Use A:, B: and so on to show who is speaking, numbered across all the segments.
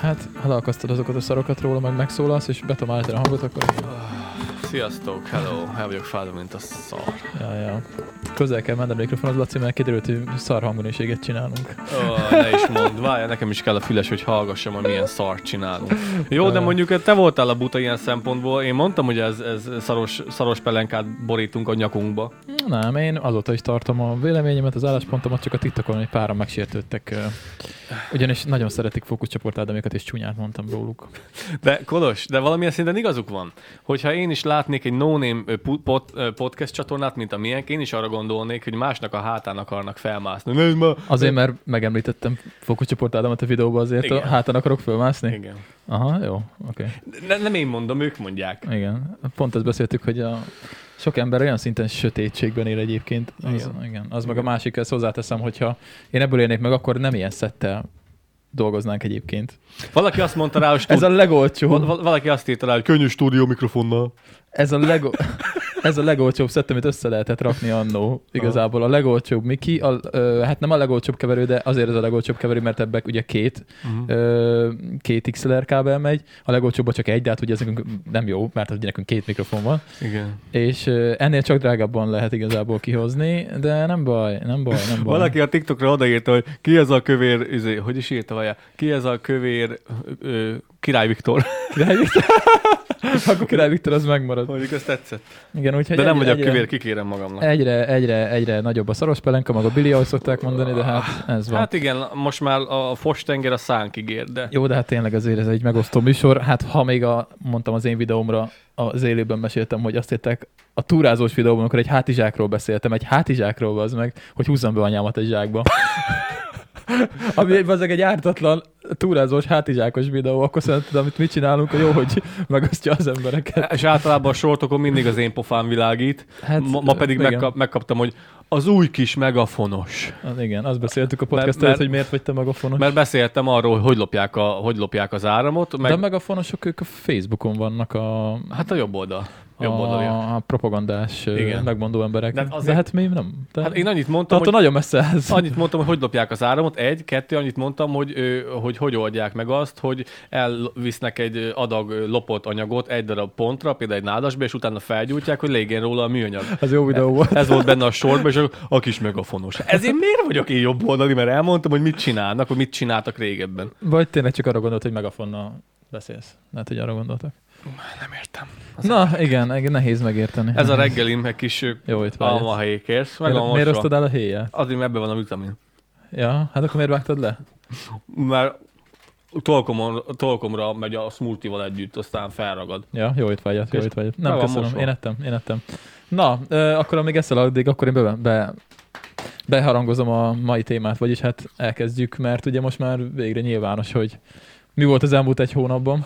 A: Hát, ha leakasztod azokat a szarokat róla, meg megszólalsz, és betomálsz rá a hangot, akkor...
B: Sziasztok, hello, el vagyok fázva, mint a szar.
A: Ja, ja. Közel kell menned a mikrofonhoz, Laci, mert kiderült, hogy szar hangoniséget csinálunk.
B: Oh, ne is mondd, várjál, nekem is kell a füles, hogy hallgassam, hogy milyen szart csinálunk. Jó, de
A: Ö.
B: mondjuk te voltál a buta ilyen szempontból. Én mondtam, hogy ez, ez szaros, szaros pelenkát borítunk a nyakunkba.
A: Nem, én azóta is tartom a véleményemet, az álláspontomat, csak a TikTokon egy páran megsértődtek. ö, Ugyanis nagyon szeretik fókuszcsoportádamékat, és csúnyát mondtam róluk.
B: De Kolos, de valamilyen szinten igazuk van. Hogyha én is látnék egy no-name ö, pu- pot- ö, podcast csatornát, mint a miénk, én is arra gondolnék, hogy másnak a hátán akarnak felmászni. Nézd ma!
A: Azért, mert megemlítettem fókuszcsoportádamat a videóban, azért Igen.
B: Igen.
A: a hátán akarok fölmászni.
B: Igen.
A: Aha, jó, oké.
B: Ne, nem én mondom, ők mondják.
A: Okay. Igen. Pont ezt beszéltük, hogy a sok ember olyan szinten sötétségben él egyébként. Az, igen.
B: Igen.
A: igen. Az meg a másik, ezt hozzáteszem, hogyha én ebből élnék meg, akkor nem ilyen szettel dolgoznánk egyébként.
B: Valaki azt mondta rá, hogy stú-
A: Ez a legolcsóbb.
B: val- val- valaki azt írta rá, hogy könnyű stúdió mikrofonnal.
A: Ez a, lego, ez a legolcsóbb szett, amit össze lehetett rakni annó. Igazából a legolcsóbb Miki, a, ö, hát nem a legolcsóbb keverő, de azért ez a legolcsóbb keverő, mert ebbek ugye két,
B: Uh-huh.
A: ö, két XLR kábel megy, a legolcsóbb csak egy, de hát ugye ez nekünk nem jó, mert ugye nekünk két mikrofon van,
B: Igen.
A: és ö, ennél csak drágábban lehet igazából kihozni, de nem baj, nem baj, nem baj.
B: Valaki a TikTokra odaírta, hogy ki ez a kövér, izé, hogy is írta vaja, ki ez a kövér ö, ö, Király Viktor.
A: Király Viktor, akkor Király Viktor az megmarad.
B: Mondjuk ezt tetszett.
A: Igen, úgyhogy
B: De nem
A: egy-
B: vagyok
A: egyre-
B: kövér, kikérem magamnak.
A: Egyre, egyre, egyre nagyobb a szaros pelenka, meg a Billy, ahogy szokták mondani, de hát ez van.
B: Hát igen, most már a fostenger a szánkig ér, de...
A: Jó, de hát tényleg azért ez egy megosztó műsor. Hát ha még a, mondtam az én videómra, az élőben meséltem, hogy azt hittek a túrázós videóban, amikor egy hátizsákról beszéltem, egy hátizsákról az meg, hogy húzzam be anyámat egy zsákba. Ami egy, azok egy ártatlan túrázós hátizsákos videó, akkor szerinted, amit mi csinálunk, jó, hogy megosztja az embereket.
B: És általában a sortokon mindig az én pofám világít,
A: Hát,
B: ma, ma pedig
A: igen.
B: megkap, megkaptam, hogy az új kis megafonos.
A: Az, igen, azt beszéltük a podcast
B: Mert-
A: előtt,
B: mert-
A: hogy miért vagy te megafonos.
B: Mert beszéltem arról, hogy hogy lopják, a, hogy lopják az áramot, meg,
A: De a megafonosok, ők a Facebookon vannak a,
B: hát a jobb oldal. Jobb oldal.
A: a, a propagandás Igen.
B: Igen.
A: megmondó emberek. De,
B: De
A: azért... De
B: azért-
A: hát mi nem. De...
B: Hát én annyit mondtam,
A: Tehát
B: hogy...
A: hogy... nagyon messze ez.
B: Annyit mondtam, hogy hogy lopják az áramot, egy, kettő, annyit mondtam, hogy ö, hogy, hogy oldják meg azt, hogy elvisznek egy ö, adag ö, lopott anyagot egy darab pontra, például egy nádasba, és utána felgyújtják, hogy légyen róla a műanyag.
A: Az jó videó volt.
B: Ez volt benne a sorban, és a, a kis megafonos. Ezért miért vagyok én jobb oldali, mert elmondtam, hogy mit csinálnak, vagy mit csináltak régebben.
A: Vagy tényleg csak arra gondolt, hogy megafonnal beszélsz. Lehet, hogy arra gondoltak.
B: Nem értem.
A: Na, igen, igen, nehéz megérteni.
B: Ez a reggelim egy kis ö,
A: Jó étvágyat.
B: almahelyékért. Meg
A: Miért,
B: van
A: miért
B: mosva.
A: osztod el a héját?
B: Azért, mert ebben van a vitamin.
A: Ja, hát akkor miért vágtad le?
B: Mert tolkomon, tolkomra megy a smoothie-val együtt, aztán felragad.
A: Ja, jó étvágyat, jó
B: És
A: étvágyat.
B: be
A: Nem,
B: van
A: köszönöm,
B: mosva.
A: én ettem, én ettem. Na, ö, akkor amíg eszel addig, akkor én be, be, beharangozom a mai témát, vagyis hát elkezdjük, mert ugye most már végre nyilvános, hogy mi volt az elmúlt egy hónapban.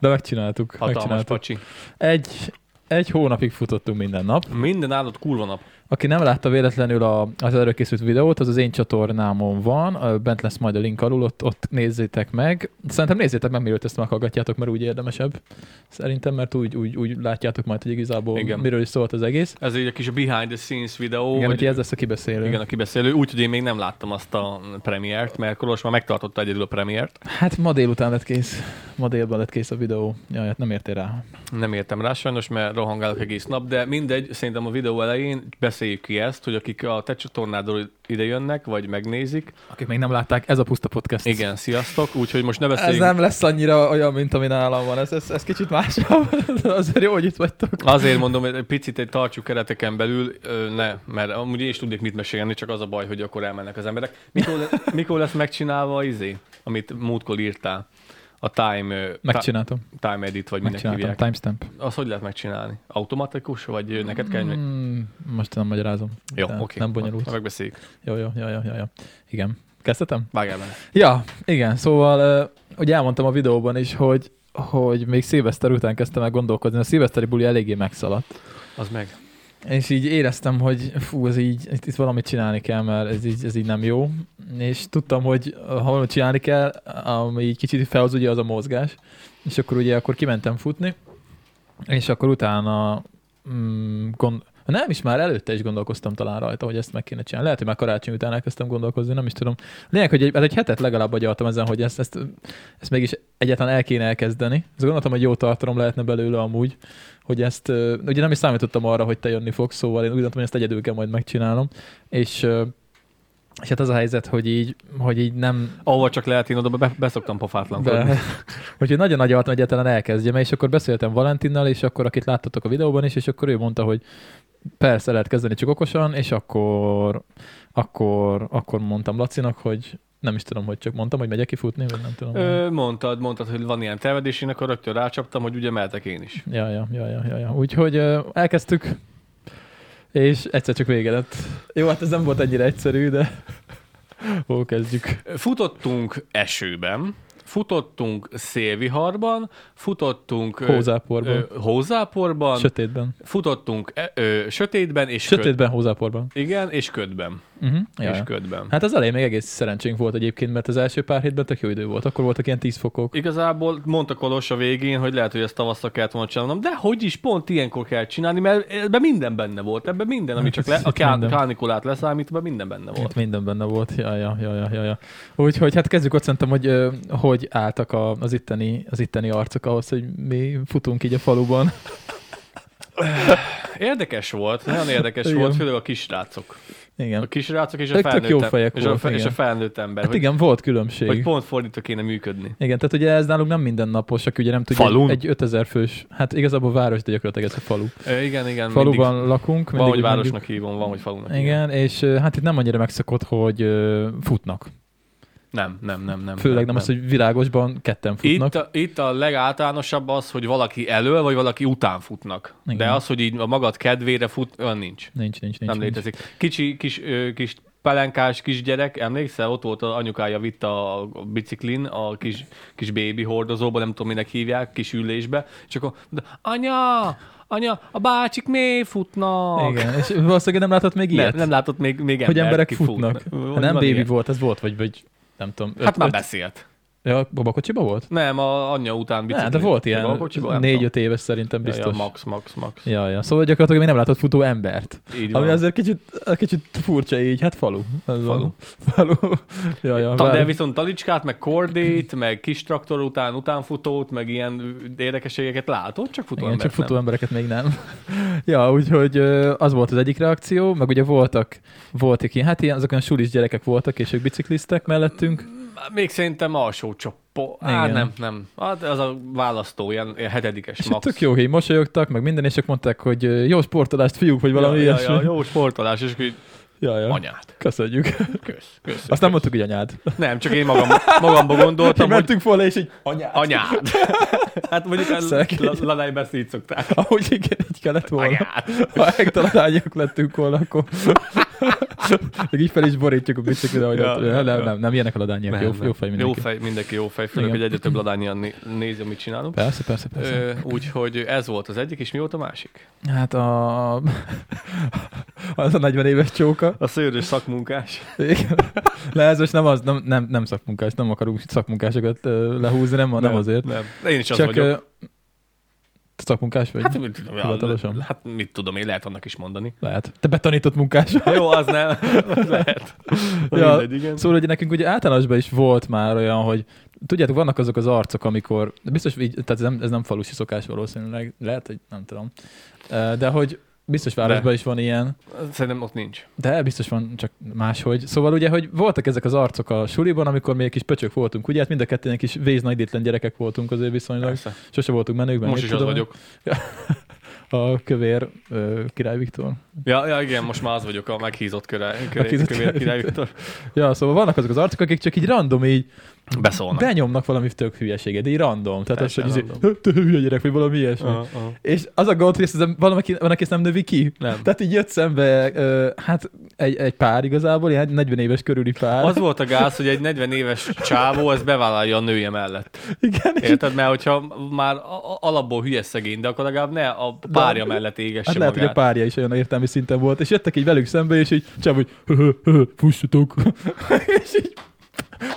A: De megcsináltuk,
B: Ah. Hatalmas
A: megcsináltuk.
B: pacsi.
A: Egy, egy hónapig futottunk minden nap.
B: Minden állat kurva nap.
A: Aki nem látta véletlenül a, az előkészült videót, az az én csatornámon van, ö, bent lesz majd a link alul, ott, ott nézzétek meg. Szerintem nézzétek meg, mielőtt ezt meghallgatjátok, mert úgy érdemesebb. Szerintem, mert úgy, úgy, úgy látjátok majd, hogy igazából Igen.
B: Igen.
A: miről is szólt az egész.
B: Ez így a kis behind the scenes videó.
A: Igen,
B: hogy-
A: hogy ez lesz a kibeszélő.
B: igen, a kibeszélő. Úgyhogy én még nem láttam azt a premiért, mert Kolos már megtartotta egyedül a premiért.
A: Hát ma délután lett kész. Ma délben lett kész a videó. Jaj, hát nem értél rá.
B: Nem értem rá sajnos, mert rohangálok egész nap, de mindegy, szerintem a videó elején beszéljük ki ezt, hogy akik a te csatornádról ide jönnek, vagy megnézik.
A: Akik még nem látták, ez a puszta podcast.
B: Igen, sziasztok, úgyhogy most ne
A: Ez
B: beszéljünk.
A: nem lesz annyira olyan, mint ami nálam van. Ez, ez, ez kicsit másabb. Azért jó, hogy itt vagytok.
B: Azért mondom, hogy egy picit egy tartsuk kereteken belül, ö, ne, mert amúgy én is tudnék mit mesélni, csak az a baj, hogy akkor elmennek az emberek. Mikor, le, mikor lesz megcsinálva az izé, amit múltkor írtál? A time, ö, ta-
A: Megcsináltam.
B: time edit, vagy minek
A: Megcsináltam.
B: hívják.
A: Timestamp.
B: Azt hogy lehet megcsinálni? Automatikus, vagy ö, neked kell? Mm,
A: Mm, most nem magyarázom.
B: jó, oké.
A: Tehát Nem bonyolult.
B: Ha megbeszéljük.
A: Jó, jó, jó, jó, jó, jó. Igen. Kezdhetem?
B: Vágj el bele.
A: Ja, igen. Szóval, ö, ugye elmondtam a videóban is, hogy hogy még szilveszter után kezdtem el gondolkodni, a szilveszteri buli eléggé megszaladt.
B: Az meg.
A: És így éreztem, hogy fú, ez így, itt, itt valamit csinálni kell, mert ez így, ez így nem jó. És tudtam, hogy ha valamit csinálni kell, ami így kicsit felhoz, ugye az a mozgás. És akkor ugye akkor kimentem futni, és akkor utána mm, gond, Nem is, már előtte is gondolkoztam talán rajta, hogy ezt meg kéne csinálni. Lehet, hogy már karácsony után elkezdtem gondolkozni, nem is tudom. Lényeg, hogy egy, hát egy hetet legalább agyaltam ezen, hogy ezt, ezt, ezt mégis egyáltalán el kéne elkezdeni. Ezt gondoltam, hogy jó tartalom lehetne belőle amúgy, hogy ezt, ö, ugye nem is számítottam arra, hogy te jönni fogsz, szóval én úgy gondoltam, hogy ezt egyedül kell majd megcsinálnom. És, ö, és hát az a helyzet, hogy így, hogy így nem,
B: Ahova csak lehet, én oda be, beszoktam pofátlankodni.
A: be. Úgyhogy nagyon nagy alatt egyáltalán elkezdjem, és akkor beszéltem Valentinnal, és akkor akit láttatok a videóban is, és akkor ő mondta, hogy persze lehet kezdeni csak okosan, és akkor, akkor, akkor mondtam Lacinak, hogy nem is tudom, hogy csak mondtam, hogy megyek kifutni, vagy nem tudom.
B: Ö, mondtad, mondtad, hogy van ilyen tervedés, én akkor rögtön rácsaptam, hogy ugye mehetek én is.
A: Ja, ja, ja, ja, ja, ja. Úgyhogy ö, elkezdtük, és egyszer csak vége lett. Jó, hát ez nem volt ennyire egyszerű, de ó, kezdjük.
B: Futottunk esőben, futottunk szélviharban, futottunk ö,
A: Hózáporban.
B: ö, hózáporban,
A: Sötétben.
B: futottunk e, ö, sötétben és köd,
A: Sötétben, hózáporban.
B: igen, és ködben.
A: Uh-huh.
B: Ja. És ködben.
A: Hát az elején még egész szerencsénk volt egyébként, mert az első pár hétben tök jó idő volt. Akkor voltak ilyen 10 fokok.
B: Igazából mondta Kolos a végén, hogy lehet, hogy ezt tavasszal kellett volna csinálnom, de hogy is pont ilyenkor kell csinálni, mert ebben minden benne volt, ebben minden, ami
A: Hát
B: csak
A: ez
B: le, a
A: itt
B: ká-
A: minden.
B: kánikulát leszámítva, minden benne volt.
A: Itt minden benne volt. Ja, ja, ja, ja, ja, ja. Úgyhogy hát kezdjük ott szerintem, hogy ö, hogy álltak a, az, itteni, az itteni arcok ahhoz, hogy mi futunk így a faluban.
B: Érdekes volt, nagyon érdekes
A: Igen.
B: volt, főleg a kisrácok. A
A: Igen.
B: kisrácok és a
A: Ők tök
B: felnőtt,
A: jó fejek
B: és, a,
A: voltak,
B: fe- és a
A: igen.
B: felnőtt ember,
A: Hát
B: hogy,
A: igen, volt
B: hogy
A: különbség.
B: pont fordítva kéne működni.
A: Igen, tehát ugye ez nálunk nem mindennapos, aki ugye nem tudja,
B: Falun?
A: egy 5000 fős, hát igazából város, de gyakorlatilag ez a falu.
B: Ö, igen, igen,
A: Faluban
B: mindig,
A: lakunk.
B: van, hogy
A: úgy mondjuk-
B: városnak hívom, van, hogy falunak hívom.
A: Igen, és ö, hát itt nem annyira megszokott, hogy ö, futnak.
B: Nem, nem, nem, nem.
A: Főleg nem az, hogy világosban ketten futnak.
B: Itt a, itt a legáltalánosabb az, hogy valaki elől, vagy valaki után futnak. Igen.
A: Igen.
B: De az, hogy így a magad kedvére fut, olyan nincs.
A: Nincs, nincs, nincs.
B: nincs nem
A: nincs.
B: létezik. Kicsi, kis, ö, kis pelenkás kisgyerek, emlékszel? Ott volt az anyukája vitt a a biciklin, a kis, kis bébi hordozóba, nem tudom, minek hívják, kis ülésbe, és akkor de, anya, anya, a bácsik mély futnak.
A: Igen, és valószínűleg nem látott még ilyet,
B: Nem,
A: nem,
B: nem látott még, még
A: hogy
B: embert,
A: emberek
B: ki
A: futnak.
B: fut.
A: Ha
B: Hogy
A: nem
B: van
A: bébi
B: ilyen?
A: volt, ez volt, vagy, vagy nem tudom.
B: Hát már
A: öt,
B: beszélt.
A: ja, a babakocsiba volt?
B: Nem, a anyja után bicikli.
A: Ne, de volt
B: A
A: ilyen
B: kocsiba? Nem tudom.
A: négy-öt éves szerintem
B: Ja,
A: biztos.
B: Ja, max, max, max.
A: Ja, ja. Szóval gyakorlatilag még nem látott futó embert.
B: Így
A: Ami
B: van.
A: azért kicsit, kicsit furcsa így, hát falu. Ez
B: Falu.
A: van. Falu. Ja, ja,
B: Ta, de
A: vár-
B: viszont talicskát, meg kordét, meg kis traktor után utánfutót, meg ilyen érdekességeket látod, csak futó
A: Igen, csak futó
B: nem.
A: embereket még nem. ja, úgyhogy ö, az volt az egyik reakció, meg ugye voltak, voltak ilyen, hát ilyen, azok olyan sulis gyerekek voltak, és ők bicikliztek mellettünk.
B: Még szerintem alsó csoppó. Hát
A: Igen.
B: nem, nem. Hát az a választó, ilyen, ilyen hetedikes
A: És
B: max.
A: Max. tök jó, hogy így mosolyogtak, meg minden, és ők mondták, hogy ö, jó sportolást, fiúk, vagy valami
B: ja, ja,
A: ilyesmi.
B: ja, jó sportolás, és így
A: ja, ja.
B: anyát.
A: Köszönjük.
B: Kösz, kösz.
A: Azt nem mondtuk, hogy anyád.
B: Nem, csak én magam, magamba
A: Ki
B: gondoltam, hogy
A: mentünk volna, és így anyád.
B: anyád. Hát mondjuk a
A: Szegény.
B: la- ladájban ezt így szokták.
A: Ahogy igen, így kellett volna.
B: Anyád.
A: Ha hektalányok lettünk volna, akkor még így fel is borítjuk a biciklire, hogy
B: Ja,
A: ott,
B: ja,
A: nem,
B: ja.
A: nem, nem, ilyenek a ladányok,
B: Nem,
A: jó,
B: nem.
A: jó fej mindenki.
B: Jó fej, mindenki jó fej, főleg,
A: Igen.
B: hogy egyre több ladányian né- nézi, amit csinálunk.
A: Persze, persze, persze.
B: Ö, Úgyhogy ez volt az egyik, és mi volt a másik?
A: Hát a... az a 40 éves csóka.
B: A szőrös szakmunkás.
A: Igen. Le, ez most nem az, nem, nem, nem szakmunkás, nem akarunk szakmunkásokat ö, lehúzni, nem, nem, nem azért.
B: Nem. Én is az
A: Csak
B: vagyok.
A: ö, te szakmunkás vagy?
B: Hát, mit tudom,
A: hivatalosan?
B: ja, hát mit tudom én, lehet annak is mondani.
A: Lehet. Te betanított munkás.
B: Na jó, az nem. Az lehet. Ja.
A: Ja.
B: Mindegy, igen.
A: Szóval ugye nekünk ugye általánosban is volt már olyan, hogy tudjátok, vannak azok az arcok, amikor, biztos így, tehát ez nem, ez nem falusi szokás valószínűleg, lehet, hogy nem tudom, Ö, de hogy biztos városban is van ilyen,
B: Szerintem ott nincs.
A: de biztos van, csak máshogy. Szóval ugye, hogy voltak ezek az arcok a suliban, amikor még kis pöcsök voltunk, ugye hát mind a ketten ilyen kis véznagyítlen gyerekek voltunk azért viszonylag,
B: Persze.
A: sose voltunk menőkben.
B: Most
A: mit
B: is az
A: tudom én.
B: vagyok.
A: A kövér ö, király Viktor.
B: Ja, ja, igen, most már az vagyok a meghízott köre,
A: A
B: köre,
A: hízott
B: kövér
A: Király
B: király Viktor.
A: Ja, szóval vannak azok az arcok, akik csak így random így
B: Beszólnak.
A: benyomnak valami tök hülyeséget, de így random. Tehát azt,
B: Teljesen
A: hogy izé,
B: random.
A: "Hö, te hülye gyerek, vagy valami ilyesmi.
B: Aha, aha.
A: És az a gond, hogy ezt ezen- van, aki, van, aki ezt nem növi ki.
B: Nem.
A: Tehát így jött szembe, ö, hát egy, egy pár igazából, ilyen 40 éves körüli pár.
B: Az volt a gáz, hogy egy 40 éves csávó ezt bevállalja a nője mellett.
A: Igen, és
B: Érted? Mert hogyha már a- a- alapból hülye szegény, de akkor legalább ne a párja
A: De-
B: mellett égesse
A: Hát lehet,
B: magát.
A: hogy a párja is olyan értelmi szinten volt, és jöttek így velük szembe, és így csak hogy "Hö, hö, hö, fussatok. és így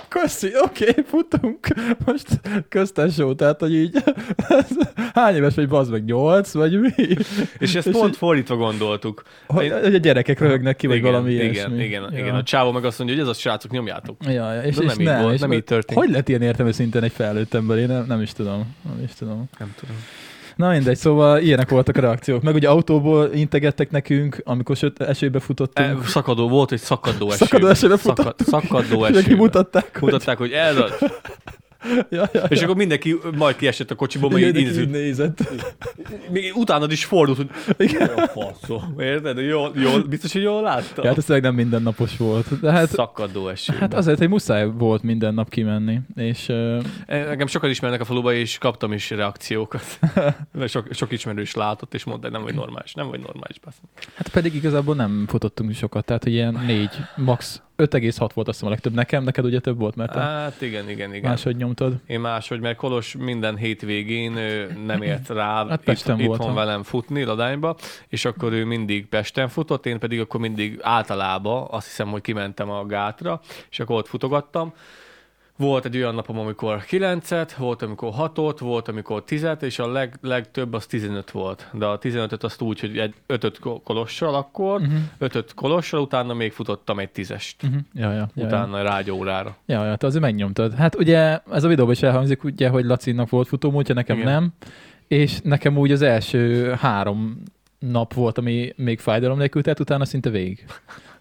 A: köszi, oké, okay, futunk. Most köztensó, tehát, hogy így hány éves vagy, bazd meg, nyolc, vagy mi?
B: És ezt
A: És
B: pont
A: így-
B: fordítva gondoltuk.
A: Hogy, hogy a gyerekek röhögnek ki, vagy
B: igen,
A: valami
B: igen,
A: ilyesmi.
B: Igen,
A: ja.
B: igen, a csávó meg azt mondja, hogy ez az srácok, nyomjátok.
A: Ja, ja, és,
B: De
A: és
B: nem így volt,
A: és
B: nem így történt.
A: Hogy lett ilyen értelmű szinten egy felnőtt ember? Én nem, nem is tudom. Nem is tudom.
B: Nem tudom.
A: Na mindegy, szóval ilyenek voltak a reakciók. Meg ugye autóból integettek nekünk, amikor söt, esőbe
B: E,
A: futottunk.
B: szakadó volt, egy szakadó eső.
A: Szakadó esőbe futottunk.
B: szakadó
A: és neki
B: eső.
A: mutatták, hogy...
B: Mutatták, hogy ez az.
A: Ja, ja,
B: És
A: ja.
B: akkor mindenki majd kiesett a kocsiból,
A: Igen,
B: majd
A: neki így
B: így, így,
A: nézett.
B: még utánad is fordult, hogy Igen. a faszom, érted? Jól, jól, biztos, hogy jól láttam.
A: Ja, hát ez tényleg nem mindennapos volt. De hát,
B: Szakadó eső.
A: hát azért, hogy muszáj volt minden nap kimenni. És ö,
B: Engem Eh, sokan ismernek a faluba, és kaptam is reakciókat. Mert sok, sok ismerős látott, és mondta, hogy nem vagy normális, nem vagy normális. Basz.
A: hát pedig igazából nem futottunk sokat. Tehát, hogy ilyen négy, max 5,6 volt azt hiszem a legtöbb nekem. Neked ugye több volt, mert te
B: Hát igen, igen, igen.
A: máshogy nyomtad.
B: Én máshogy, mert Kolos minden hétvégén ő nem ért rá
A: Hát
B: hát
A: Pesten
B: itt, itthon
A: voltam.
B: velem futni Ladányba, és akkor ő mindig Pesten futott, én pedig akkor mindig általában azt hiszem, hogy kimentem a gátra, és akkor ott futogattam. Volt egy olyan napom, amikor 9-et, volt, amikor 6-ot, volt, amikor 10-et, és a leg, legtöbb az 15 volt. De a 15-öt azt úgy, hogy egy 5-öt kolossal akkor,
A: Mhm.
B: 5-öt kolossal, utána még futottam egy 10-est.
A: Uh-huh. Ja, ja, ja, ja.
B: Utána rágyórára.
A: Ja, ja, te azért megnyomtad. Hát ugye ez a videóban is elhangzik, ugye, hogy Lacinak volt futómúltja, nekem Igen.
B: Igen.
A: nem, és nekem úgy az első három nap volt, ami még fájdalom nélkül, tehát utána szinte végig.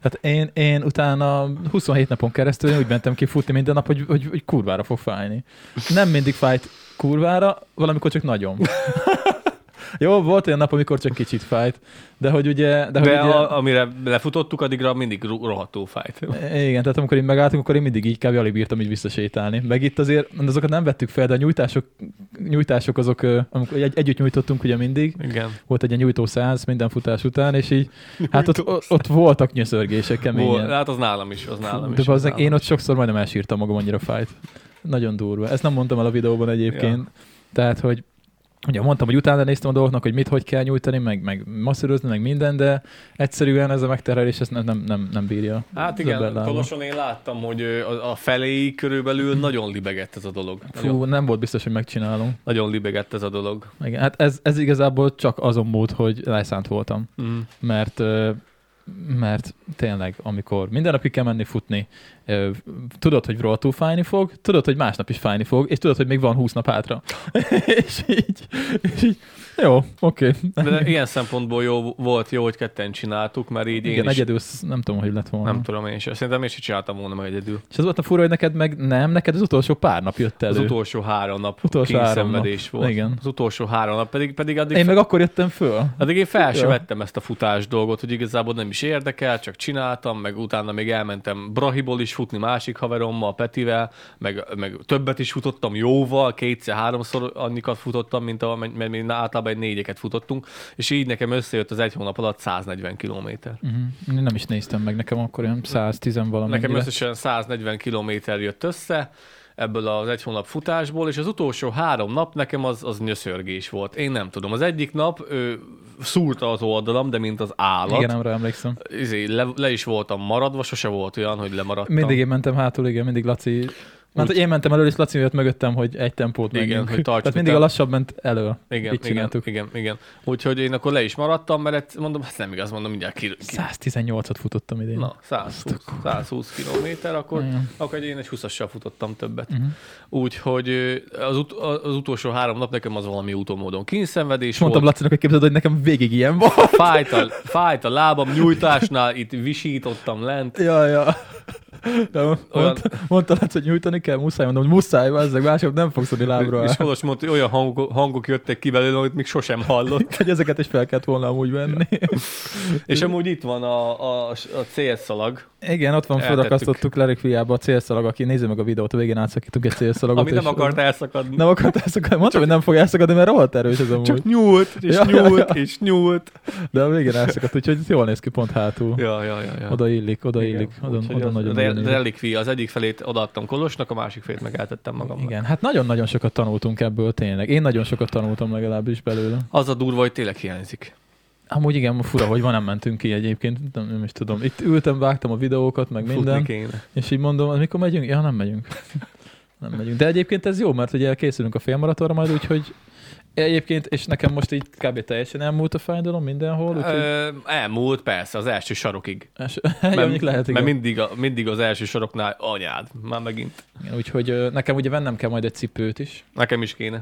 A: Tehát én, én utána 27 napon keresztül én úgy mentem ki futni minden nap, hogy, hogy, hogy kurvára fog fájni. Nem mindig fájt kurvára, valamikor csak nagyon. Jó, volt olyan nap, amikor csak kicsit fájt, de hogy ugye...
B: De,
A: hogy
B: De
A: ugye...
B: a, amire lefutottuk, addigra mindig ro- rohadtul fájt.
A: Igen, tehát amikor én megálltunk, akkor én mindig így kb. alig bírtam így visszasétálni. Meg itt azért azokat nem vettük fel, de a nyújtások, nyújtások azok, ö, amikor egy, együtt nyújtottunk ugye mindig,
B: Igen.
A: volt egy ilyen nyújtó száz minden futás után, és így, hát ott, ott, ott voltak nyöszörgések
B: Volt,
A: keményen.
B: hát az nálam is, az nálam
A: De
B: is. az
A: bazzeg,
B: nálam
A: én ott
B: is.
A: sokszor majdnem elsírtam magam annyira fájt. Nagyon durva. Ezt nem mondtam el a videóban egyébként. Ja. Tehát, hogy ugye mondtam, hogy utána néztem a dolgoknak, hogy mit, hogy kell nyújtani, meg, meg masszírozni, meg minden, de egyszerűen ez a megterhelés ezt nem, nem, nem, nem bírja.
B: Hát
A: az
B: igen,
A: emberlába.
B: Koloson én láttam, hogy ö, a, a feléig körülbelül nagyon libegett ez a dolog. Nagyon,
A: Mhm. Fú, nem volt biztos, hogy megcsinálunk.
B: nagyon libegett ez a dolog.
A: Igen, hát ez, ez igazából csak azon múlt, hogy leszánt voltam.
B: Mm.
A: Mert ö, mert tényleg, amikor minden napig kell menni futni, ö, tudod, hogy rohadtul fájni fog, tudod, hogy másnap is fájni fog, és tudod, hogy még van 20 nap hátra. és, így, és így, jó, oké.
B: De ilyen szempontból jó volt, jó, hogy ketten csináltuk, mert így én
A: Igen,
B: is,
A: egyedül sz- nem tudom, hogy lett volna.
B: nem tudom én is. Szerintem én sem csináltam volna meg egyedül.
A: És az volt a fura, hogy neked meg nem, neked az utolsó pár nap jött elő.
B: Az utolsó három nap
A: Utolsó három
B: kényszenvedés
A: nap.
B: volt.
A: Igen.
B: Az utolsó három nap, pedig, pedig addig
A: Én meg akkor jöttem föl.
B: Addig én fel
A: Ja.
B: sem vettem ezt a futás dolgot, hogy igazából nem is érdekel, csak csináltam, meg utána még elmentem Brahiból is futni másik haverommal, Petivel, meg, meg többet is futottam jóval, kétszer-háromszor annyikat futottam, mint a, mert mi általában egy négyeket futottunk, és így nekem összejött az egy hónap alatt 140 kilométer.
A: Uh-huh. Nem is néztem meg, nekem akkor olyan 110 valami.
B: Nekem összesen 140 kilométer jött össze, ebből az egy hónap futásból, és az utolsó három nap nekem az, az nyöszörgés volt. Én nem tudom. Az egyik nap ő, szúrta az oldalam, de mint az állat.
A: Igen, nem rá emlékszem.
B: izé, le, le is voltam maradva, sose volt olyan, hogy lemaradtam.
A: Mindig én mentem hátul, igen, mindig Laci... Mert hogy én mentem elől, és Laci jött mögöttem, hogy egy tempót
B: Igen,
A: menjünk.
B: hogy tartsuk
A: Tehát mindig a
B: után.
A: lassabb ment elő.
B: igen,
A: Így
B: igen,
A: csináltuk.
B: igen, igen. Úgyhogy én akkor le is maradtam, mert egyszer- mondom, hát nem igaz, mondom, mindjárt ki, ki
A: 118-at futottam idén.
B: na, 120, 120 kilométer, akkor,
A: Igen.
B: akkor én egy 20-assal futottam többet.
A: Mhm.
B: Úgyhogy ö, az, ut- az utolsó három nap nekem az valami útomódon kínszenvedés
A: És mondtam
B: volt,
A: Lacinak, hogy képzeld, hogy nekem végig ilyen volt.
B: fájt a, fájt a lábam, nyújtásnál itt visítottam lent,
A: ja, ja. ja
B: Olyan-
A: mondta, mondta Laci, hogy nyújtani kell, muszáj, mondom, hogy muszáj, ezek mások nem fogsz tudni lábra.
B: és Kolos mondta, hogy olyan hangok, hangok jöttek ki belőle, amit még sosem hallott.
A: hogy ezeket is fel kellett volna amúgy venni.
B: És amúgy itt van a, a, a CS szalag,
A: Igen, ott van,
B: Eltettük.
A: felakasztottuk Lerikviába a célszalag, aki nézi meg a videót, a végén átszakítunk egy célszalagot.
B: ami nem
A: és-
B: akart elszakadni.
A: Nem akart elszakadni. Mondtam, hogy nem fog elszakadni, mert rohadt erős ez amúgy.
B: Csak nyúlt, és
A: Ja,
B: ja,
A: ja,
B: nyúlt,
A: ja.
B: ja. és nyúlt.
A: De a végén elszakadt, úgyhogy ez jól néz ki pont hátul. Ja.
B: Ja, ja, ja. ja.
A: Oda illik, oda
B: Igen.
A: illik, oda,
B: Úgyhogy
A: oda
B: az
A: nagyon,
B: re-
A: nagyon illik.
B: relikvia, az egyik felét odaadtam Kolosnak, a másik felét meg eltettem magamnak. Igen.
A: Igen, hát nagyon-nagyon sokat tanultunk ebből tényleg. Én nagyon sokat tanultam legalábbis belőle.
B: Az a durva, hogy tényleg hiányzik.
A: Amúgy igen, fura, hogy van, nem mentünk ki egyébként, nem, nem is tudom. Itt ültem, vágtam a videókat, meg minden,
B: Futni kéne.
A: és így mondom, "Az mikor megyünk? Ja, nem megyünk. Nem megyünk. De egyébként ez jó, mert ugye készülünk a félmaratonra majd, úgyhogy egyébként, és nekem most így kb. teljesen elmúlt a fájdalom mindenhol, úgyhogy
B: Ö, elmúlt, persze, az első sarokig.
A: es- mondjuk lehet, igen.
B: mert mindig, a, mindig az első saroknál anyád, már megint.
A: igen. Úgyhogy ö, nekem ugye vennem kell majd egy cipőt is.
B: Nekem is kéne.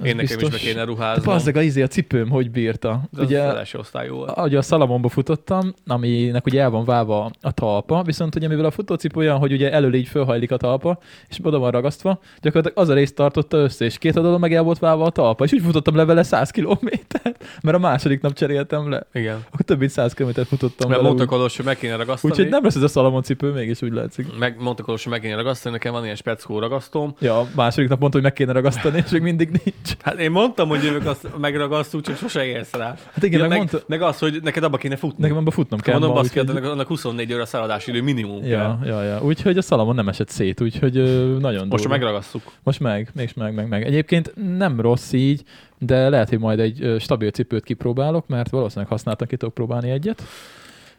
A: Az
B: Én nekem is
A: biztos.
B: be kéne
A: Hát
B: ruháznom.
A: bazdeg, a izé, a cipőm hogy bírta.
B: De az ugye... az első osztályú volt.
A: ahogy a szalamonba futottam, aminek ugye el van válva a talpa, viszont ugye mivel a futócipő olyan, hogy ugye elől így fölhajlik a talpa, és oda van ragasztva, gyakorlatilag az a részt tartotta össze, és két oldalon meg el volt válva a talpa, és úgy futottam le vele 100 kilométert, mert a második nap cseréltem le.
B: Igen.
A: Akkor több mint 100 kilométert futottam
B: Mert
A: vele.
B: mondta
A: úgy.
B: Kolos, hogy meg kéne ragasztani.
A: Úgyhogy nem lesz ez a szalamon cipő, mégis úgy látszik.
B: Meg, mondta Kolos, hogy meg kéne ragasztani, nekem van ilyen speckó ragasztóm.
A: Ja, a második nap mondta, hogy meg kéne ragasztani, és még mindig nincs.
B: Hát én mondtam, hogy jövök, azt megragasztó, csak sose érsz rá.
A: Hát igen, meg
B: meg,
A: mondta-
B: meg, az, hogy neked abba kéne futni.
A: Nekem abban futnom kell.
B: Kell Mondom,
A: ma,
B: baszki,
A: úgyhogy-
B: annak, annak 24 óra szállodási idő minimum kell.
A: Ja, ja, ja. Úgyhogy a szalamon nem esett szét, úgyhogy ö, nagyon
B: Most
A: durva.
B: megragasztjuk.
A: Most meg, mégis meg, meg, meg. Egyébként nem rossz így, de lehet, hogy majd egy ö, stabil cipőt kipróbálok, mert valószínűleg használtan ki tudok próbálni egyet.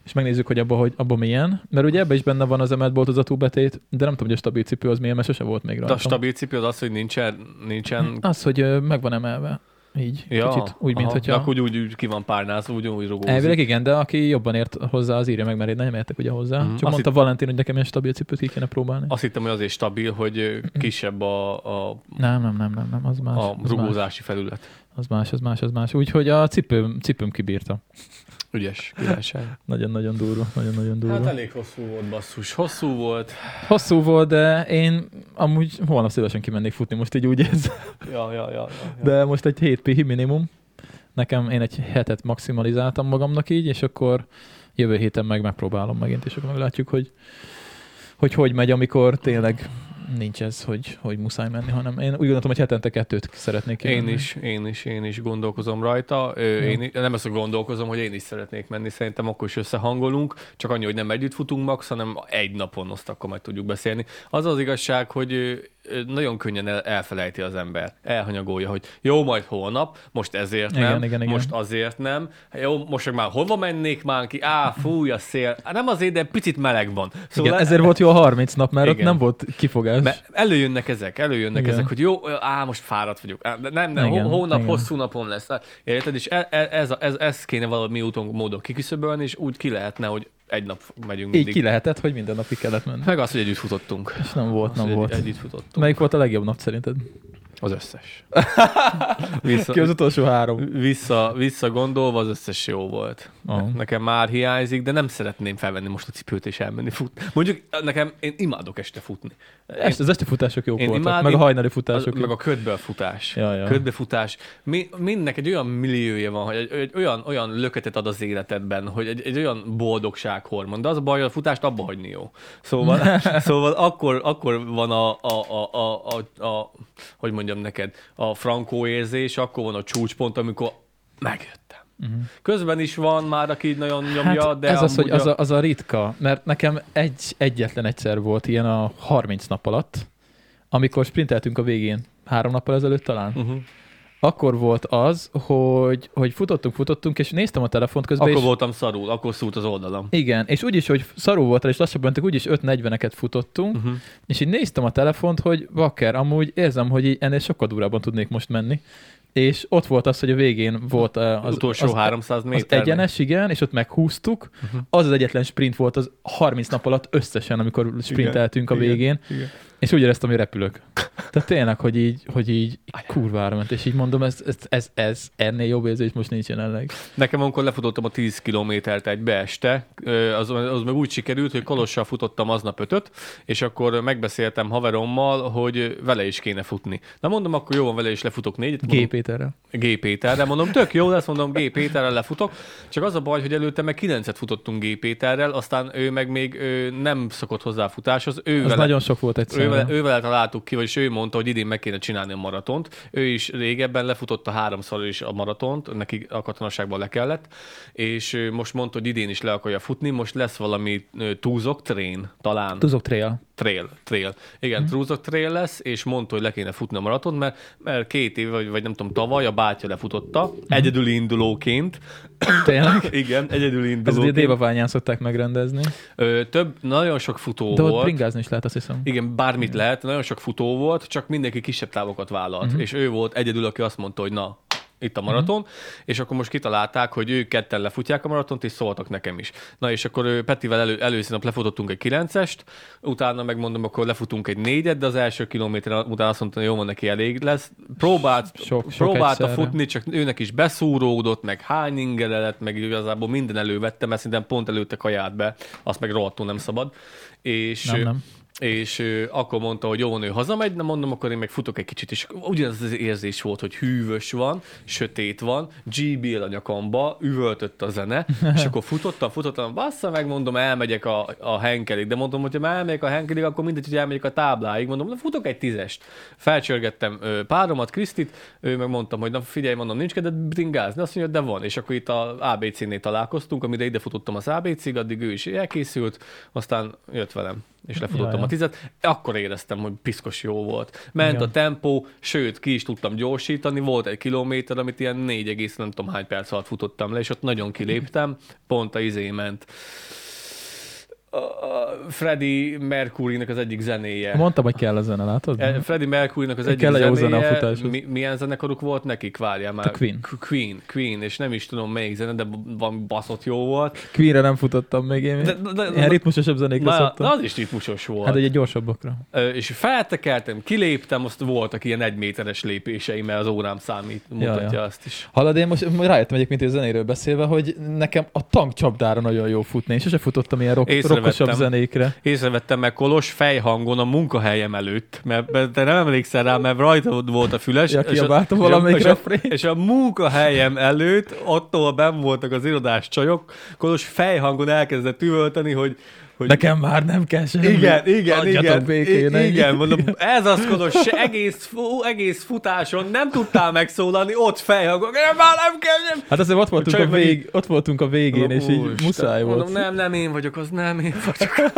A: És megnézzük, hogy abban hogy, abba milyen. Mert ugye ebben is benne van az emelt boltozatú betét, de nem tudom, hogy a stabil cipő az milyen, mert sose volt még
B: De
A: rajta.
B: a stabil cipő az az, hogy nincsen, nincsen
A: Az, hogy ö, meg van emelve. Így.
B: Ja,
A: Ah, Kicsit úgy, mint
B: aha.
A: hogyha...
B: De akkor úgy, úgy, úgy ki van párnázva, úgy, úgy rugózik.
A: Elvileg igen, de aki jobban ért hozzá, az írja meg, mert én nem értek ugye hozzá.
B: Mhm.
A: Csak
B: Azt
A: mondta Valentin, hogy nekem ilyen stabil cipőt ki kéne próbálni.
B: Azt hittem, hogy azért stabil, hogy ö, kisebb a, a,
A: Nem, nem, nem, nem, nem, az más.
B: a
A: az, más
B: rugózási felület.
A: az más, az más, az más. Úgyhogy a cipőm, cipőm kibírta.
B: Ügyes királyság.
A: Nagyon-nagyon durva, nagyon-nagyon durva.
B: Hát
A: Hát,
B: elég hosszú volt, basszus. Hosszú volt.
A: Hosszú volt, de én amúgy holnap szívesen kimennék futni, most így úgy érzem.
B: Ja, ja, ja. ja, ja.
A: De most egy 7 pihi minimum. Nekem én egy hetet maximalizáltam magamnak így, és akkor jövő héten meg megpróbálom megint, és akkor meglátjuk, hogy hogy, hogy megy, amikor tényleg nincs ez, hogy, hogy muszáj menni, hanem én úgy gondoltam, hogy hetente kettőt szeretnék
B: Én
A: kimenni.
B: is, én is, én is gondolkozom rajta. Ö,
A: Jó.
B: Én, i- nem azt hogy gondolkozom, hogy én is szeretnék menni, szerintem akkor is összehangolunk, csak annyi, hogy nem együtt futunk max, hanem egy napon azt akkor majd tudjuk beszélni. Az az igazság, hogy ö, ö, nagyon könnyen el, elfelejti az ember, elhanyagolja, hogy jó, majd holnap, most ezért
A: Igen,
B: nem,
A: igen, igen.
B: most azért nem, jó, most meg már hova mennék már ki, á, fúj a szél, Á, nem azért, de picit meleg van.
A: Szóval Igen, ezért volt jó a 30 nap, mert ott
B: Igen.
A: nem volt kifogás.
B: mert előjönnek ezek, előjönnek
A: Igen.
B: ezek, hogy jó, ö, á, most fáradt vagyok. Á, de Nem, nem,
A: Igen,
B: igen, hónap,
A: igen.
B: hosszú napom lesz. Érted? És e- e- ez, a- ez, ez kéne valami úton, módon kiküszöbölni, és úgy ki lehetne, hogy egy nap megyünk
A: Így
B: mindig.
A: ki lehetett, hogy minden napig kellett menni.
B: Meg az, hogy együtt futottunk.
A: És nem volt,
B: Az,
A: nem
B: hogy
A: volt.
B: Egy, együtt futottunk.
A: Melyik volt a legjobb nap szerinted?
B: Az összes.
A: Ki az
B: Vissza,
A: utolsó három?
B: vissza, vissza gondolva az összes jó volt.
A: Ah.
B: Nekem már hiányzik, de nem szeretném felvenni most a cipőt és elmenni futni. Mondjuk nekem, én imádok este futni. Én-
A: Este, az esti futások jók
B: Én
A: voltak,
B: imádni-
A: meg a hajnali
B: Az,
A: futások.
B: meg
A: jók.
B: a ködből futás.
A: Ja, ja.
B: Ködbefutás. Mi, mindnek egy olyan milliója van, hogy egy, egy olyan, olyan löketet ad az életedben, hogy egy, egy olyan boldogsághormon. De az a baj, hogy a futást abba hagyni jó. Szóval, szóval akkor, akkor van a, a, a, a, a, a, hogy mondjam neked, a frankó érzés, akkor van a csúcspont, amikor megjöttem. Uh-huh. Közben is van már, aki így nagyon nyomja,
A: Mhm. hát
B: de
A: ez az, hogy
B: amúgy
A: az a, az a ritka, mert nekem egy, egyetlen egyszer volt ilyen a 30 nap alatt, amikor sprinteltünk a végén, három nappal ezelőtt talán.
B: Uh-huh.
A: Akkor volt az, hogy, hogy futottunk, futottunk, és néztem a telefont közben,
B: Akkor
A: és
B: voltam szarul, akkor szúrt az oldalam.
A: igen, és úgyis, hogy szarú volt, és lassabban mentünk, úgyis 5.40-eket futottunk,
B: Uh-huh.
A: És így néztem a telefont, hogy bakker, amúgy érzem, hogy így ennél sokkal durában tudnék most menni. És ott volt az, hogy a végén volt eh,
B: Az
A: az,
B: utolsó
A: az,
B: 300
A: az
B: méter.
A: egyenes, igen, és ott meghúztuk.
B: Mhm.
A: Uh-huh. Az az egyetlen sprint volt az 30 nap alatt összesen, amikor sprinteltünk a
B: igen.
A: végén,
B: Igen.
A: és úgy éreztem, hogy repülök. Tehát tényleg, hogy így, hogy így kurvára ment, és így mondom, ez, ez, ez, ez ennél jobb érzés most nincs jelenleg.
B: Nekem amikor lefutottam a 10 kilométert egybe este, ö, az, az meg úgy sikerült, hogy Kolossal futottam aznap ötöt, és akkor megbeszéltem haverommal, hogy vele is kéne futni. Na mondom, akkor jó van, vele is lefutok négyet. mondom,
A: G. Péterrel.
B: G. Péterre, mondom, tök jó, lesz mondom, G. Péterrel lefutok, csak az a baj, hogy előtte meg 9-et futottunk G. Péterrel, aztán ő meg még ő nem szokott hozzá futáshoz, ő
A: Az
B: vele,
A: nagyon sok volt
B: ő, vele,
A: egyszerűen.
B: ő vele találtuk ki, vagyis ő mondta, hogy idén meg kéne csinálni a maratont. Ő is régebben lefutotta háromszor is a maratont, neki a katonaságban le kellett, és ő most mondta, hogy idén is le akarja futni, most lesz valami ö, túzok trén, talán.
A: Tuzok trail.
B: Trail, trail.
A: Mhm.
B: Igen, mm-hmm. Trúzok trail lesz, és mondta, hogy le kéne futni a maraton, mert, mert két év, vagy, vagy nem tudom, tavaly a bátyja
A: Mhm.
B: lefutotta, egyedüli indulóként.
A: Tényleg?
B: Igen, egyedüli
A: Ez ugye
B: indulóként.
A: Dévaványán szokták megrendezni.
B: Ö, több, nagyon sok futó
A: De ott
B: volt.
A: bringázni is lehet, azt hiszem.
B: Igen, bármit lehet, nagyon sok futó volt, csak mindenki kisebb távokat vállalt.
A: Mhm.
B: Uh-huh. És ő volt egyedül, aki azt mondta, hogy na, itt a maraton, uh-huh. és akkor most kitalálták, hogy ők ketten lefutják a maratont, és szóltak nekem is. Na és akkor ő, Petivel elő, először nap lefutottunk egy kilencest, utána megmondom, akkor lefutunk egy négyet, de az első kilométeren utána azt mondta, hogy jó, van neki elég lesz. Próbált,
A: Sok- sok
B: próbálta
A: egyszerre.
B: futni, csak őnek is beszúródott, meg hányingelett, meg igazából minden elővette, mert szerintem pont előtte kaját be, azt meg rohadtul nem szabad. És
A: Nem, nem.
B: és ö, akkor mondta, hogy jó, nő hazamegy, na mondom, akkor én meg futok egy kicsit, és ugyanaz az érzés volt, hogy hűvös van, sötét van, GBL a nyakamba, üvöltött a zene, és akkor futottam, futottam, bassza meg, mondom, elmegyek a, a henkelig, de mondom, hogy ha már elmegyek a henkelig, akkor mindegy, hogy elmegyek a tábláig, mondom, na futok egy tízest. Felcsörgettem ö, páromat, Krisztit, ő meg mondtam, hogy na figyelj, mondom, nincs kedved bringázni, azt mondja, de van, és akkor itt a ABC-nél találkoztunk, amire ide futottam az ABC-ig, addig ő is elkészült, aztán jött velem és lefutottam
A: Jaj.
B: a tizet, akkor éreztem, hogy piszkos jó volt. Ment
A: Igen.
B: a tempó, sőt, ki is tudtam gyorsítani, volt egy kilométer, amit ilyen 4, egész nem tudom hány perc alatt futottam le, és ott nagyon kiléptem, pont a izé ment. A- a Freddie Mercury-nek az egyik zenéje.
A: Mondtam, hogy kell a zene, látod?
B: E, Freddie Mercury-nak az egyik
A: Kell egy jó zene a
B: zenéje,
A: futáshoz.
B: mi, milyen zenekaruk volt nekik, várjál már.
A: A Queen.
B: Q- Queen, Queen, és nem is tudom melyik zene, de b- van baszott jó volt.
A: Queenre nem futottam még én.
B: De- de- de-
A: Ilyen ritmusosabb zenékre
B: Na,
A: szoktam.
B: na, az is ritmusos volt.
A: Hát ugye gyorsabbakra.
B: Ö, és feltekeltem, kiléptem, azt voltak ilyen egyméteres lépéseim, mert az órám számít, mutatja
A: ja.
B: azt is.
A: Hallod, én most rájöttem egyébként hogy zenéről beszélve, hogy nekem a tankcsapdára nagyon jó futni, és sose futottam ilyen rock,
B: Észrevettem.
A: rockosabb zenékre.
B: Észrevettem meg Kolos fejhangon a munkahelyem előtt, mert mert te nem emlékszel rá, mert rajta volt a füles.
A: Ja,
B: és a-
A: kiabáltam
B: és a-
A: valamelyik
B: és a-
A: refrént.
B: És a munkahelyem előtt, attól ben voltak az irodás csajok, Kolos fejhangon elkezdett üvölteni, hogy hogy
A: Nekem már nem kell semmi.
B: Igen, igen,
A: Adjatok
B: igen.
A: Békén,
B: I-
A: ennyi.
B: igen, mondom, ez az kodos, se egész, fú, egész futáson nem tudtál megszólalni, ott fejhangok, nem, már nem kell, nem.
A: Hát azért ott voltunk,
B: Csak
A: a,
B: meg
A: vég, ott voltunk a végén, és így
B: Úristen.
A: muszáj volt.
B: Mondom, nem, nem én vagyok, az nem én vagyok.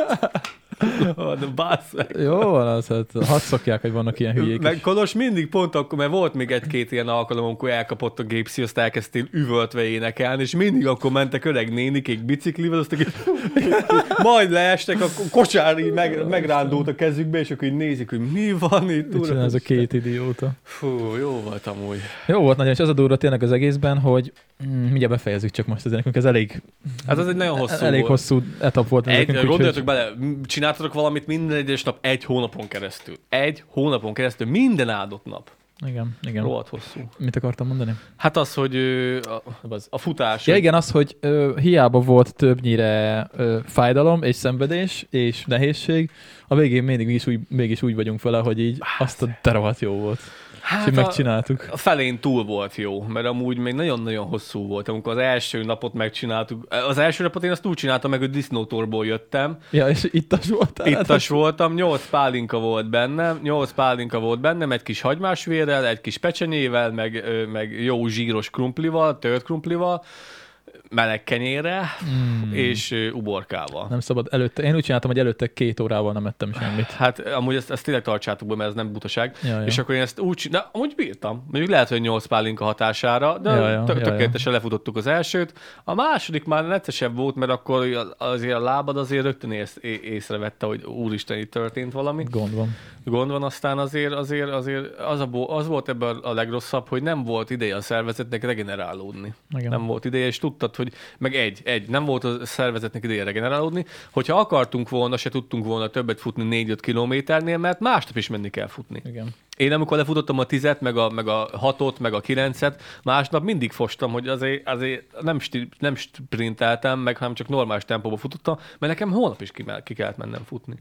B: Ó, De bassz meg.
A: Jó van az, hát hadd szokják, hogy vannak ilyen hülyék.
B: Meg
A: Meg...
B: Kolos mindig pont akkor, mert volt még egy-két ilyen alkalom, amikor elkapott a gépszi, azt elkezdtél üvöltve énekelni, és mindig akkor mentek öreg nénikék biciklivel, azt így, majd leestek, akkor kocsár így meg, megrándult a kezükbe, és akkor így nézik, hogy mi van itt.
A: Mit csinál ez a két idióta?
B: Fú, jó volt amúgy.
A: Jó volt nagyon, és az a durva tényleg az egészben, hogy mm, mindjárt befejezzük csak most ez nekünk, ez elég,
B: Hát az egy nagyon hosszú
A: elég
B: volt.
A: hosszú etap volt. ez
B: Egy,
A: nekünk,
B: gondoljatok bele, m- csináltatok valamit minden egyes nap egy hónapon keresztül. Egy hónapon keresztül, minden áldott nap.
A: Igen, igen.
B: Rohadt hosszú.
A: Mit akartam mondani?
B: Hát az, hogy ö, a, a futás.
A: Ja
B: hogy-
A: igen, az, hogy ö, hiába volt többnyire ö, fájdalom és szenvedés és nehézség, a végén mindig is úgy, mégis úgy vagyunk vele, hogy így azt a de rohadt jó volt. Hát
B: hát
A: és így
B: a-
A: megcsináltuk.
B: A felén túl volt jó, mert amúgy még nagyon-nagyon hosszú volt, amikor az első napot megcsináltuk. Az első napot én azt úgy csináltam meg, hogy disznótorból jöttem,
A: Ja, és ittas voltál?
B: Ittas voltam, 8 pálinka volt bennem, 8 pálinka volt bennem, egy kis hagymásvérrel, egy kis pecsenyével, meg, ö, meg jó zsíros krumplival, tört krumplival, meleg kenyérre,
A: Hmm.
B: mm. és ö, uborkával.
A: Nem szabad előtte. Én úgy csináltam, hogy előtte két órával nem ettem semmit.
B: Hát amúgy ezt, ezt tényleg tartsátok be, mert ez nem butaság.
A: Ja, ja.
B: És akkor én ezt úgy csináltam, amúgy bírtam. Mondjuk lehet, hogy 8 pálinka hatására, de
A: Ja,
B: ja,
A: ja,
B: ja,
A: ja, ja.
B: tökéletesen lefutottuk az elsőt. A második már neccesebb volt, mert akkor azért a lábad azért rögtön ész, é- észrevette, hogy úristen, itt történt valami.
A: Gond van.
B: gond van, aztán azért, azért, azért az, a, bo- az volt ebben a legrosszabb, hogy nem volt ideje a szervezetnek regenerálódni.
A: Igen.
B: Igen. Nem volt ideje, és tudtad, hogy meg egy, egy, nem volt a szervezetnek ideje regenerálódni. Hogyha akartunk volna, se tudtunk volna többet futni 4-5 kilométernél, mert másnap is menni kell futni.
A: Igen.
B: Én amikor lefutottam a tizet, meg a, meg a hatot, meg a kilencet, másnap mindig fostam, hogy azért, azért nem, sti, nem sprinteltem, meg hanem csak normális tempóba futottam, mert nekem holnap is ki, ki kellett mennem futni.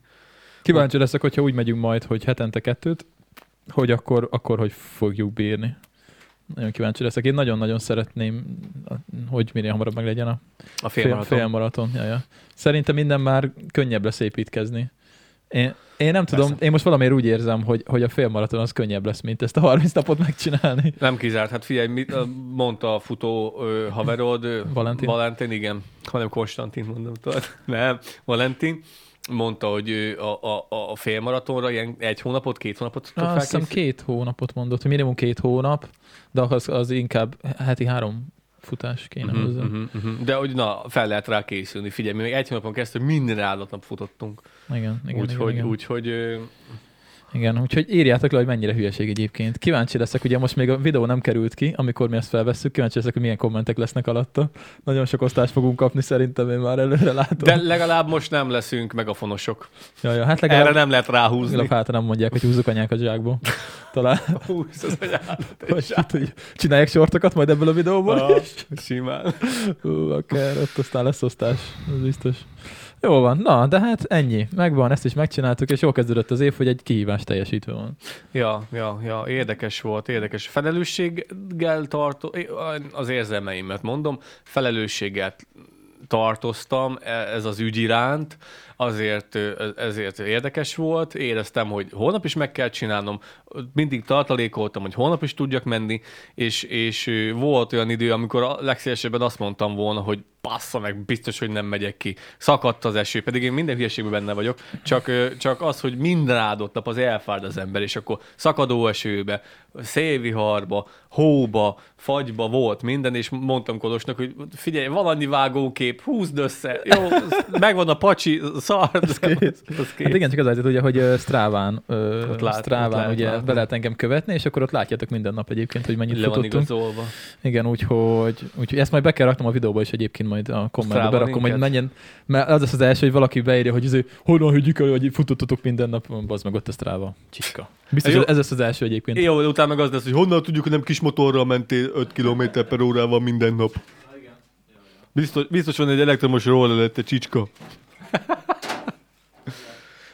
A: Kíváncsi leszek, hogyha úgy megyünk majd, hogy hetente kettőt, hogy akkor, akkor hogy fogjuk bírni. Nagyon kíváncsi leszek. Én nagyon-nagyon szeretném, hogy minél hamarabb meglegyen a
B: A
A: Fél,
B: félmaraton.
A: fél maraton. Ja, ja. Szerintem minden már könnyebb lesz építkezni. Én, Én nem tudom,
C: Persze.
A: én most valamiért úgy érzem, hogy, hogy a félmaraton az könnyebb lesz, mint ezt a 30 napot megcsinálni.
B: Nem kizárt. Hát figyelj, mit ö, mondta a futó ö, haverod? ö,
A: Valentin.
B: Valentin, igen. Hanem Konstantin, mondom. Tudod? Nem, Valentin. Mondta, hogy ő a, a, a félmaratonra ilyen egy hónapot, két hónapot tud
A: Azt hiszem
B: felkészíteni.
A: két hónapot mondott, hogy minimum két hónap, de az, az inkább heti három futás kéne
B: Mhm,
A: hozzá.
B: mhm, mhm. De hogy na, fel lehet rá készülni. Figyelj, mi még egy hónapon keresztül minden áldott nap futottunk.
A: Igen, igen,
B: Úgyhogy
A: igen, igen.
B: úgy, úgy,
A: igen, úgyhogy írjátok le, hogy mennyire hülyeség egyébként. Kíváncsi leszek, ugye most még a videó nem került ki, amikor mi ezt felvesszük, kíváncsi leszek, hogy milyen kommentek lesznek alatta. Nagyon sok osztást fogunk kapni, szerintem én már előre látom.
B: De legalább most nem leszünk megafonosok.
A: Ja, ja, hát legalább,
B: Legalább... Erre nem lehet
A: legalább
B: ráhúzni.
A: hátra nem mondják, hogy húzzuk anyák a zsákból. Talán
B: Húsz az anyádat, és
A: most itt, hogy csinálják sortokat majd ebből a videóból.
B: Ah, Simán.
A: Hú, akár ott aztán lesz osztás, az biztos. Jó van, na, de hát ennyi, megvan, ezt is megcsináltuk, és jól kezdődött az év, hogy egy kihívás teljesítve van.
B: Ja, ja, ja, érdekes volt, érdekes. Felelősséggel tartó, az érzelmeimet mondom, felelősséggel tartoztam e- ez az ügy iránt, azért, ö, ezért érdekes volt, éreztem, hogy holnap is meg kell csinálnom, mindig tartalékoltam, hogy holnap is tudjak menni, és, és ö, volt olyan idő, amikor a legszélesebben azt mondtam volna, hogy passza meg, biztos, hogy nem megyek ki. Szakadt az eső, pedig én minden hülyeségben benne vagyok, csak, ö, csak az, hogy minden áldott nap az elfárad az ember, és akkor szakadó esőbe, szélviharba, hóba, fagyba volt minden, és mondtam Kolosnak, hogy figyelj, van annyi vágókép, húzd össze, jó, megvan a pacsi, szar, az kész. Az kész.
A: Hát igen, csak az azért ugye, hogy ö, Stráván, ott
B: Ott lát-
A: lát,
B: ott
A: Stráván
B: lehet
A: ugye
B: látni.
A: be lehet engem követni, és akkor ott látjátok minden nap egyébként, hogy mennyit
B: Le van
A: futottunk.
B: igazolva.
A: Igen, úgyhogy, úgyhogy ezt majd be kell raknom a videóba is egyébként majd a kommentbe,
B: Strava
A: berakom, hogy
B: linket?
A: menjen, mert az lesz az első, hogy valaki beírja, hogy izé, honnan higgyük el, hogy futottatok minden nap, bazd meg ott a Strava. Csika. Biztos,
B: Jó.
A: ez lesz az első egyébként.
B: Jó, de utána meg az lesz, hogy honnan tudjuk, hogy nem kis motorral mentél 5 km per órával minden nap. Biztos, biztos van egy elektromos róla lett a csicska.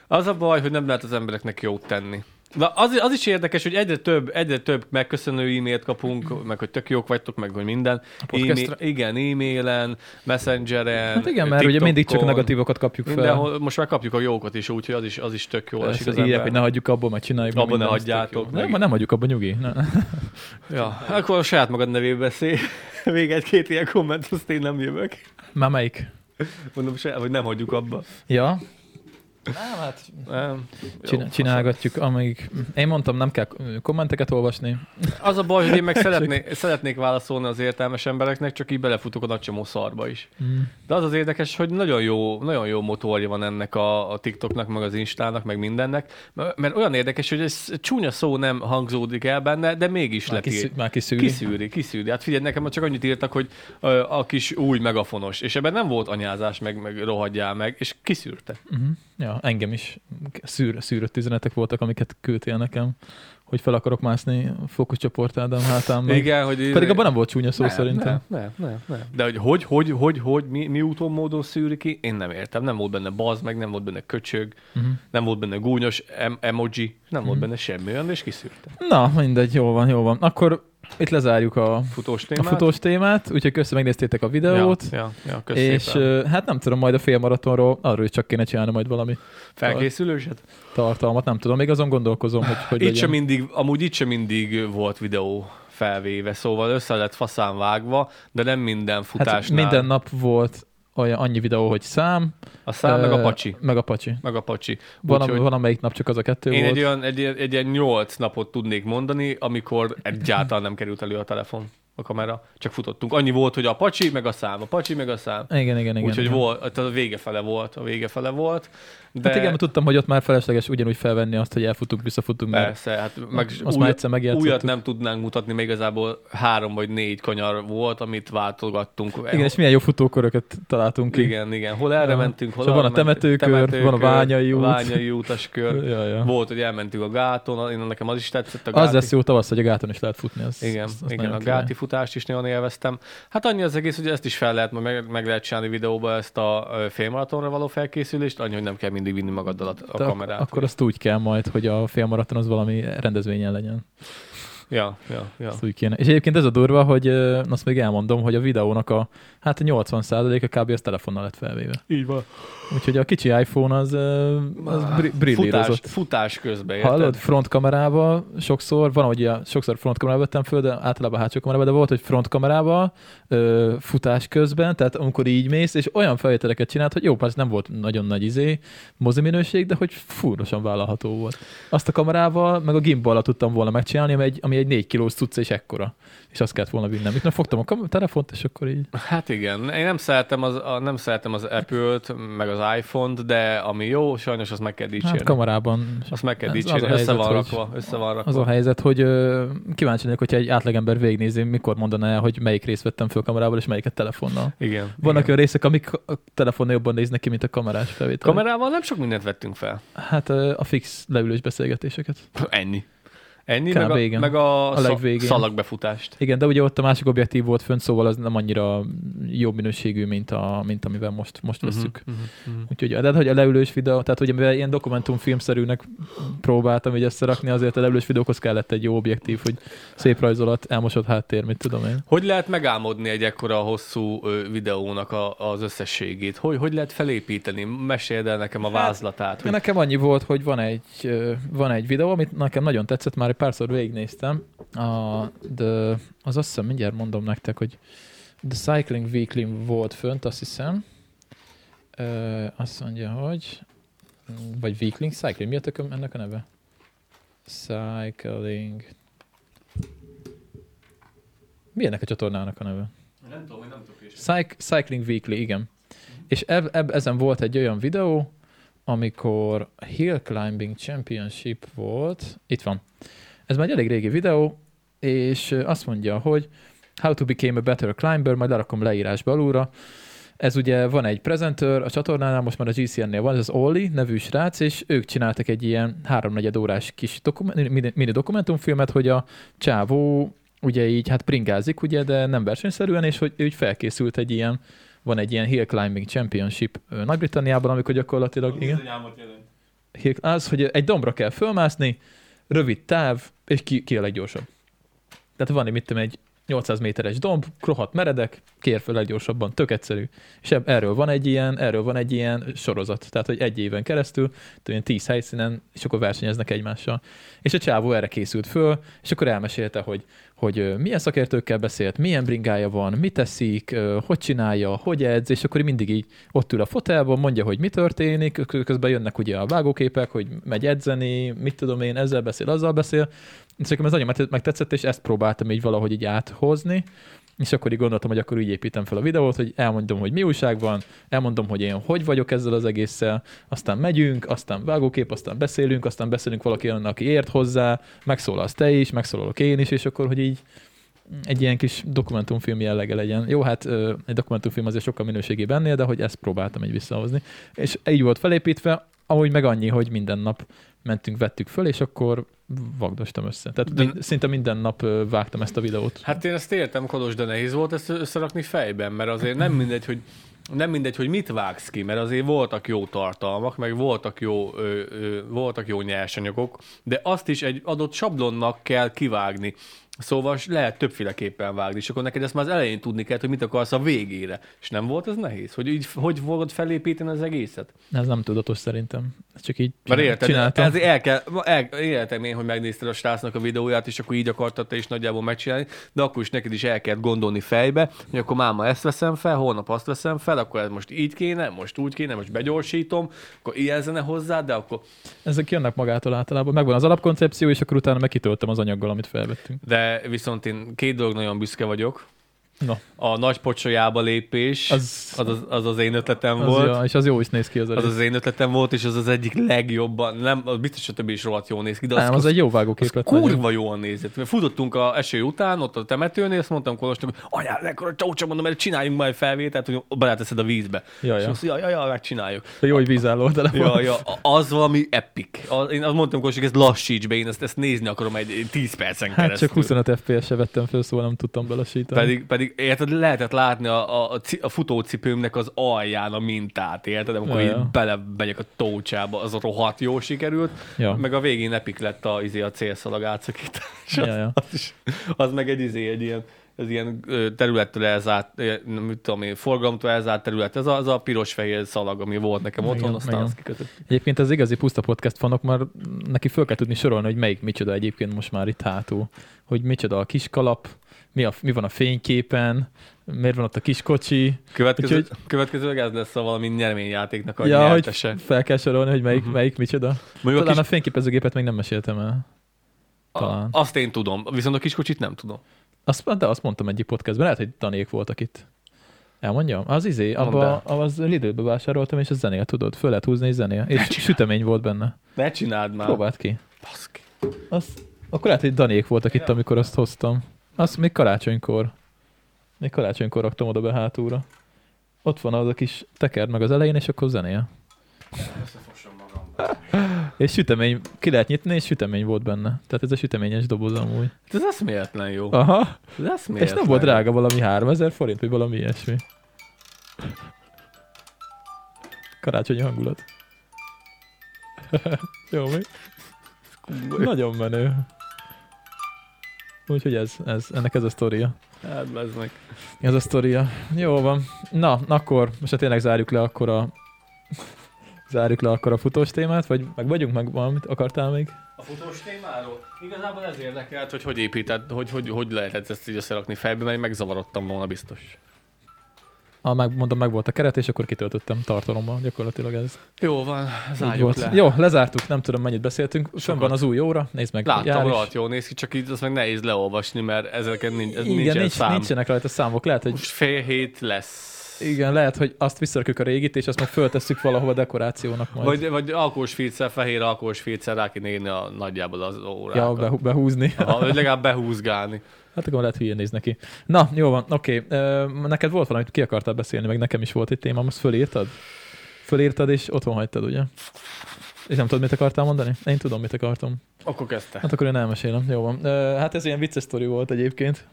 B: Az a baj, hogy nem lehet az embereknek jót tenni. Na, az, az is érdekes, hogy egyre több, egyre több megköszönő e-mailt kapunk, meg hogy tök jók vagytok, meg hogy minden.
A: podcastra?
B: E-mail, igen, e-mailen, messengeren,
A: Hát igen, mert ugye mindig csak
B: TikTokon,
A: negatívokat kapjuk fel.
B: Mindenhol, most már kapjuk a jókat is, úgyhogy az is, az is tök jó.
A: Persze, írják, hogy ne hagyjuk abba, mert csináljuk. meg
B: Abba ne
A: mindent,
B: hagyjátok
A: tök jó.
B: meg.
A: Nem, ma nem hagyjuk abba, nyugi. Ne.
B: Ja, akkor a saját magad nevében beszél. Még egy-két ilyen komment, azt én nem jövök.
A: Már melyik?
B: Mondom, se, hogy nem hagyjuk abba.
A: Ja? Nem, hát
B: Nem. Jó,
A: Csinál, csinálgatjuk, amíg... Én mondtam, nem kell ö, kommenteket olvasni.
B: Az a baj, hogy én meg szeretnék, szeretnék válaszolni az értelmes embereknek, csak így belefutok a nagy csomó szarba is.
A: Mm.
B: De az az érdekes, hogy nagyon jó, nagyon jó motorja van ennek a, a TikToknak, meg az Instának, meg mindennek, mert, mert olyan érdekes, hogy ez csúnya szó nem hangzódik el benne, de mégis
A: Már,
B: leti-
A: kiszű, már kiszűri.
B: Kiszűri, kiszűri. Hát figyelj, nekem csak annyit írtak, hogy ö, a kis új megafonos, és ebben nem volt anyázás, meg, meg rohadjál meg, és kiszűrte.
A: Uh-huh. Ja, engem is szűr, szűrött üzenetek voltak, amiket küldtél nekem, hogy fel akarok mászni a fókuszcsoport Ádám hátán. meg.
B: Igen, hogy...
A: Pedig abban nem volt csúnya szó
B: nem,
A: szerintem.
B: Nem, nem, nem, nem. De hogy hogy, hogy, hogy, hogy mi, mi úton, módon szűri ki, én nem értem. Nem volt benne baz, meg nem volt benne köcsög,
A: Mhm.
B: nem volt benne gúnyos em- emoji, nem volt benne semmi olyan, és kiszűrte.
A: Na, mindegy, jó van, jó van. Akkor itt lezárjuk a,
B: Futós
A: a
B: témát.
A: futós témát, úgyhogy köszönöm, megnéztétek a videót.
B: Ja, ja, ja kösz
A: És
B: szépen.
A: ö, hát nem tudom, majd a félmaratonról, arról is csak kéne csinálni majd valami
B: Felkészülősed?
A: tartalmat, nem tudom, még azon gondolkozom, hogy hogy
B: Itt
A: legyen.
B: sem mindig, amúgy itt sem mindig volt videó felvéve, szóval össze lett faszán vágva, de nem minden
A: hát
B: futásnál.
A: minden nap volt olyan annyi videó, hogy szám,
B: A szám, meg
A: ö,
B: a pacsi.
A: Meg a pacsi.
B: Meg a pacsi.
A: Van,
B: Úgyhogy-
A: Úgyhogy... van amelyik nap csak az a kettő
B: Én
A: volt.
B: egy olyan, egy, ilyen- egy ilyen nyolc napot tudnék mondani, amikor egyáltalán nem került elő a telefon, a kamera, csak futottunk. Annyi volt, hogy a pacsi, meg a szám, a pacsi, meg a szám.
A: Igen, igen, igen.
B: Úgyhogy
A: igen.
B: volt, tehát a vége fele volt, a vége fele volt. De
A: De... Hát igen, mert tudtam, hogy ott már felesleges ugyanúgy felvenni azt, hogy elfutunk, visszafutunk, mert
B: persze, hát meg
A: azt már egyszer megjátszottuk.
B: újat nem tudnánk mutatni, még igazából három vagy négy kanyar volt, amit váltogattunk.
A: igen, és milyen jó futóköröket találtunk ki.
B: igen, igen, hol erre
A: Ja.
B: mentünk, hol
A: És van
B: arra
A: a temetőkör,
B: mentünk,
A: van a Ványai út.
B: Ványai útaskör.
A: Ja, ja.
B: Volt, hogy elmentünk a gáton, én nekem az is tetszett a
A: Az
B: gáti
A: lesz jó tavasz, hogy a gáton is lehet futni. Az,
B: Igen,
A: az, az
B: igen
A: nagyon
B: a
A: király.
B: gáti futást is nagyon élveztem. Hát annyi az egész, hogy ezt is fel lehet, majd meg, meg lehet csinálni videóba ezt a ö, félmaratonra való felkészülést, annyi, hogy nem kell mindig vinni magaddal a, a
A: De ak-
B: kamerát.
A: Akkor azt úgy kell majd, hogy a félmaraton az valami rendezvényen legyen.
B: Ja, ja, ja.
A: Ezt úgy kéne. És egyébként ez a durva, hogy ö, azt még elmondom, hogy a videónak a hát a 80%-a kb. az telefonnal lett felvéve.
B: Így van.
A: Úgyhogy a kicsi iPhone az, ö, az bri-
B: Ah, futás,
A: brillírozott.
B: futás közben, érted?
A: Hallod, frontkamerával sokszor, van, hogy ilyen, sokszor frontkamerával vettem föl, de általában hátsó kamerával, de volt, hogy frontkamerával ö, futás közben, tehát amikor így mész, és olyan felvételeket csinált, hogy jó, persze nem volt nagyon nagy izé, mozi minőség, de hogy fúrosan vállalható volt. Azt a kamerával, meg a gimballal tudtam volna megcsinálni, ami egy, ami egy 4 kilós cucc és ekkora. És azt kellett volna vinnem. Itt nem fogtam a kam- telefont, és akkor így.
B: Hát igen, én nem szeretem az, a, nem szeretem az Apple-t, meg az iPhone-t, de ami jó, sajnos azt meg kell dicsérni.
A: Hát
B: Hát,
A: kamerában
B: azt meg kell
A: Ez az a
B: dicsérni, össze,
A: helyzet,
B: van
A: hogy-
B: rakva, össze van rakva.
A: Az a helyzet, hogy ö, kíváncsi vagyok, hogyha egy átlagember végignézi, mikor mondaná el, hogy melyik részt vettem föl kamerával, és melyiket telefonnal.
B: Igen.
A: Vannak
B: igen.
A: olyan részek, amik a telefonnal jobban néznek ki, mint a kamerás felvétel.
B: Kamerával nem sok mindent vettünk fel.
A: Hát ö, a fix leülős beszélgetéseket.
B: Ennyi. Ennyi,
A: Kb.
B: meg a,
A: igen.
B: meg a,
A: A
B: a
A: legvégén.
B: szalagbefutást.
A: Igen, de ugye ott a másik objektív volt fönt, szóval az nem annyira jobb minőségű, mint, a, mint amivel most, most veszük.
B: Uh-huh, uh-huh.
A: Úgyhogy, de hát, hogy a leülős videó, tehát ugye mivel ilyen dokumentumfilmszerűnek próbáltam így összerakni, azért a leülős videókhoz kellett egy jó objektív, hogy szép rajzolat, elmosott háttér, mit tudom én.
B: Hogy lehet megálmodni egy ekkora hosszú ö, videónak a, az összességét? Hogy, hogy lehet felépíteni? Meséld el nekem a
A: Hát-
B: vázlatát.
A: Hogy...
B: Hogy...
A: Nekem annyi volt, hogy van egy, ö, van egy videó, amit nekem nagyon tetszett, már egy párszor végignéztem. A, de az azt hiszem, mindjárt mondom nektek, hogy The Cycling weekly volt fönt, azt hiszem. Ö, azt mondja, hogy... Vagy Weekling Cycling, mi a tököm ennek a neve? Cycling... Mi ennek a csatornának a neve?
B: Nem tudom, hogy nem tudok is.
A: Cyc- Cycling Weekly, igen. És eb- eb- ezen volt egy olyan videó, amikor Hill Climbing Championship volt. Itt van. Ez már egy elég régi videó, és ö, azt mondja, hogy How to became a better climber, majd lerakom leírásba alulra. Ez ugye van egy presenter a csatornánál, most már a GCN-nél van, ez az Olli nevű srác, és ők csináltak egy ilyen háromnegyed órás kis dokument, mini, mini dokumentumfilmet, hogy a csávó ugye így hát bringázik, ugye, de nem versenyszerűen, és hogy ő így felkészült egy ilyen, van egy ilyen Hill Climbing Championship ö, Nagy-Britanniában, amikor gyakorlatilag, igen, Hill- az, hogy egy dombra kell fölmászni, rövid táv, és ki, ki a leggyorsabb. Tehát van, mit tudom, egy 800 méteres domb, rohadt meredek, kér fel leggyorsabban, tök egyszerű. És eb- erről van egy ilyen, erről van egy ilyen sorozat. Tehát, hogy egy éven keresztül, tudom, 10 helyszínen, és akkor versenyeznek egymással. És a csávó erre készült föl, és akkor elmesélte, hogy, hogy ö, milyen szakértőkkel beszélt, milyen bringája van, mit teszik, ö, hogy csinálja, hogy edz, és akkor mindig így ott ül a fotelban, mondja, hogy mi történik, kö- közben jönnek ugye a vágóképek, hogy megy edzeni, mit tudom én, ezzel beszél, azzal beszél. És nekem ez nagyon meg- megtetszett, és ezt próbáltam így valahogy így áthozni, és akkor így gondoltam, hogy akkor így építem fel a videót, hogy elmondom, hogy mi újság van, elmondom, hogy én hogy vagyok ezzel az egésszel, aztán megyünk, aztán vágókép, aztán beszélünk, aztán beszélünk valaki olyan, aki ért hozzá, megszólalsz te is, megszólalok én is, és akkor, hogy így egy ilyen kis dokumentumfilm jellege legyen. Jó, hát ö, egy dokumentumfilm azért sokkal minőségébb ennél, de hogy ezt próbáltam így visszahozni. És így volt felépítve, amúgy meg annyi, hogy minden nap mentünk, vettük föl, és akkor vagdostam össze. Tehát
B: De-
A: mind, szinte minden nap ö, vágtam ezt a videót.
B: Hát én ezt értem, Kodos, de nehéz volt ezt összerakni fejben, mert azért nem mindegy, hogy nem mindegy, hogy mit vágsz ki, mert azért voltak jó tartalmak, meg voltak jó, ö, ö, voltak jó nyersanyagok, de azt is egy adott sablonnak kell kivágni. Szóval s- lehet többféleképpen vágni, és akkor neked ezt már az elején tudni kell, hogy mit akarsz a végére. És nem volt ez nehéz? Hogy így, hogy fogod felépíteni az egészet?
A: Ez nem tudatos szerintem. Ez csak így
B: Mert
A: csinál-
B: érted,
A: csináltam.
B: ezért el kell, el, értem én, hogy megnézted a srácnak a videóját, és akkor így akartad te is nagyjából megcsinálni, de akkor is neked is el kell gondolni fejbe, hogy akkor máma ezt veszem fel, holnap azt veszem fel, akkor ez most így kéne, most úgy kéne, most begyorsítom, akkor ilyen zene hozzá, de akkor...
A: Ezek jönnek magától általában. Megvan az alapkoncepció, és akkor utána meg kitöltöm az anyaggal, amit felvettünk.
B: De viszont én két dolog nagyon büszke vagyok.
A: Na,
B: A nagy pocsolyába lépés, az
A: Az-
B: az, az, az, az én ötletem
A: az
B: volt.
A: jó, és az jó is néz ki az
B: Az
A: elég.
B: az én ötletem volt, és az az egyik legjobban, nem, az biztos, hogy többi is rohadt jól néz ki, de az,
A: Nem, az egy jó vágókép lett. nagyon.
B: Kurva jól nézett. Mert futottunk a eső után, ott a temetőnél, azt mondtam Kolosnak, hogy anyád, ekkora csócsa, mondom, mert csináljunk majd felvételt, hogy beleteszed a vízbe.
A: Ja,
B: És
A: ja.
B: azt mondja, ja, ja, megcsináljuk.
A: Jó, hogy vízálló a telefon. Hát
B: Ja, ja, a- az valami epic. A- Én azt mondtam Kolosnak, ezt lassíts be, én ezt, ezt nézni akarom egy egy 10 percen
A: Hát
B: keresztül.
A: csak 25 FPS-e vettem föl, szóval nem tudtam belasítani.
B: pedig, pedig pedig érted, lehetett látni a, a, a, ci- a futócipőmnek az alján a mintát, érted? Amikor
A: Ja,
B: ja,
A: ja.
B: így belemegyek a tócsába, az a rohadt jó sikerült,
A: Ja.
B: ja. meg a végén epik lett a, izé, a célszalag átszakítás.
A: Ja, ja.
B: Az, is, az meg egy izé, egy ilyen, ez ilyen ö, területtől elzárt, ö, nem mit tudom én, forgalomtól elzárt terület, ez a, az a piros-fehér szalag, ami volt nekem
A: Igen,
B: otthon, aztán
A: igen.
B: azt kikötött.
A: Egyébként az igazi puszta podcast fanok már neki föl kell tudni sorolni, hogy melyik micsoda egyébként most már itt hátul. Hogy micsoda a kis kalap, mi, a, mi van a fényképen, miért van ott a kis kocsi.
B: Következő,
A: Úgyhogy-
B: következőleg ez lesz a valami nyereményjátéknak a
A: ja, hogy
B: nyertese.
A: fel kell sorolni, hogy melyik,
B: Mhm.
A: melyik micsoda.
B: Mondjuk
A: Talán
B: a kis,
A: a fényképezőgépet még nem meséltem el.
B: a,
A: talán.
B: azt én tudom, viszont a kiskocsit nem tudom.
A: Azt, de azt mondtam egyik podcastben, lehet, hogy tanék voltak itt. Elmondjam? Az izé,
B: Mondd
A: abba,
B: el.
A: abba az Lidlbe vásároltam, és a zenél tudod, föl lehet húzni, és zenél. És sütemény volt benne.
B: Ne csináld már.
A: Próbáld ki.
B: Baszki.
A: Azt, akkor lehet, hogy Danék voltak itt, amikor azt hoztam. Azt még karácsonykor. Még karácsonykor raktam oda be hátúra. Ott van az a kis tekerd meg az elején, és akkor zenél. És sütemény, ki lehet nyitni, és sütemény volt benne. Tehát ez a süteményes doboz amúgy.
B: Hát Ez eszméletlen jó.
A: Aha,
B: Ez eszméletlen
A: Ah, és nem volt
B: jó.
A: drága valami 3000 forint, vagy valami ilyesmi. Karácsonyi hangulat. Jó, mi? Nagyon menő. Úgyhogy ez, ez, ennek ez a sztoria.
B: Hát, ez meg.
A: Ez a sztoria. Jó van. Na, akkor most ha tényleg zárjuk le akkor a zárjuk le akkor a futós témát, vagy meg vagyunk, meg valamit akartál még?
B: A fotós témáról? Igazából ez érdekelt, hogy hogy épített, hogy, hogy, hogy lehetett ezt így összerakni fejbe, mert én megzavarodtam volna biztos.
A: Ha megmondom, Ah, meg volt a keret, és akkor kitöltöttem tartalommal gyakorlatilag ez.
B: Jó van,
A: Így
B: zárjuk
A: volt.
B: le.
A: Jó, lezártuk, nem tudom mennyit beszéltünk. Fönn
B: Sokat.
A: van az új óra, nézd meg. jár
B: Láttam,
A: is.
B: rohadt jól néz ki, csak így azt meg nehéz leolvasni, mert ezeken nincs, ez
A: Igen,
B: nincsen
A: nincs,
B: szám.
A: nincsenek rajta számok. Lehet, hogy
B: Most fél hét lesz.
A: igen, lehet, hogy azt visszarakjuk a régit, és azt meg föltesszük valahova dekorációnak majd.
B: Vagy, vagy alkohols filccel, fehér alkohols filccel rá kéne írni a, nagyjából az
A: ja,
B: órákat.
A: behu- behúzni.
B: Aha, vagy legalább behúzgálni.
A: Hát akkor lehet hülyén néz neki. Na, jó van, oké. Ö, Neked volt valami, ki akartál beszélni, meg nekem is volt egy témám, azt fölírtad? Fölírtad, és otthon hagytad, ugye? És nem tudod, mit akartál mondani? Én tudom, mit akartam.
B: Akkor kezdte.
A: Hát akkor én elmesélem, jó van. Ö, Hát ez ilyen vicces sztori volt egyébként.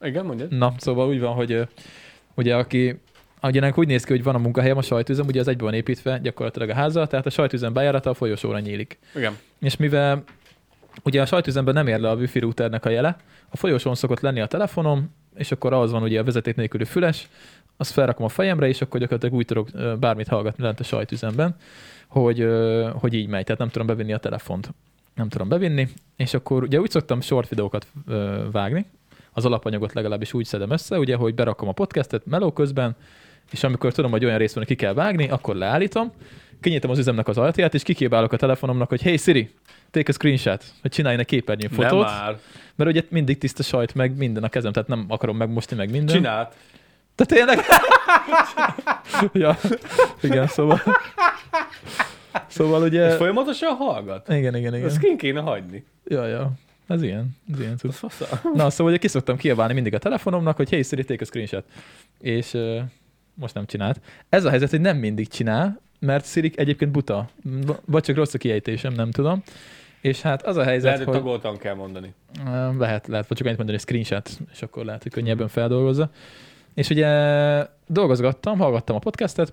B: Igen, mondjad?
A: Na, szóval úgy van, hogy ö, ugye aki Ugye ennek úgy néz ki, hogy van a munkahelyem, a sajtüzem, ugye az egyben van építve gyakorlatilag a háza, tehát a sajtüzem bejárata a folyosóra nyílik.
B: Igen.
A: És mivel ugye a sajtüzemben nem ér le a wifi routernek a jele, a folyosón szokott lenni a telefonom, és akkor ahhoz van ugye a vezeték nélküli füles, azt felrakom a fejemre, és akkor gyakorlatilag úgy tudok ö, bármit hallgatni lent a sajtüzemben, hogy, ö, hogy így megy, tehát nem tudom bevinni a telefont. Nem tudom bevinni, és akkor ugye úgy szoktam short videókat ö, vágni, az alapanyagot legalábbis úgy szedem össze, ugye, hogy berakom a podcastet meló közben, és amikor tudom, hogy olyan rész van, hogy ki kell vágni, akkor leállítom, kinyitom az üzemnek az ajtaját, és kikébálok a telefonomnak, hogy hey Siri, take a screenshot, hogy csinálj egy képernyő
B: Nem
A: fotót,
B: már.
A: mert ugye mindig tiszta sajt, meg minden a kezem, tehát nem akarom megmosni, meg minden.
B: Csinált.
A: Te tényleg? ja, igen, szóval... Szóval
B: És
A: ugye...
B: folyamatosan hallgat?
A: Igen, igen, igen.
B: Ezt kint kéne hagyni.
A: Ja, ja. Ez ilyen. Ez ilyen cucc.
B: Ez fasza.
A: Na, szóval ugye kiszoktam kiabálni mindig a telefonomnak, hogy hey Siri, take a screenshot. És ö, most nem csinált. Ez a helyzet, hogy nem mindig csinál, mert Siri egyébként buta. V- Vagy csak rossz a kiejtésem, nem tudom. És hát az a helyzet,
B: Lehet, hogy
A: hogy...
B: tagoltan kell mondani.
A: Ö, Lehet, lehet, vagy csak annyit mondani, hogy screenshot, és akkor lehet, hogy könnyebben feldolgozza. És ugye dolgozgattam, hallgattam a podcastet,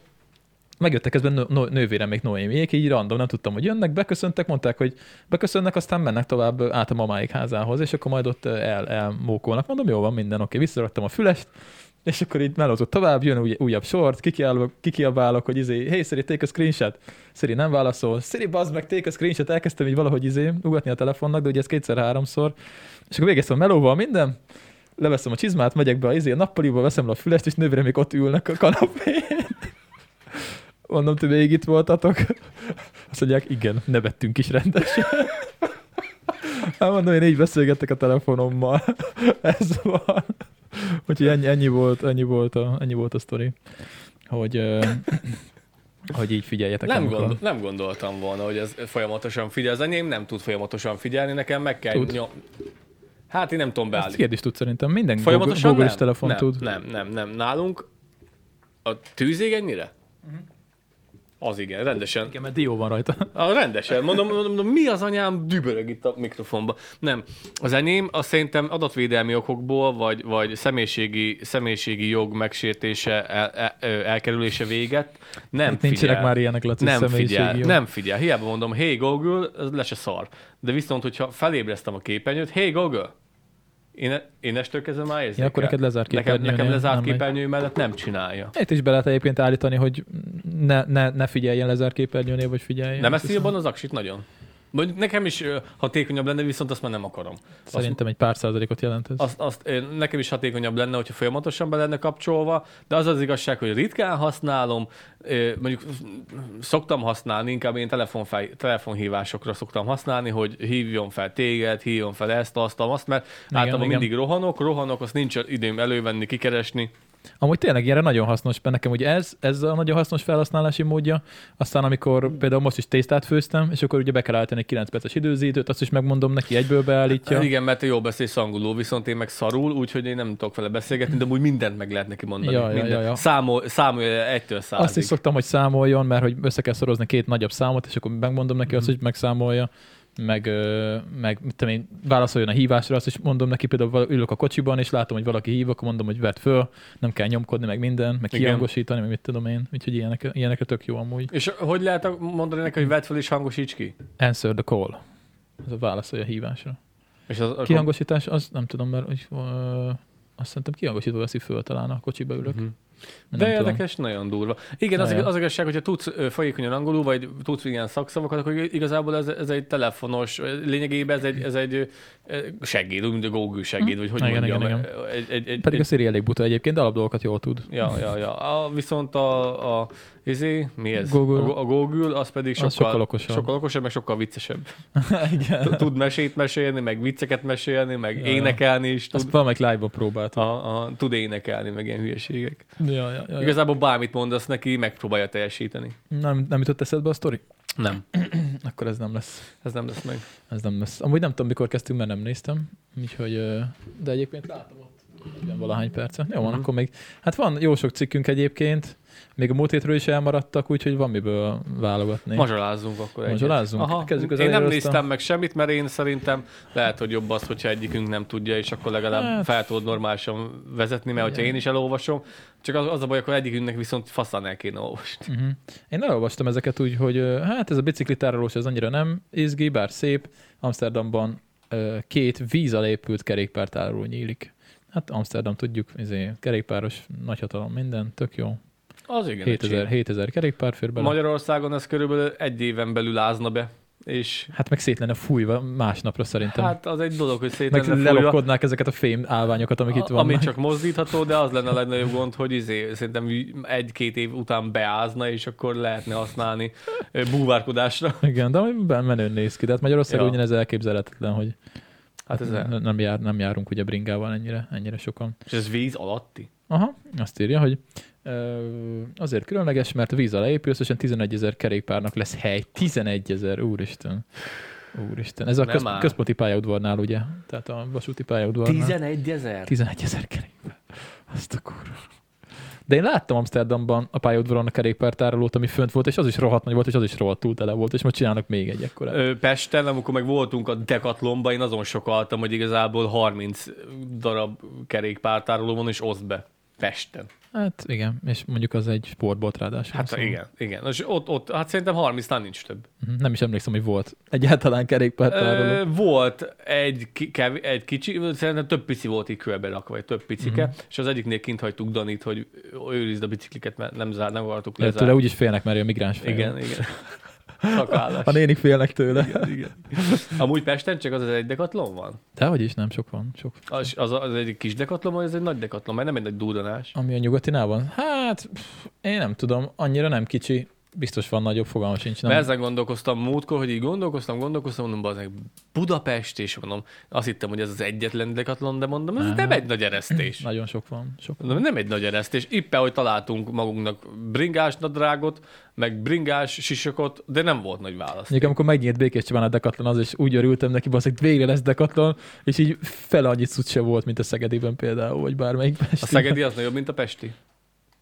A: megjöttek közben nő- nő- nővérem még Noémiék, így random, nem tudtam, hogy jönnek, beköszöntek, mondták, hogy beköszönnek, aztán mennek tovább át a mamáik házához, és akkor majd ott el, elmókolnak. Mondom, jó van minden, oké, visszaraktam a fülest, és akkor így melózott tovább, jön új, újabb sort, kikiabálok, kikiabálok hogy izé, hey Siri, take a screenshot. Siri nem válaszol, Siri bazd meg, take a screenshot, elkezdtem így valahogy izé, ugatni a telefonnak, de ugye ez kétszer-háromszor, és akkor végeztem a melóval minden, leveszem a csizmát, megyek be a izé, a nappaliba, veszem le a fülest, és nővére még ott ülnek a kanapén. Mondom, ti még itt voltatok? Azt mondják, igen, nevettünk is rendesen. Hát mondom, én így beszélgettek a telefonommal. Ez van. Úgyhogy ennyi, ennyi, volt, ennyi, volt a, ennyi volt a sztori. Hogy, ö, hogy így figyeljetek.
B: Nem,
A: amikor-
B: gondol, nem gondoltam volna, hogy ez folyamatosan figyel. Az enyém nem tud folyamatosan figyelni, nekem meg kell
A: Tud.
B: nyom... Hát én nem tudom
A: Ezt
B: beállítani.
A: kérdés tud szerintem. Minden Google,
B: Folyamatosan
A: Google
B: nem.
A: telefon
B: nem,
A: tud. Mhm.
B: Nem, nem, nem. Nálunk a tűzégennyire? Az igen, rendesen.
A: Igen, mert dió van rajta.
B: A rendesen. Mondom, mondom, mondom, mi az anyám dübörög itt a mikrofonba. Nem. Az enyém, azt szerintem adatvédelmi okokból, vagy, vagy személyiségi, személyiségi jog megsértése, el, el, ö, elkerülése véget nem
A: Itt
B: figyel.
A: Hát nincsenek már ilyenek, Laci,
B: nem
A: személyiségi
B: figyel,
A: jog.
B: nem figyel. Hiába mondom, hey Google, ez le se szar. De viszont, hogyha felébreztem a képernyőt, hey Google, én, én estől kezdve már érzékel.
A: Ja, akkor neked lezárt
B: nekem, nekem
A: képernyőnél
B: lezárt
A: nem megy.
B: képernyő mellett nem csinálja.
A: Itt is be lehet egyébként állítani, hogy ne, ne, ne figyeljen lezárképernyőnél, vagy figyeljen. Azt
B: Nem eszi
A: hiszem,
B: jobban az aksit nagyon? Mondjuk nekem is ö, hatékonyabb lenne, viszont azt már nem akarom. Azt,
A: Szerintem egy pár százalékot jelent ez.
B: azt, azt ö, nekem is hatékonyabb lenne, hogyha folyamatosan be lenne kapcsolva, de az az igazság, hogy ritkán használom, ö, mondjuk szoktam használni, inkább én telefonfej, telefonhívásokra szoktam használni, hogy hívjon fel téged, hívjon fel ezt, azt, azt, mert igen, általában
A: igen.
B: igen. mindig rohanok, rohanok, azt nincs időm elővenni, kikeresni.
A: Amúgy tényleg ilyenre nagyon hasznos, mert nekem ugye ez, ez a nagyon hasznos felhasználási módja. Aztán amikor például most is tésztát főztem, és akkor ugye be kell állítani egy 9 perces időzítőt, azt is megmondom neki, egyből beállítja.
B: Ja. Igen, mert te jól beszélsz angolul, viszont én meg szarul, úgyhogy én nem tudok vele beszélgetni, de úgy mindent meg lehet neki mondani.
A: Ja, ja,
B: Mindent.
A: ja, ja.
B: Számol, számolja egytől százig.
A: Azt is szoktam, hogy számoljon, mert hogy össze kell szorozni két nagyobb számot, és akkor megmondom neki
B: Mhm.
A: azt, hogy megszámolja, meg, ö, meg mit tudom én, válaszoljon a hívásra, azt is mondom neki, például val- ülök a kocsiban, és látom, hogy valaki hív, akkor mondom, hogy vedd föl, nem kell nyomkodni, meg minden, meg
B: Igen.
A: kihangosítani, meg mit tudom én. Úgyhogy ilyenek, ilyenekre tök jó amúgy.
B: És hogy lehet mondani neki, hogy vedd fel és hangosíts ki?
A: Answer the call. Ez a válaszolja a hívásra.
B: És az, akkor-
A: Kihangosítás, az nem tudom, mert hogy, ö, azt szerintem kihangosítva veszi föl talán a kocsiba ülök.
B: Mhm.
A: Nem
B: De
A: tudom.
B: érdekes, nagyon durva. Igen, az,
A: Nagyon.
B: az igazság, hogyha tudsz ö, folyékonyan angolul, vagy tudsz ilyen szakszavakat, akkor igazából ez, ez egy telefonos, ö, lényegében ez egy, ez egy ö, ö, segéd, úgy mint a Google segéd, vagy hogy
A: Hm? Igen,
B: mondjam.
A: igen,
B: Egy, egy, egy,
A: Pedig a
B: egy,
A: Siri elég buta egyébként, de alapdolgokat jól tud.
B: ja, ja, ja. A, viszont a, a izé, mi ez?
A: Google.
B: A, Go- a Google, az pedig sokkal,
A: Az sokkal okosabb.
B: sokkal okosabb, meg sokkal viccesebb.
A: Igen.
B: T- Tud mesét mesélni, meg vicceket mesélni, meg
A: Ja, ja.
B: énekelni is
A: Azt
B: tud.
A: valamelyik live-ba próbáltam.
B: A, a, tud énekelni, meg ilyen hülyeségek.
A: Ja, ja, ja, ja.
B: Igazából bármit mondasz neki, megpróbálja teljesíteni.
A: Nem, nem jutott eszedbe a sztori?
B: Nem.
A: Akkor ez nem lesz.
B: Ez nem lesz meg.
A: Ez nem lesz. Amúgy nem tudom, mikor kezdtünk, mert nem néztem. Úgyhogy, ö, de egyébként látom ott 40 valahány perce. Jó, van,
B: Mhm.
A: akkor még. Hát van jó sok cikkünk egyébként. Még a múlt hétről is elmaradtak, úgyhogy van miből válogatni.
B: Mazsolázzunk akkor egyet.
A: Mazsolázzunk?
B: Aha,
A: Kezdjük az
B: én nem
A: elejéről,
B: néztem
A: aztán-
B: meg semmit, mert én szerintem lehet, hogy jobb az, hogyha egyikünk nem tudja, és akkor legalább
A: Hát.
B: hát. fel tudod normálisan vezetni, mert hogyha én is elolvasom, csak az, az a baj, akkor egyikünknek viszont faszán el kéne olvasni.
A: Uh-huh. Én elolvastam ezeket úgy, hogy ö, hát ez a biciklitárolós ez annyira nem izgi, bár szép. Amsterdamban ö, két víz alá épült kerékpártároló nyílik. Hát Amsterdam tudjuk, izé, kerékpáros nagyhatalom, minden, tök jó.
B: Az igen.
A: 7000,
B: öcsém.
A: 7000 kerékpár fér bele.
B: Magyarországon ez körülbelül egy éven belül ázna be, és
A: Hát meg szét lenne fújva másnapra szerintem. Hát,
B: hát az egy dolog, hogy szét
A: meg
B: lenne fújva,
A: lelopkodnák ezeket a fém állványokat, amik itt
B: a- ami
A: vannak.
B: csak mozdítható, de az lenne a legnagyobb gond, hogy izé, szerintem egy-két év után beázna, és akkor lehetne használni ö, búvárkodásra.
A: Igen, de ami ben- menőn néz ki. De hát Magyarországon
B: Ja.
A: ja. ugyanez elképzelhetetlen, hogy
B: Hát ez el.
A: n- nem, jár, nem járunk ugye bringával ennyire, ennyire sokan.
B: És ez víz alatti?
A: Aha, azt írja, hogy ö, azért különleges, mert a víz alá épül, összesen 11 ezer kerékpárnak lesz hely. 11 ezer, úristen. Úristen, ez a
B: Nem
A: köz,
B: áll.
A: központi pályaudvarnál, ugye? Tehát a vasúti pályaudvarnál.
B: 11 ezer?
A: 11 ezer kerékpár. Azt a kurva. De én láttam Amsterdamban a pályaudvaron a kerékpártárolót, ami fönt volt, és az is rohadt nagy volt, és az is rohadt túl tele volt, és most csinálnak még egy ekkora.
B: Pesten, amikor meg voltunk a Decathlonba, én azon sokaltam, hogy igazából 30 darab kerékpártároló van, és oszd be. Pesten.
A: Hát igen, és mondjuk az egy sportbolt ráadásul.
B: Hát szóval. igen, igen. És ott, ott, hát szerintem 30 tán nincs több.
A: Mhm, Nem is emlékszem, hogy volt egyáltalán kerékpártároló.
B: Ö, volt egy, ki, kev, egy kicsi, szerintem több pici volt így körbe rakva, vagy több picike, mm-hmm. és az egyiknél kint hagytuk Danit, hogy őrizd a bicikliket, mert nem zár, nem akartuk
A: De tőle
B: lezárni.
A: úgy is félnek, mert ő migráns fél.
B: Igen, igen. Szakállás.
A: A nénik félnek tőle.
B: Igen. Amúgy Pesten csak az az egy dekatlon van.
A: De hogy is nem sok van. Sok.
B: Az, az, az egy kis dekatlon, vagy ez egy nagy dekatlon, mert nem egy nagy durranás.
A: Ami a nyugatinál van? Hát, pff, én nem tudom, annyira nem kicsi. Biztos van nagyobb, fogalma sincs.
B: Nem. Mert
A: Nem.
B: ezen gondolkoztam múltkor, hogy így gondolkoztam, gondolkoztam, mondom, bazeg, Budapest, és mondom, azt hittem, hogy ez az egyetlen dekatlon, de mondom, ez
A: Aha.
B: nem egy nagy eresztés.
A: Nagyon sok van. Sok.
B: Mondom, nem egy nagy eresztés. Éppen, hogy találtunk magunknak bringás nadrágot, meg bringás sisakot, de nem volt nagy válasz.
A: Mondjuk amikor megnyílt Békés Csabán a Decathlon, az is úgy örültem neki, hogy végre lesz Decathlon, és így fele annyit cucc se volt, mint a Szegediben például, vagy bármelyik
B: A szegedi az nagyobb, mint a pesti.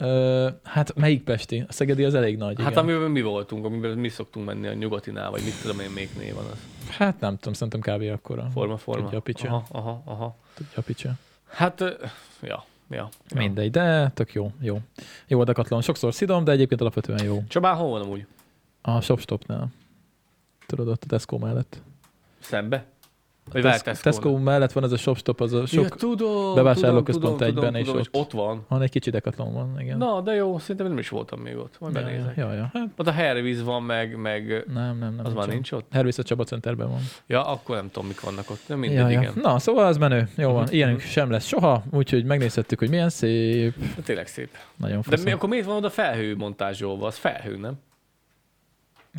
A: Ö, hát melyik Pesti? A Szegedi az elég nagy.
B: Hát
A: igen.
B: amiben mi voltunk, amiben mi szoktunk menni a nyugatinál, vagy mit tudom én, még név van az.
A: hát nem tudom, szerintem kb. akkora.
B: Forma, forma.
A: Tudja a picsa.
B: Aha, aha, aha.
A: Tudja a picsa.
B: Hát, ö, ja, ja. ja.
A: Mindegy, de tök jó, jó. Jó a Decathlon. Sokszor szidom, de egyébként alapvetően jó.
B: Csabán hol van amúgy?
A: A ShopStopnál. Tudod, ott a Tesco mellett.
B: Szembe?
A: A
B: Vagy
A: Tesco,
B: várj,
A: Tesco,
B: Tesco-nál.
A: mellett van ez a ShopStop, az a sok...
B: ja, tudom,
A: bevásárlóközpont
B: tudom, tudom,
A: egyben,
B: tudom,
A: és
B: és ott van.
A: Van egy kicsi Decathlon van, igen.
B: Na, de jó, szerintem nem is voltam még ott. Majd
A: ja, ja,
B: benézek.
A: ja, ja. Hát,
B: Ott a Hervíz van, meg, meg
A: nem, nem, nem.
B: az már
A: nincsen.
B: nincs ott?
A: Hervész a Csaba Centerben van.
B: Ja, akkor nem tudom, mik vannak ott. De mindegy,
A: ja,
B: igen.
A: Ja. Na, szóval az menő. Jó van.
B: Mhm,
A: Ilyenünk
B: mhm.
A: sem lesz soha, úgyhogy megnézhettük, hogy milyen szép.
B: De tényleg szép.
A: Nagyon
B: De
A: faszom.
B: mi, akkor miért van oda felhő montázsolva? Az felhő, nem?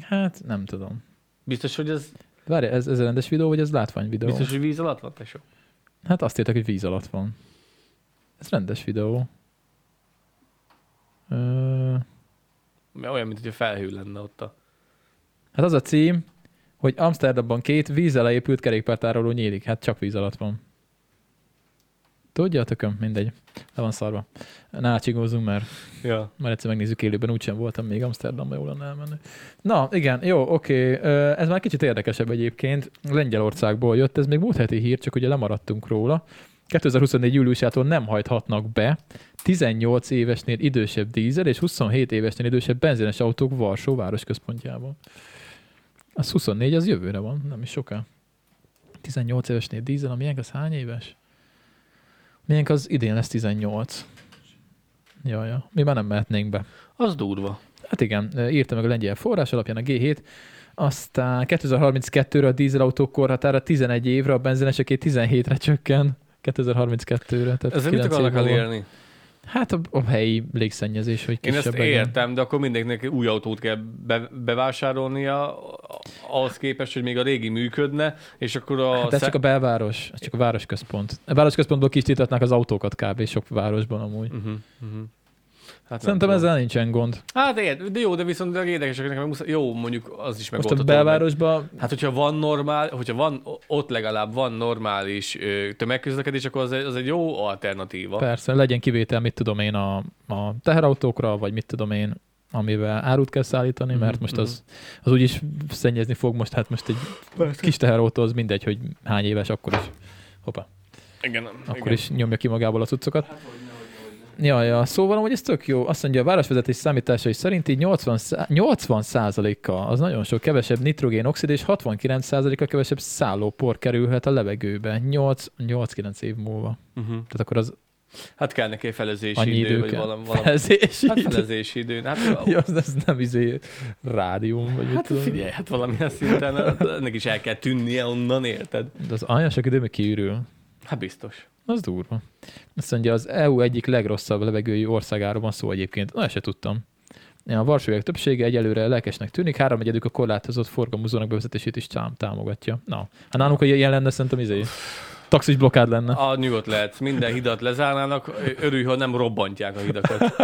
A: Hát nem tudom.
B: Biztos, hogy ez,
A: Várj, ez, ez rendes videó, vagy ez látvány videó?
B: biztos, hogy víz alatt van, tesó?
A: Hát azt írtak, hogy víz alatt van. Ez rendes videó. Ö,
B: Mert Olyan, mint hogy felhő lenne ott a...
A: hát az a cím, hogy Amsterdamban két vízzel épült kerékpártároló nyílik. Hát csak víz alatt van. Tudja a tököm? Mindegy. Le van szarva. Ne ácsigózzunk már.
B: Ja.
A: Már egyszer megnézzük élőben, úgysem voltam még Amsterdamban, jól lenne elmenni. Na, igen, jó, oké. Ö, Ez már kicsit érdekesebb egyébként. Lengyelországból jött, ez még múlt heti hír, csak ugye lemaradtunk róla. 2024. júliusától nem hajthatnak be 18 évesnél idősebb dízel és 27 évesnél idősebb benzines autók Varsó városközpontjában. Az 24, az jövőre van, nem is soká. 18 évesnél dízel, a miénk az hány éves? Miénk az idén lesz 18. Ja, ja. Mi már nem mehetnénk be.
B: Az durva.
A: Hát igen, írta meg a lengyel forrás alapján a G7, aztán 2032-re a dízelautók korhatára 11 évre, a benzineseké 17-re csökken 2032-re. Tehát
B: Ezzel mit
A: 9 év
B: akarnak
A: múlva.
B: elérni?
A: Hát a, a helyi légszennyezés, hogy
B: Én
A: kisebb
B: ezt
A: legyen.
B: értem, de akkor mindenkinek új autót kell be, bevásárolnia, a- ahhoz képest, hogy még a régi működne, és akkor a...
A: Hát ez
B: sze-
A: csak a belváros, ez csak a városközpont. A városközpontból kistítatnák az autókat kb. sok városban amúgy.
B: Uh-huh, uh-huh. Hát
A: Szerintem
B: ez
A: ezzel nincsen gond.
B: Hát ér, de jó, de viszont de érdekesek nekem muszáj, jó, mondjuk az is
A: Most a
B: megoldható.
A: belvárosban
B: Hát, hogyha van normál, hogyha van, ott legalább van normális ö, tömegközlekedés, akkor az egy, az egy jó alternatíva.
A: Persze, legyen kivétel, mit tudom én, a, a teherautókra, vagy mit tudom én, amivel árut kell szállítani, mert
B: Mhm,
A: most az, az úgyis szennyezni fog most, hát most egy kis teherautó az mindegy, hogy hány éves, akkor is, hopa,
B: Igen,
A: akkor
B: igen.
A: is nyomja ki magából a cuccokat. Ja, ja, szóval amúgy ez tök jó. Azt mondja, a városvezetés számításai szerint így 80, szá- 80 százaléka, az nagyon sok, kevesebb nitrogénoxid és 69 százaléka kevesebb szállópor kerülhet a levegőbe 8-9 év múlva.
B: Uh-huh.
A: Tehát akkor az
B: Hát kell neki egy felezési
A: annyi
B: idő,
A: idő
B: vagy
A: kell.
B: valami, valami
A: Felezési
B: hát
A: idő.
B: felezési idő. Hát,
A: Ja, az, az nem izé rádium, vagy mit
B: hát
A: tudom.
B: figyelj, hát valamilyen szinten hát ennek is el kell tűnnie onnan, érted?
A: De az olyan sok idő, még kiürül.
B: Hát biztos.
A: Az durva. Azt mondja, az EU egyik legrosszabb levegői országáról van szó egyébként. Na, ezt se tudtam. Ja, A varsóiak többsége egyelőre lelkesnek tűnik, háromnegyedük a korlátozott forgalmazónak bevezetését is tám- támogatja. Na, hát nálunk, hogy ilyen lenne, szerintem izé, taxis blokkád lenne.
B: A nyugodt lehet, minden hidat lezárnának, örülj, ha nem robbantják a hidakat.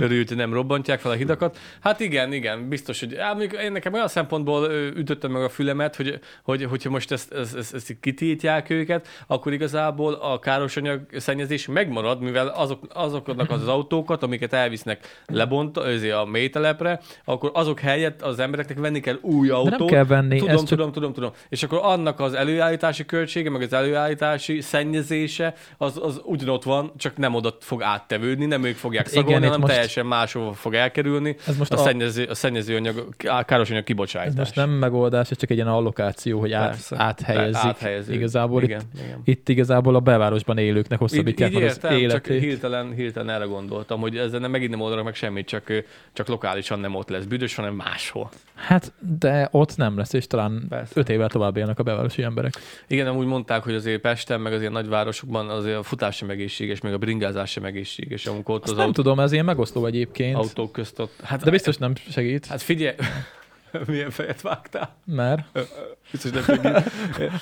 B: Örülj, hogy nem robbantják fel a hidakat. Hát igen, igen, biztos, hogy á, mondjuk én nekem olyan szempontból ö, ütöttem meg a fülemet, hogy, hogy hogyha most ezt, ezt, ezt, ezt így kitiltják őket, akkor igazából a károsanyag szennyezés megmarad, mivel azok, azoknak az autókat, amiket elvisznek lebont, ezért a mélytelepre, akkor azok helyett az embereknek venni kell új
A: De
B: autót,
A: nem kell venni,
B: Tudom,
A: ez csak
B: tudom, tudom, tudom. És akkor annak az előállítási költsége, meg az előállítási szennyezése, az, az ugyanott van, csak nem oda fog áttevődni, nem ők fogják
A: Hát
B: szagolni,
A: igen, itt
B: hanem
A: most-
B: teljesen máshova fog elkerülni.
A: ez most
B: a,
A: a,
B: szennyező, a szennyezőanyag, a károsanyag
A: ez
B: kibocsátás.
A: most nem megoldás, ez csak egy ilyen allokáció, hogy át,
B: Persze.
A: áthelyezik.
B: Áthelyező.
A: Igazából itt
B: igen, igen.
A: Itt igazából a belvárosban élőknek
B: Így,
A: hosszabbítják
B: így
A: meg az
B: értem, csak
A: életét.
B: hirtelen, hirtelen erre gondoltam, hogy ezzel nem, megint nem oldanak meg semmit, csak, ö, csak lokálisan nem ott lesz büdös, hanem máshol.
A: Hát, de ott nem lesz, és talán
B: Persze.
A: öt évvel tovább élnek a belvárosi emberek.
B: Igen, amúgy mondták, hogy azért Pesten, meg az ilyen nagyvárosokban azért a futás sem egészséges, meg a bringázás sem egészséges, amikor ott
A: Azt
B: az
A: nem
B: autó
A: tudom, ez ilyen megosztó egyébként,
B: autók közt ott. Hát,
A: de biztos nem segít,
B: Hát figyelj, milyen fejet vágtál?
A: mert
B: Biztos nem segít.
A: az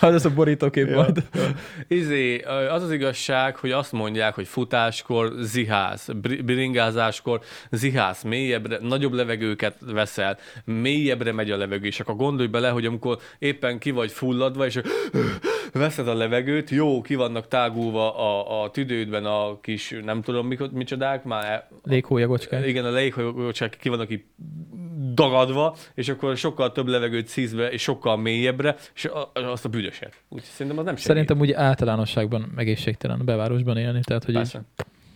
A: lesz Hát a borítókép
B: Ja.
A: majd.
B: Izé, az az igazság, hogy azt mondják, hogy futáskor zihász, bri- bringázáskor zihász, mélyebbre, nagyobb levegőket veszel, mélyebbre megy a levegő, és akkor gondolj bele, hogy amikor éppen ki vagy fulladva, és veszed a levegőt, jó, ki vannak tágulva a, a tüdődben a kis, nem tudom mikor, micsodák, már e,
A: Léghólyagocskák.
B: igen, a léghajócsák ki vannak így dagadva, és akkor sokkal több levegőt szízve, és sokkal mélyebbre, és a- azt a büdöset. Úgyhogy szerintem az nem segít.
A: Szerintem úgy általánosságban megészségtelen bevárosban élni, tehát hogy így
B: Persze.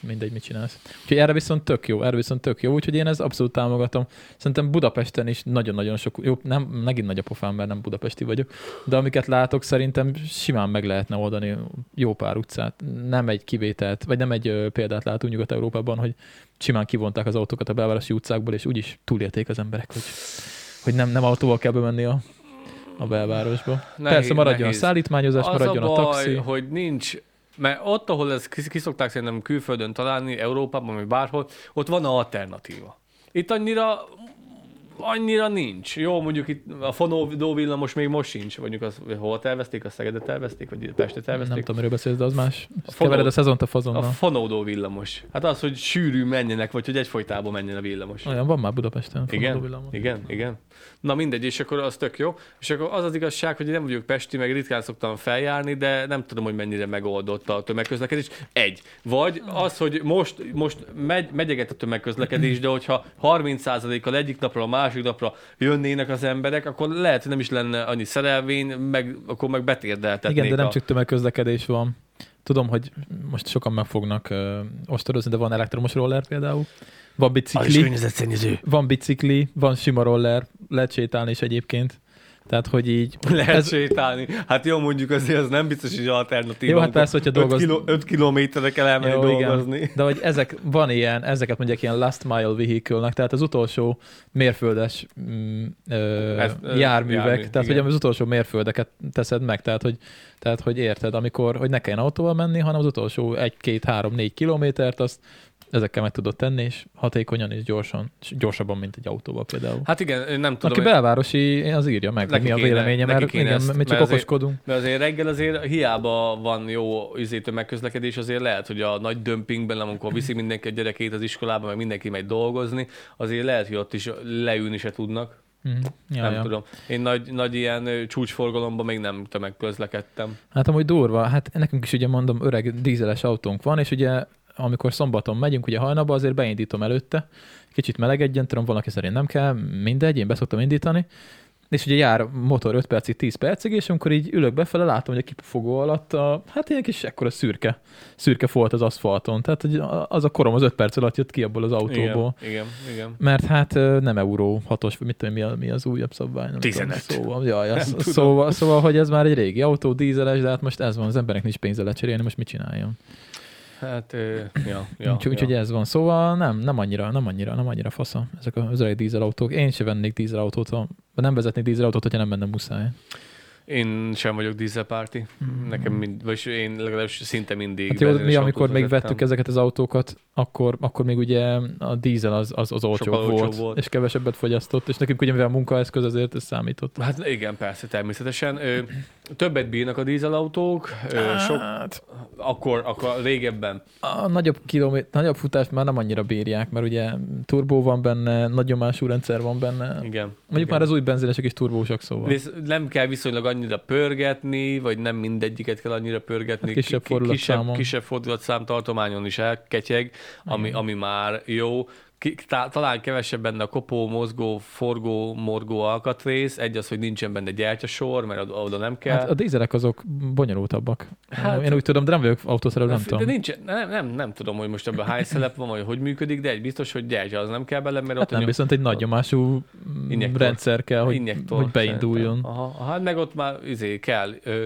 A: mindegy, mit csinálsz. Úgyhogy erre viszont tök jó, erre viszont tök jó, úgyhogy én ezt abszolút támogatom. Szerintem Budapesten is nagyon-nagyon sok, jó, nem, megint nagy a pofám, mert nem budapesti vagyok, de amiket látok, szerintem simán meg lehetne oldani jó pár utcát. Nem egy kivételt, vagy nem egy ö, példát látunk Nyugat-Európában, hogy simán kivonták az autókat a belvárosi utcákból, és úgyis túlélték az emberek, hogy, hogy nem, nem autóval kell bemenni a, a belvárosba.
B: Nehéz-
A: Persze maradjon
B: nehéz.
A: a szállítmányozás,
B: Az
A: maradjon a,
B: a baj,
A: taxi.
B: hogy nincs, mert ott, ahol ezt kis- kiszokták szerintem külföldön találni, Európában, vagy bárhol, ott van alternatíva. Itt annyira annyira nincs. Jó, mondjuk itt a fonódó villamos még most sincs. Mondjuk az, hogy hol tervezték, a Szegedet elveszték, vagy Pestet
A: Nem
B: elveszték.
A: tudom, miről beszélsz, de az más. Ezt
B: Fogom.
A: kevered a szezont a
B: A
A: fazonnal.
B: fonódó villamos. Hát az, hogy sűrű menjenek, vagy hogy egyfolytában menjen a villamos.
A: Olyan van már Budapesten.
B: Igen,
A: fonódó villamos.
B: igen, igen. Na mindegy, és akkor az tök jó. És akkor az az igazság, hogy nem vagyok pesti, meg ritkán szoktam feljárni, de nem tudom, hogy mennyire megoldott a tömegközlekedés. Egy. Vagy az, hogy most, most megy, megyeget a tömegközlekedés, de hogyha 30%-kal egyik napra a másik napra jönnének az emberek, akkor lehet, hogy nem is lenne annyi szerelvény, meg, akkor meg betérdeltetnék.
A: Igen, de nem
B: a...
A: csak tömegközlekedés van. Tudom, hogy most sokan meg fognak ö, ostorozni, de van elektromos roller például. Van
B: Az is
A: bicikli,
B: környezetszennyező.
A: van bicikli, van sima roller, lehet sétálni is egyébként. Tehát, hogy így...
B: Lehet
A: Ez-
B: ez... sétálni. Hát jó, mondjuk azért az nem biztos, hogy alternatíva.
A: Jó, hát persze, hogyha dolgoz-
B: 5 kilométerre kell elmenni
A: Jó, igen.
B: dolgozni. Igen.
A: De hogy ezek, van ilyen, ezeket mondják ilyen last mile vehicle-nak, tehát az utolsó mérföldes mm, ö,
B: Ez,
A: Ez,
B: ö,
A: járművek,
B: jármű,
A: tehát hogy
B: igen.
A: az utolsó mérföldeket teszed meg, tehát hogy, tehát hogy érted, amikor, hogy ne kelljen autóval menni, hanem az utolsó egy, két, három, négy kilométert, azt ezekkel meg tudod tenni, és hatékonyan és gyorsan, és gyorsabban, mint egy autóval például. Hát,
B: Hát igen, én nem tudom.
A: Aki belvárosi, az írja meg, hogy
B: Neki
A: mi a
B: kéne-
A: véleménye,
B: neki
A: mert
B: kéne
A: igen,
B: ezt,
A: mi csak
B: mert azért-
A: okoskodunk.
B: Mert azért reggel azért hiába van jó izé tömegközlekedés, azért lehet, hogy a nagy dömpingben, amikor viszi mindenki a gyerekét az iskolába, meg mindenki megy dolgozni, azért lehet, hogy ott is leülni se tudnak.
A: Mhm. Ja,
B: nem
A: ja.
B: tudom. Én nagy, nagy ilyen ö, csúcsforgalomban még nem tömegközlekedtem.
A: Hát amúgy durva, hát nekünk is ugye mondom, öreg dízeles autónk van, és ugye amikor szombaton megyünk, ugye hajnalba azért beindítom előtte, kicsit melegedjen, tudom, valaki szerint nem kell, mindegy, én beszoktam indítani, és ugye jár motor 5 percig, 10 percig, és amikor így ülök befele, látom, hogy a kipufogó alatt, a, hát ilyen kis ekkora szürke, szürke folt az aszfalton, tehát hogy a- az a korom az 5 perc alatt jött ki abból az autóból. Igen.
B: Igen, igen. igen.
A: Mert hát ö, nem euró hatos, vagy mit tudom, én, mi, a, mi az újabb szabvány. Nem
B: 15.
A: Tudom, szóval, jaj, az,
B: tudom.
A: szóval, szóval, hogy ez már egy régi autó, dízeles, de hát most ez van, az emberek nincs pénze lecserélni, most mit csináljon?
B: Hát, ö, ja,
A: Ja,
B: ja,
A: úgyhogy
B: ja.
A: úgyhogy ez van. Szóval nem, nem annyira, nem annyira, nem annyira fasza ezek az öreg dízelautók. Én se vennék dízelautót, ha vagy nem vezetnék dízelautót, hogyha nem menne muszáj.
B: Én sem vagyok dízelpárti. Nekem mind, vagyis én legalábbis szinte mindig.
A: Hát jó, mi
B: benzines
A: amikor
B: autót
A: még
B: vezettem.
A: vettük ezeket az autókat, akkor, akkor még ugye a dízel az, az, az olcsóbb,
B: Sokkal
A: volt,
B: olcsóbb
A: olcsóbb
B: volt.
A: volt, és kevesebbet fogyasztott, és nekünk ugye mivel munkaeszköz azért ez számított.
B: Hát igen, persze, természetesen. Ö, többet bírnak a dízelautók, ö,
A: Ah.
B: sok, akkor, akkor régebben.
A: A nagyobb, kilomé- nagyobb futást már nem annyira bírják, mert ugye turbó van benne, nagy nyomású rendszer van benne. Mondjuk
B: Igen. igen.
A: már az új benzinesek is turbósak, szóval.
B: Visz, nem kell viszonylag annyira pörgetni, vagy nem mindegyiket kell annyira pörgetni.
A: Hát kisebb
B: Ki- ki- kisebb,
A: fordulatszámon.
B: kisebb fordulatszám tartományon is elketyeg, ami, ami már jó. Ki, tá, talán kevesebb benne a kopó, mozgó, forgó, morgó alkatrész. Egy az, hogy nincsen benne gyertyasor, mert oda- oda nem kell.
A: Hát a dízelek azok bonyolultabbak.
B: Hát-
A: Hát, Én úgy tudom, de nem vagyok autószerelő, nem
B: de
A: tudom.
B: Nincs, nem, nem, nem, tudom, hogy most ebben hány szelep van, vagy hogy működik, de egy biztos, hogy gyertya, az nem kell bele, mert
A: Hát
B: ott a
A: nem,
B: nyom-
A: viszont egy nagy nyomású mm,
B: Injektor.
A: rendszer kell, hogy,
B: injektor
A: hogy beinduljon.
B: szerintem. Aha, aha, hát meg ott már izé kell, ö,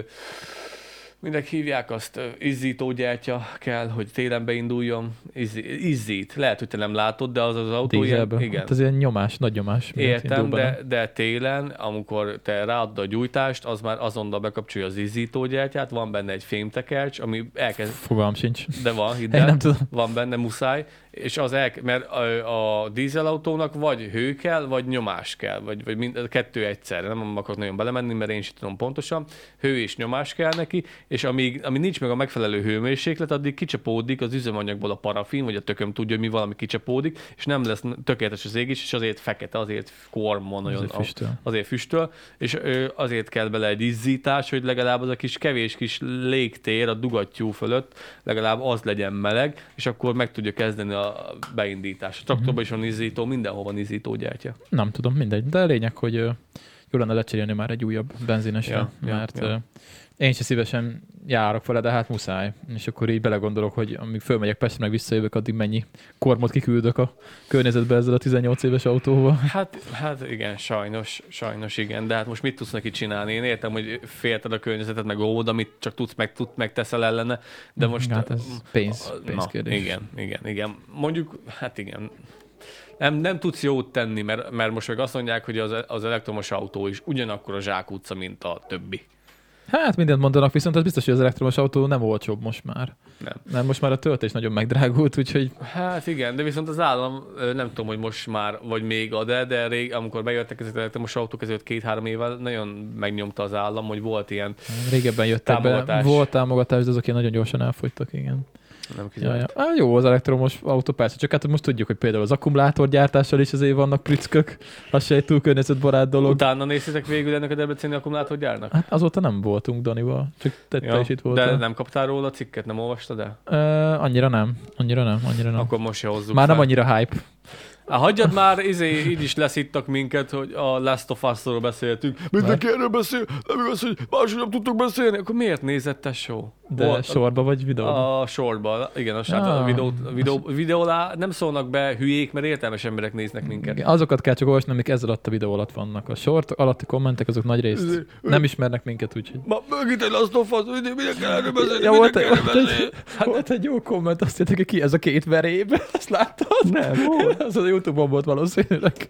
B: minek hívják azt, ö, izzítógyártya kell, hogy télen beinduljon, izzi, izzít. Lehet, hogy te nem látod, de az az autó ilyen,
A: Dízelbe.
B: igen.
A: Hát az ilyen nyomás, nagy nyomás. miatt
B: Értem,
A: indul bele.
B: de, de télen, amikor te ráadod a gyújtást, az már azonnal bekapcsolja az izzítógyártyát, van benne egy fémtekercs, ami elkezd,
A: Fogalm sincs.
B: de van, hidd
A: Én
B: el,
A: nem tudom.
B: van benne, muszáj. És az el, mert a, a dízelautónak vagy hő kell, vagy nyomás kell, vagy, vagy mind, kettő egyszerre. Nem akarok nagyon belemenni, mert én sem tudom pontosan. Hő és nyomás kell neki, és amíg, amíg nincs meg a megfelelő hőmérséklet, addig kicsapódik az üzemanyagból a parafin, vagy a tököm tudja, hogy mi valami kicsapódik, és nem lesz tökéletes az égés, és azért fekete, azért kormon, olyan,
A: Azért füstöl.
B: azért füstöl, és ö, azért kell bele egy izzítás, hogy legalább az a kis kevés kis légtér a dugattyú fölött, legalább az legyen meleg, és akkor meg tudja kezdeni a beindítás. A traktorban is van izzító, mindenhol van izzító gyertya.
A: Nem tudom, mindegy. De lényeg, hogy ö, jó lenne lecserélni már egy újabb benzinesre,
B: Ja,
A: ja,
B: ja,
A: mert
B: ja.
A: ja. én se szívesen járok vele, de hát muszáj. És akkor így belegondolok, hogy amíg fölmegyek Pestre, meg visszajövök, addig mennyi kormot kiküldök a környezetbe ezzel a 18 éves autóval.
B: Hát, hát igen, sajnos, sajnos igen, de hát most mit tudsz neki csinálni? Én értem, hogy félted a környezetet, meg óvod, amit csak tudsz, meg tud, meg teszel ellene, de most... mm,
A: Hát ez pénz, pénzkérdés.
B: igen, igen, igen. Mondjuk, hát igen, nem, nem tudsz jót tenni, mert, mert most meg azt mondják, hogy az, az elektromos autó is ugyanakkor a zsákutca, mint a többi.
A: Hát mindent mondanak, viszont az biztos, hogy az elektromos autó nem olcsóbb most már.
B: Nem.
A: Mert most már a töltés nagyon megdrágult, úgyhogy
B: Hát igen, de viszont az állam, ö, nem tudom, hogy most már, vagy még ad-e, de rég, amikor bejöttek ezek az elektromos autók, ezelőtt két-három évvel nagyon megnyomta az állam, hogy volt ilyen
A: régebben jöttek be.
B: Támogatás.
A: Volt támogatás, de azok ilyen nagyon gyorsan elfogytak, igen.
B: Nem
A: Ja,
B: kizárt.
A: ja. Á, Ah, jó az elektromos autó, persze, csak hát most tudjuk, hogy például az akkumulátorgyártással is azért vannak prückök, az se egy túl környezetbarát dolog.
B: Utána néztétek végül ennek a debreceni akkumulátorgyárnak?
A: Hát azóta nem voltunk Danival, csak
B: Hát,
A: te, te is itt voltál.
B: de nem kaptál róla a cikket, nem olvastad el?
A: Ö, annyira nem, annyira nem, annyira nem.
B: Akkor most se hozzuk
A: Már
B: fel.
A: nem annyira hype.
B: Há, hagyjad már, izé, így is leszittak minket, hogy a Last of Us-ról beszéltünk. Mindenki erről beszél, nem igaz, hogy másról nem tudtok beszélni. Akkor miért nézett a show?
A: De
B: Volt-
A: sorba vagy videóban.
B: A sorban, igen, a, sát, a
A: Ah.
B: videó, videó, videólá nem szólnak be hülyék, mert értelmes emberek néznek minket.
A: Igen, Azokat kell csak olvasni, amik ez alatt a videó alatt vannak. A short alatti kommentek azok nagy részt nem ismernek minket, úgyhogy...
B: Ma mögött egy Last of Us, mindenki erről beszél,
A: Ja, volt,
B: mindenki erről
A: volt,
B: beszél.
A: egy, hát volt egy jó komment, azt hitték, hogy ki ez a két veréb, azt láttad? Nem, volt. Az a Youtube-on volt valószínűleg.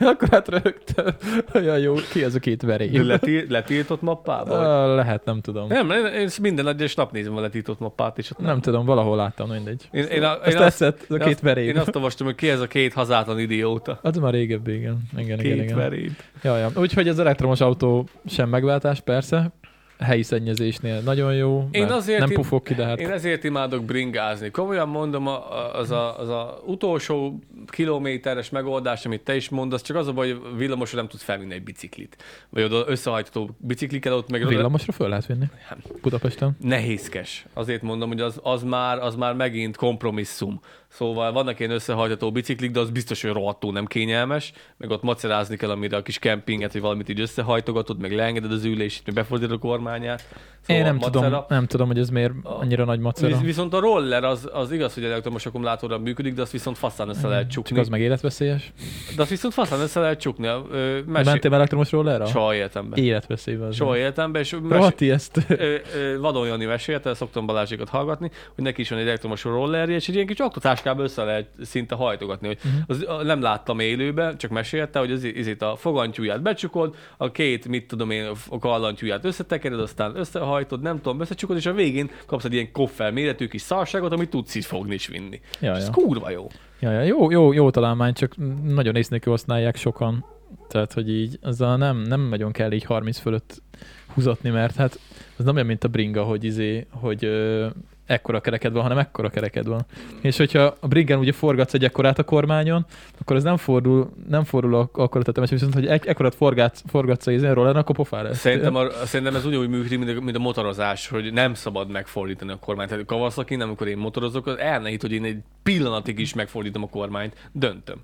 A: Akkor hát rögtön, olyan jó, ki ez a két veréb. Le-
B: Leti- Letiltott mappába?
A: Ah. lehet, nem tudom. Nem,
B: Nem, én, én ezt minden egyes nap nézem a letított mappát, és ott
A: nem tudom, valahol láttam, mindegy.
B: Én, én, a, én,
A: Ezt
B: azt,
A: tetszett, ez a
B: én
A: két
B: azt-
A: veréb.
B: én azt olvastam, hogy ki ez a két hazátlan idióta.
A: Az már régebbi, igen. Igen, igen,
B: Két
A: igen.
B: veréb.
A: Ja, ja. Úgyhogy az elektromos autó sem megváltás, persze. Helyi szennyezésnél nagyon jó,
B: Én
A: mert
B: azért
A: nem
B: én-
A: pufog ki, de hát
B: Én ezért imádok bringázni. Komolyan mondom, a- a- az a, az a utolsó kilométeres megoldás, amit te is mondasz, csak az a baj, hogy villamosra nem tudsz felvinni egy biciklit. Vagy oda összehajtható biciklikkel, ott meg
A: villamosra föl lehet vinni.
B: Hát-
A: Budapesten.
B: nehézkes. Azért mondom, hogy az, az, már, az már megint kompromisszum. Szóval vannak ilyen összehajtató biciklik, de az biztos, hogy rohadtul nem kényelmes, meg ott macerázni kell, amire a kis kempinget, hogy valamit így összehajtogatod, meg leengeded az ülését, meg befordítod a kormányát. Szóval
A: Én nem tudom,
B: macera.
A: nem tudom, hogy ez miért annyira nagy macera.
B: Visz- Viszont a roller az, az igaz, hogy elektromos akkumulátorral működik, de azt viszont faszán össze lehet
A: Mm, Csak
B: csukni.
A: az meg életveszélyes.
B: De azt viszont faszán össze lehet csukni. Ö,
A: Mesé...
B: Mesé...
A: Mentél elektromos rollerra?
B: Soha életemben.
A: Életveszélyben. az
B: Soha
A: meg.
B: életemben, és mesé...
A: Rohati ezt.
B: Ö, ö, Vadon Jani mesélte, hát szoktam Balázsékat hallgatni, hogy neki is van egy elektromos rollerje, és egy ilyen kis aktatáskába össze lehet szinte hajtogatni.
A: Mhm.
B: Hogy az, a, nem láttam élőben, csak mesélte, hogy az izét a fogantyúját becsukod, a két, mit tudom én, a kallantyúját összetekered, aztán összehajtod, nem tudom, összecsukod, és a végén kapsz egy ilyen koffel méretű kis szarságot, amit tudsz így fogni és vinni.
A: Ja,
B: És ez
A: ja.
B: kurva jó.
A: Ja, ja, jó, jó, jó találmány, csak nagyon észnékül használják sokan. Tehát, hogy így azzal nem, nem nagyon kell így 30 fölött húzatni, mert hát az nem olyan, mint a bringa, hogy izé, hogy ö, ekkora kereked van, hanem ekkora kereked van. És hogyha a bringen ugye forgatsz egy ekkorát a kormányon, akkor ez nem fordul, nem fordul ak- akkor a tetemes, viszont hogy egy, ekkorát forgatsz, forgatsz a izén roller, akkor pofára. estél.
B: Szerintem, a, szerintem ez ugyanúgy működik, mint a, mint a motorozás, hogy nem szabad megfordítani a kormányt. Tehát Kawasaki, nem, amikor én motorozok, az elnehít, hogy én egy pillanatig is megfordítom a kormányt. Döntöm.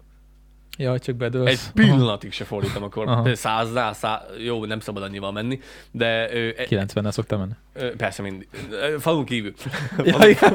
A: Jaj, csak bedőlsz.
B: Egy pillanatig se fordítom a kormányt.
A: Aha.
B: Száznál, szá... jó, nem szabad annyival menni, de ö, e,
A: 90-nel szoktam menni.
B: ö, persze mind. Ö, Falun kívül.
A: Ja, igen.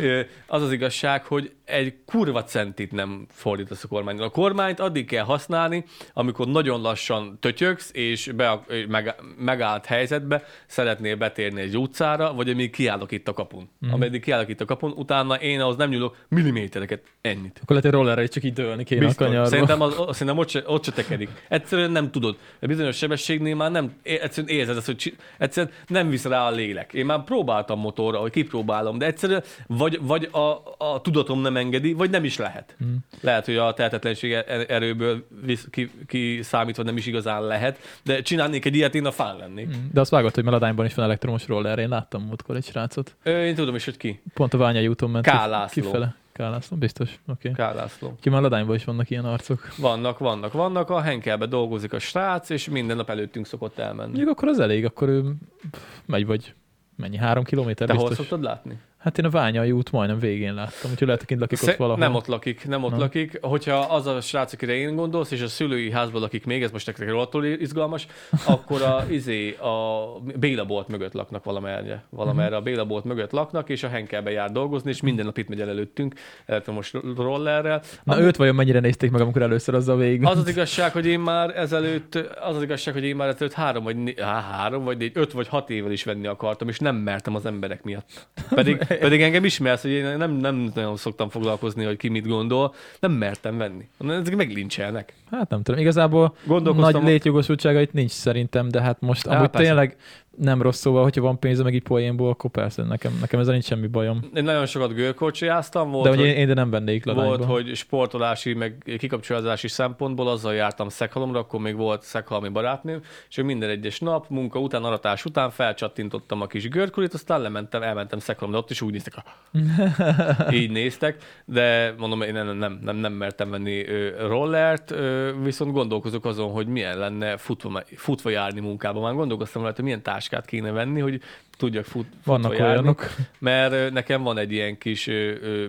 B: Ö, az az igazság, hogy egy kurva centit nem fordítasz a kormányon. A kormányt addig kell használni, amikor nagyon lassan tötyögsz, és be, ö, meg, megállt helyzetbe szeretnél betérni egy utcára, vagy amíg kiállok itt a kapun.
A: Mhm.
B: Mm. Ameddig kiállok itt a kapun, utána én ahhoz nem nyúlok millimétereket, ennyit.
A: Akkor lehet, hogy rollerre is csak így dőlni kéne a
B: Biztos.
A: kanyarba.
B: Szerintem, az, o- szerintem ott, se, ott se tekerik. Egyszerűen nem tudod. A bizonyos sebességnél már nem, é- egyszerűen érzed ezt, hogy csi- egyszerűen nem visz rá a lélek. Én már próbáltam motorra, hogy kipróbálom, de egyszerűen vagy, vagy a, a tudatom nem engedi, vagy nem is lehet. Mm. Lehet, hogy a tehetetlenség er- erőből visz, ki, ki számítva nem is igazán lehet, de csinálnék egy ilyet, én a fán lennék. Mm.
A: De azt vágott, hogy Meladányban is van elektromos roller, én láttam múltkor egy srácot.
B: Ö, én tudom is, hogy ki.
A: Pont a Ványai úton ment
B: K.
A: kif-
B: László.
A: kifele. Kálászló, biztos. Oké. Okay.
B: Kár László.
A: Ki Meladányban is vannak ilyen arcok.
B: Vannak, vannak, vannak. A Henkelbe dolgozik a srác, és minden nap előttünk szokott elmenni.
A: Mondjuk akkor az elég, akkor ő pff, megy vagy mennyi, három kilométer
B: Te hol
A: biztos.
B: szoktad látni?
A: Hát én a Ványai út majdnem végén láttam, úgyhogy lehet, hogy kint lakik ott
B: Sze-
A: valahol.
B: Nem ott lakik, nem ott
A: Na.
B: lakik. Hogyha az a srác, akire én gondolsz, és a szülői házban lakik még, ez most nektek rohadtul izgalmas, akkor a, izé, a Béla bolt mögött laknak valamerre. Valamerre a
A: Mhm.
B: Béla bolt mögött laknak, és a Henkelbe jár dolgozni, és minden nap itt megy el előttünk elektromos rollerrel.
A: Na őt vajon mennyire nézték meg, amikor először azzal végig
B: Az az igazság, hogy én már ezelőtt, az az igazság, hogy én már ezelőtt három vagy, né- á, három vagy négy, öt vagy hat évvel is venni akartam, és nem mertem az emberek miatt. Pedig, pedig engem ismersz, hogy én nem, nem nagyon szoktam foglalkozni, hogy ki mit gondol, nem mertem venni. Mondom, Ezek meglincselnek.
A: Hát nem tudom, igazából
B: Gondolkoztam-
A: nagy létjogosultságait nincs szerintem, de hát most
B: Á,
A: amúgy
B: persze.
A: tényleg nem rossz szóval, hogyha van pénze meg így poénból, akkor persze nekem, nekem ezzel nincs semmi bajom.
B: Én nagyon sokat gőrkocsijáztam, volt,
A: de hogy
B: hogy-
A: én, én, de nem vennék
B: Volt,
A: ladányba.
B: hogy sportolási, meg kikapcsolási szempontból azzal jártam Szekhalomra, akkor még volt Szekhalmi barátnőm, és ő minden egyes nap, munka után, aratás után felcsattintottam a kis görkulit, aztán lementem, elmentem Szekhalomra, ott is úgy néztek, ah. így néztek, de mondom, én nem, nem, nem, nem mertem venni ö, rollert, ö, viszont gondolkozok azon, hogy milyen lenne futva, me- futva járni munkába. Már gondolkoztam rajta, hogy milyen táskát kéne venni, hogy tudjak fut, futva
A: Vannak
B: járni
A: olyanok.
B: mert ö, nekem van egy ilyen kis ö, ö,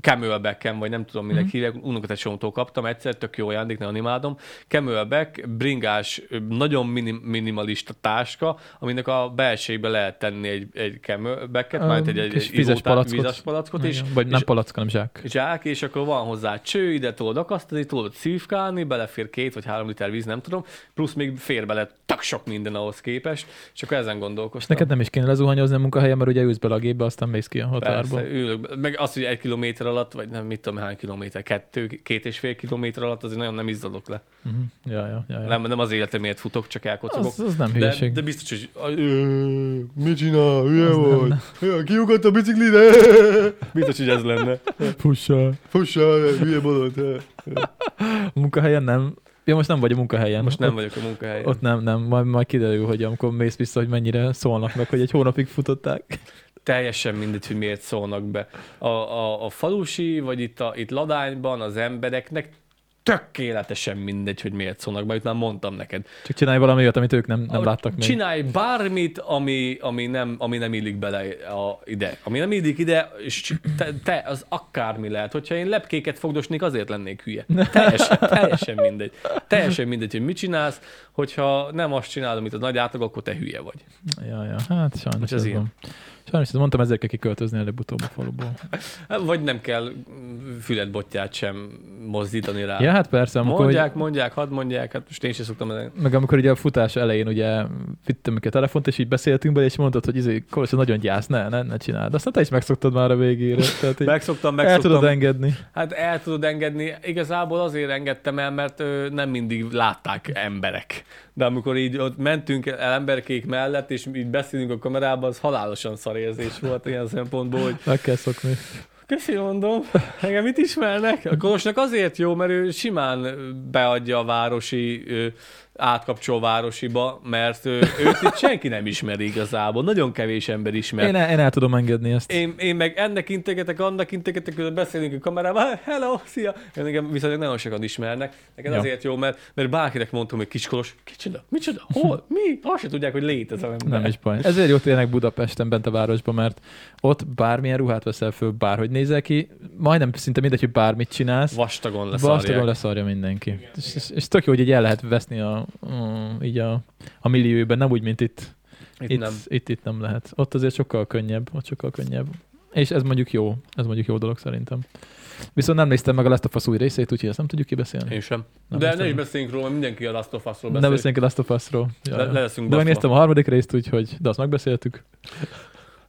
B: camelbackem, vagy nem tudom
A: Mhm.
B: minek mm-hmm. hívják, unokatesómtól kaptam egyszer, tök jó ajándék, nagyon imádom. Camelback, bringás, ö, nagyon minim, minimalista táska, aminek a belsejébe lehet tenni egy, egy camelbacket,
A: Ö,
B: majd egy, egy
A: kis
B: egy
A: vizes
B: izótá-
A: palackot.
B: vizes palackot és,
A: Igen, Vagy nem
B: és
A: palacka, nem zsák.
B: zsák, és akkor van hozzá cső, ide tudod akasztani, tudod szívkálni, belefér két vagy három liter víz, nem tudom, plusz még fér bele tök sok minden ahhoz képest, és akkor ezen
A: És
B: gondolkoztam.
A: neked nem is kéne lezuhanyozni a munkahelyen, mert ugye ülsz bele a gépbe, aztán mész ki a határba.
B: Persze, ülök. be- Meg az, hogy egy kilométer alatt, vagy nem mit tudom hány kilométer, kettő, két és fél kilométer alatt, azért nagyon nem izzadok le.
A: Uh-huh. Ja, ja, ja, ja.
B: Nem, nem az életemért futok, csak elkocogok.
A: az, az nem
B: de,
A: hülyeség.
B: de biztos, hogy "Aj, ö, mit csinál, hülye volt, Ö, kiugrott a biciklire, biztos, hogy ez lenne.
A: Fussa.
B: Fussál, hülye bolond. ö.
A: A munkahelyen nem. Ja, most nem vagy a munkahelyen.
B: Most nem
A: Ott,
B: vagyok a munkahelyen.
A: ott nem, nem. Majd, majd kiderül, hogy amikor mész vissza, hogy mennyire szólnak meg, hogy egy hónapig futották.
B: teljesen mindegy, hogy miért szólnak be. A, a, a falusi, vagy itt, a, itt Ladányban az embereknek tökéletesen mindegy, hogy miért szólnak be, itt már mondtam neked.
A: Csak csinálj valami olyat, amit ők nem, nem
B: Ah,
A: láttak még.
B: Csinálj bármit, ami, ami, nem, ami nem illik bele a, ide. Ami nem illik ide, és c- te, te, az akármi lehet. Hogyha én lepkéket fogdosnék, azért lennék hülye. Teljesen, teljesen mindegy. Teljesen mindegy, hogy mit csinálsz. Hogyha nem azt csinálod, amit a nagy átlag, akkor te hülye vagy.
A: Ja, ja, hát sajnos
B: Most ez
A: ez
B: ilyen.
A: van. Sajnos ezt mondtam, ezért kell kiköltözni előbb-utóbb a faluból.
B: Hát, Vagy nem kell mm, fületbotját sem mozdítani rá.
A: Ja, hát persze, amikor, hogy,
B: Mondják, mondják, hadd mondják, hát most én sem szoktam ezen.
A: meg amikor ugye a futás elején ugye vittem neki a telefont, és így beszéltünk bele, és mondtad, hogy izé, Kolosza nagyon gyász, ne, ne, ne csináld. Aztán te is megszoktad már a végére. Tehát így
B: Megszoktam,
A: el tudod
B: megszoktam.
A: engedni.
B: Hát el tudod engedni. Igazából azért engedtem el, mert ö, nem mindig látták emberek. De amikor így ott mentünk el emberkék mellett, és így beszélünk a kamerában, az halálosan szarérzés volt ilyen szempontból, hogy
A: Meg kell szokni.
B: köszi mondom, engem mit ismernek? A Kolosnak azért jó, mert ő simán beadja a városi, ö, átkapcsol városiba, mert ö, őt itt senki nem ismeri igazából. Nagyon kevés ember ismer.
A: Én, el, én el tudom engedni ezt.
B: Én, én meg ennek integetek, annak integetek, közben beszélünk a kamerában, hello, szia! Én engem viszonylag nagyon sokan ismernek. Neked
A: Ja.
B: ja. azért jó, mert, mert bárkinek mondtam, hogy kiskolos, kicsoda, micsoda, hol, mi? Azt se tudják, hogy létezem ember.
A: Nem is baj. Ezért jó tényleg Budapesten bent a városban, mert ott bármilyen ruhát veszel föl, bárhogy nézel ki, majdnem szinte mindegy, hogy bármit csinálsz,
B: Vastagon lesz
A: Vastagon
B: Vastagon lesz.
A: leszarja mindenki. Igen, és, és, és tök jó, hogy így el lehet veszni a, a, így a, a millióben, nem úgy, mint itt.
B: Itt, itt nem.
A: Itt, itt nem lehet. Ott azért sokkal könnyebb, ott sokkal könnyebb. És ez mondjuk jó, ez mondjuk jó dolog szerintem. Viszont nem néztem meg a Last of Us új részét, úgyhogy ezt nem tudjuk kibeszélni.
B: Én sem.
A: Nem
B: Nem De ne
A: hiszem.
B: is beszéljünk róla, mindenki a Last of Us-ról
A: Nem
B: beszél.
A: beszélünk a Last of Us-ról. Ja,
B: Le,
A: ja.
B: le leszünk
A: De
B: baszva.
A: megnéztem a harmadik részt, úgyhogy, de azt megbeszéltük.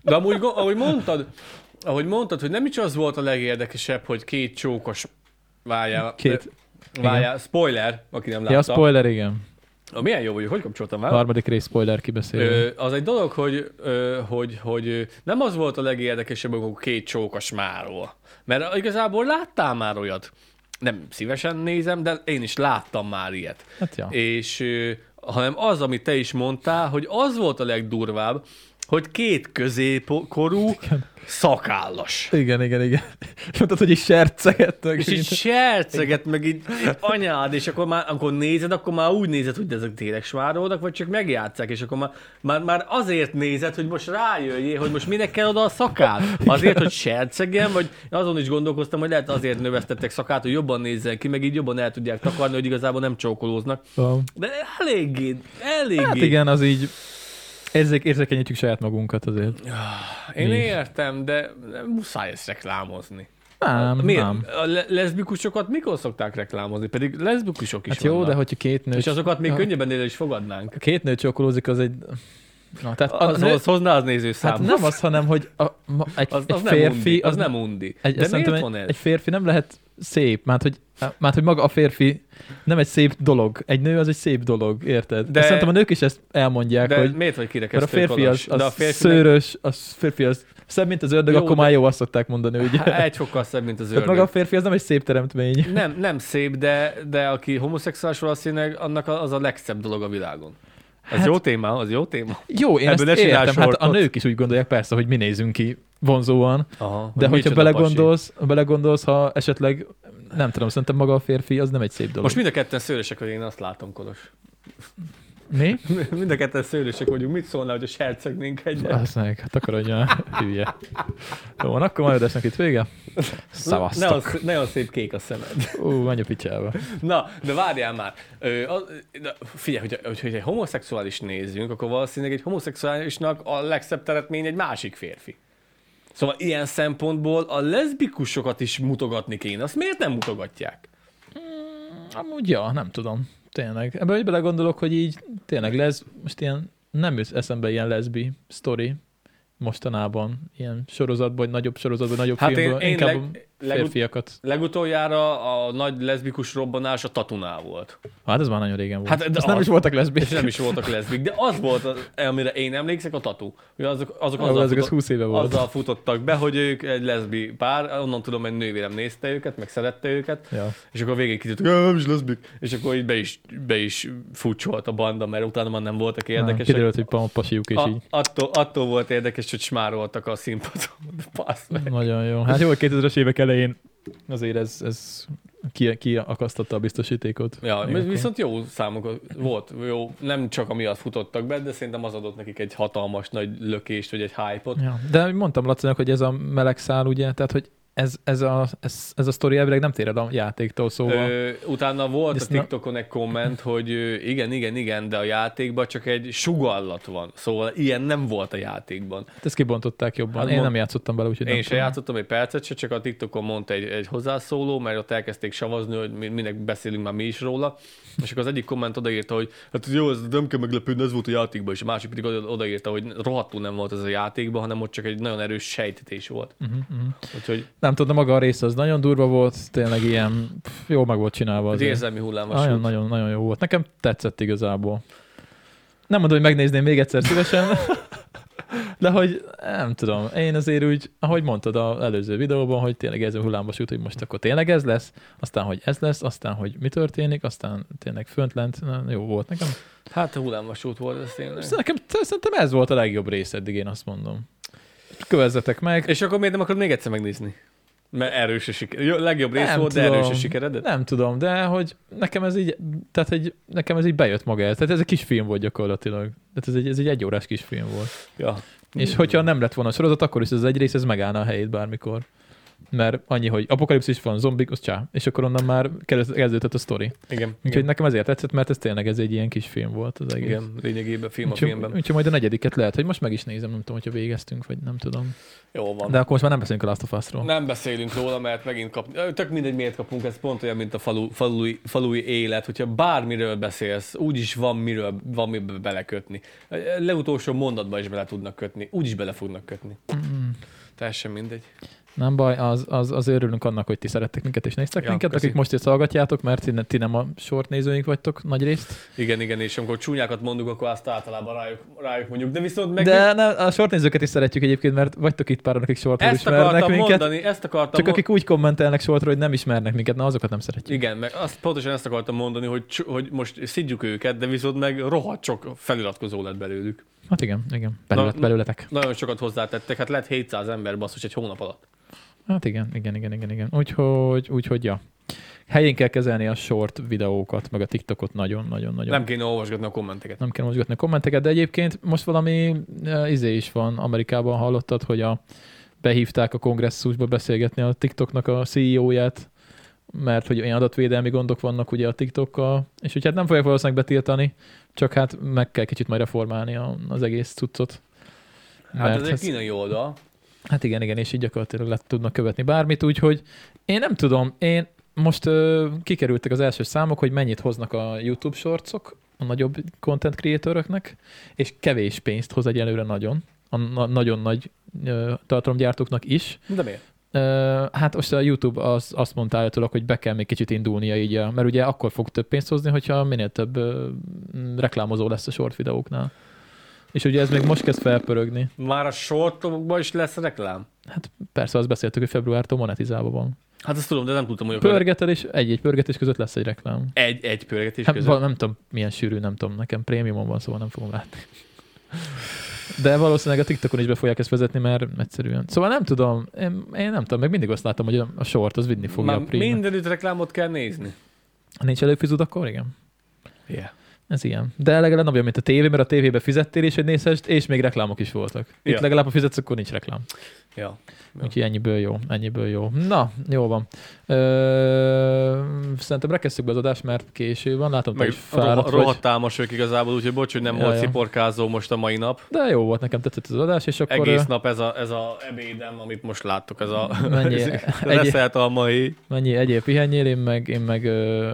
B: De amúgy, go- ahogy mondtad, ahogy mondtad, hogy nem is az volt a legérdekesebb, hogy két csókos Várjál.
A: Két.
B: Várjál. Spoiler, aki nem látta.
A: Ja, spoiler, igen.
B: A, milyen jó vagyok, hogy kapcsoltam
A: A
B: már?
A: harmadik rész spoiler kibeszélő.
B: Ö, az egy dolog, hogy, ö, hogy, hogy ö, nem az volt a legérdekesebb, amikor két csókas máról. Mert igazából láttál már olyat. Nem szívesen nézem, de én is láttam már ilyet.
A: Hát ja.
B: És ö, hanem az, amit te is mondtál, hogy az volt a legdurvább, hogy két középkorú szakállas.
A: Igen, igen, igen. És mondtad, hogy is serceget.
B: És így serceget, meg így anyád, és akkor már, amikor nézed, akkor már úgy nézed, hogy ezek tényleg svárolnak, vagy csak megjátszák, és akkor már, már, már azért nézed, hogy most rájöjjél, hogy most minek kell oda a szakát. Azért, hogy sercegen, vagy azon is gondolkoztam, hogy lehet azért növesztettek szakát, hogy jobban nézzen ki, meg így jobban el tudják takarni, hogy igazából nem csókolóznak. De eléggé, eléggé.
A: Hát igen, az így érzék, érzékenyítjük saját magunkat azért.
B: Én
A: Mi is.
B: értem, de muszáj ezt reklámozni.
A: Nem,
B: Hát, Miért?
A: nem.
B: A le- leszbikusokat mikor szokták reklámozni? Pedig leszbikusok is
A: Hát jó,
B: vannak.
A: de hogyha két nő,
B: És azokat még
A: Ja.
B: könnyebben el is fogadnánk.
A: két nő csókolózik, az egy... Na, tehát a
B: Az,
A: nő,
B: az hozná az nézőszámot.
A: hát nem az, hanem, hogy a, ma, egy,
B: az,
A: egy
B: az, nem
A: férfi...
B: undi, az, nem undi.
A: Egy,
B: De
A: azt
B: miért
A: nem
B: van
A: tudom,
B: ez?
A: egy, egy férfi nem lehet szép, mert hogy, mert hogy maga a férfi nem egy szép dolog. Egy nő az egy szép dolog, érted?
B: De-
A: De, szerintem a nők is ezt elmondják,
B: de
A: hogy
B: miért vagy
A: mert a
B: kirekesztő
A: férfi az, az
B: de a
A: férfi
B: férfi
A: szőrös, az férfi az szebb, mint az ördög,
B: Jó,
A: jó, akkor
B: de-
A: már jó, azt szokták mondani, ugye? Hát,
B: egy fokkal szebb, mint az
A: Tehát
B: ördög.
A: maga a férfi az nem egy szép teremtmény.
B: Nem, nem szép, de, de aki homoszexuális valószínűleg, annak a- az a legszebb dolog a világon. Ez
A: Hát-
B: jó téma, az jó téma.
A: Jó, én
B: Ebből
A: Ebből
B: ne
A: ezt
B: csinálj
A: értem, hát a
B: sortot.
A: nők is úgy gondolják persze, hogy mi nézünk ki vonzóan, de
B: Aha, hogy
A: hogyha
B: micsoda pasi.
A: belegondolsz, ha belegondolsz, ha esetleg, nem tudom, szerintem maga a férfi az nem egy szép dolog.
B: Most mind a ketten szőrösek, hogy én azt látom, Kolos.
A: mi?
B: Mind a ketten szőrösek vagyunk. Mit szólnál, hogy a sercegnénk egyet?
A: Azt meg, hát akkor adja, hülye. Jó, van, akkor majd adásnak itt vége. Szavaztok.
B: Nagyon, sz- nagyon szép kék a szemed.
A: Ú, menj a picsába.
B: Na, de várjál már. Ö, az, de figyelj, hogy, hogy, hogy egy homoszexuális nézzünk, akkor valószínűleg egy homoszexuálisnak a legszebb teretmény egy másik férfi. Szóval ilyen szempontból a leszbikusokat is mutogatni kéne. Azt miért nem mutogatják?
A: Amúgy, ja, nem tudom. Tényleg. Ebben hogy belegondolok, hogy így tényleg lesz, most ilyen, nem jut eszembe ilyen leszbi sztori mostanában, ilyen sorozatban, vagy nagyobb sorozatban, nagyobb
B: Hát
A: hát
B: én-
A: filmben,
B: én
A: én, inkább
B: leg-
A: a férfiakat.
B: Legutoljára a nagy leszbikus robbanás a tatunál volt.
A: Hát ez már nagyon régen volt.
B: Hát,
A: Hát,
B: de
A: de Azt nem
B: az-
A: is voltak
B: És
A: leszbik.
B: nem is voltak leszbik, de az volt, az, amire én emlékszek, a tatu. Ugye azok, azok
A: Jó,
B: azzal,
A: ezek az
B: futott,
A: 20 éve volt.
B: azzal futottak be, hogy ők egy leszbi pár, onnan tudom, hogy nővérem nézte őket, meg szerette őket,
A: Ja.
B: És akkor végén kitűntök, nem is leszbik. És akkor így be is, be is futcsolt a banda, mert utána már nem voltak
A: Nem,
B: érdekesek.
A: kiderült, hogy pa- pasiuk is
B: a,
A: így.
B: attól, attól, volt érdekes, hogy smároltak a színpadon. De passz meg.
A: Nagyon jó. Hát jó, a 2000-es évek elején azért ez, ez ki, ki akasztotta a biztosítékot.
B: Ja,
A: Még
B: Még
A: akkor.
B: viszont jó számok volt, jó, nem csak amiatt futottak be, de szerintem az adott nekik egy hatalmas nagy lökést, vagy egy hype-ot.
A: Ja. De mondtam Lacinak, hogy ez a meleg szál, ugye, tehát hogy ez, ez, a, ez, ez a sztori elvileg nem tér el a játéktól, szóval Ö,
B: Ö, utána volt
A: Ezt
B: a
A: na-
B: TikTokon egy komment, hogy ö, igen, igen, igen, de a játékban csak egy sugallat van. Szóval ilyen nem volt a játékban.
A: ezt kibontották jobban.
B: hát
A: Én
B: mond-
A: nem játszottam bele, úgyhogy
B: Én
A: nem
B: se
A: tudom.
B: játszottam egy percet se, csak a TikTokon mondta egy, egy hozzászóló, mert ott elkezdték savazni, hogy mi- minek beszélünk már mi is róla. És akkor az egyik komment odaírta, hogy hát jó, ez nem kell meglepődni, ez volt a játékban, és a másik pedig oda- odaírta, hogy rohadtul nem volt ez a játékban, hanem ott csak egy nagyon erős sejtetés volt.
A: Uh-huh, uh-huh.
B: Úgyhogy
A: Nem tudom, maga a rész az nagyon durva volt, tényleg ilyen, pff, jól meg volt csinálva.
B: az
A: azért.
B: érzelmi hullámos
A: Nagyon,
B: út.
A: nagyon, nagyon jó volt. Nekem tetszett igazából. Nem mondom, hogy megnézném még egyszer szívesen, de hogy nem tudom, én azért úgy, ahogy mondtad az előző videóban, hogy tényleg ez a hullámos út, hogy most akkor tényleg ez lesz, aztán, hogy ez lesz, aztán, hogy mi történik, aztán tényleg fönt lent, na, jó volt nekem.
B: Hát hullámos út volt ez tényleg.
A: Nekem szerintem ez volt a legjobb rész eddig, én azt mondom. Kövezzetek meg.
B: És akkor miért nem akarod még egyszer megnézni? Mert erős a siker. Jó, legjobb rész
A: Nem
B: volt, de
A: tudom.
B: erős a sikeredet.
A: Nem tudom, de hogy nekem ez így, tehát egy, nekem ez így bejött maga el. Tehát ez egy kis film volt gyakorlatilag. Tehát ez egy, ez egy egyórás kis film volt.
B: Ja.
A: És hogyha nem lett volna sorozat, akkor is ez egy rész, ez megállna a helyét bármikor. Mert annyi, hogy apokalipszis van, zombik, az csá. És akkor onnan már kezd- kezdődött a sztori.
B: Igen.
A: Úgyhogy
B: Igen.
A: nekem ezért tetszett, mert ez tényleg ez egy ilyen kis film volt az egész.
B: Igen, lényegében film a
A: Úgyhogy,
B: filmben.
A: úgyhogy majd a negyediket lehet, hogy most meg is nézem, nem tudom, hogyha végeztünk, vagy nem tudom.
B: Jó van.
A: De akkor most már nem beszélünk a Last of Us-ról.
B: Nem beszélünk róla, mert megint kap... Ö, Tök mindegy, miért kapunk, ez pont olyan, mint a falu, falui, falui élet, hogyha bármiről beszélsz, úgyis van miről, van mibe belekötni. Ö, Legutolsó mondatba is bele tudnak kötni, úgyis bele fognak kötni.
A: Mm.
B: Teljesen mindegy.
A: Nem baj, az, az, az örülünk annak, hogy ti szerettek minket és néztek
B: Ja,
A: ja, minket,
B: köszi.
A: akik most itt hallgatjátok, mert ti, ne, ti nem a sort nézőink vagytok nagy részt.
B: Igen, igen, és amikor csúnyákat mondunk, akkor azt általában rájuk, rájuk mondjuk. De viszont meg
A: Meg De nem, a sort nézőket is szeretjük egyébként, mert vagytok itt pár, akik sortról
B: ezt
A: ismernek
B: akartam
A: minket.
B: mondani, ezt akartam
A: Csak
B: mo-
A: akik úgy kommentelnek sortról, hogy nem ismernek minket, na azokat nem szeretjük.
B: Igen, meg azt, pontosan ezt akartam mondani, hogy, csu- hogy most szidjuk őket, de viszont meg rohadt sok feliratkozó lett belőlük.
A: Hát igen, igen. Belület,
B: Na-
A: belőletek.
B: Nagyon sokat hozzátettek, hát lett 700 ember basszus egy hónap alatt.
A: Hát igen, igen, igen, igen, igen. Úgyhogy, úgyhogy ja. Helyén kell kezelni a short videókat, meg a TikTokot nagyon-nagyon-nagyon.
B: Nem kéne olvasgatni a kommenteket.
A: nem kell mozgatni a kommenteket, de egyébként most valami eh, izé is van. Amerikában hallottad, hogy a behívták a kongresszusba beszélgetni a TikToknak a CEO-ját, mert hogy olyan adatvédelmi gondok vannak ugye a TikTokkal, és hogy hát nem fogják valószínűleg betiltani, csak hát meg kell kicsit majd reformálni a, az egész cuccot.
B: Hát
A: Mert
B: ez egy
A: ez-
B: kínai oldal.
A: Hát igen, igen, és így gyakorlatilag le tudnak követni bármit, úgyhogy én nem tudom, én most ö, kikerültek az első számok, hogy mennyit hoznak a YouTube shortsok a nagyobb content creatoröknek, és kevés pénzt hoz egyelőre nagyon, a na- nagyon nagy ö, tartalomgyártóknak is.
B: De miért?
A: Ö, hát most a YouTube az, azt mondta állítólag, hogy be kell még kicsit indulnia így, a- mert ugye akkor fog több pénzt hozni, hogyha minél több ö, m, reklámozó lesz a short videóknál. És ugye ez még most kezd felpörögni.
B: Már a sortokban is lesz reklám.
A: Persze, azt beszéltük, hogy februártól monetizálva van.
B: Hát azt tudom, de nem tudtam, hogy akkor
A: Pörgetel, és egy-egy pörgetés között lesz egy reklám.
B: egy, egy pörgetés
A: Hát,
B: között.
A: val- nem tudom, milyen sűrű, nem tudom, nekem prémiumon van, szóval nem fogom látni. De valószínűleg a TikTokon is be fogják ezt vezetni, mert egyszerűen. Szóval nem tudom, én, én nem tudom, meg mindig azt látom, hogy a- a sort az vinni fogja a
B: Már
A: prémium. Mind...
B: mindenütt reklámot kell nézni.
A: Nincs előfizud, akkor igen.
B: Yeah.
A: Ez ilyen. De legalább nem olyan, mint a tévé, mert a tévébe fizettél is, hogy nézhessd, és még reklámok is voltak. Itt
B: Ja.
A: legalább, ha fizetsz, akkor nincs reklám.
B: Ja. Ja.
A: Úgyhogy ennyiből jó, ennyiből jó. Na, jó van. Ö, szerintem rekesszük be az adást, mert késő van. Látom, te
B: Meg
A: is fáradt
B: roha-
A: vagy.
B: rohadt álmos vagyok igazából, úgyhogy bocs, hogy nem
A: Ja,
B: volt
A: ja.
B: sziporkázó most a mai nap.
A: De jó volt, nekem tetszett az adás, és akkor...
B: Egész
A: ö,
B: nap ez a, ez a ebédem, amit most láttok, ez a
A: Mennyi-
B: leszelt a mai.
A: Mennyi egyéb pihenjél, én meg, én meg, ö,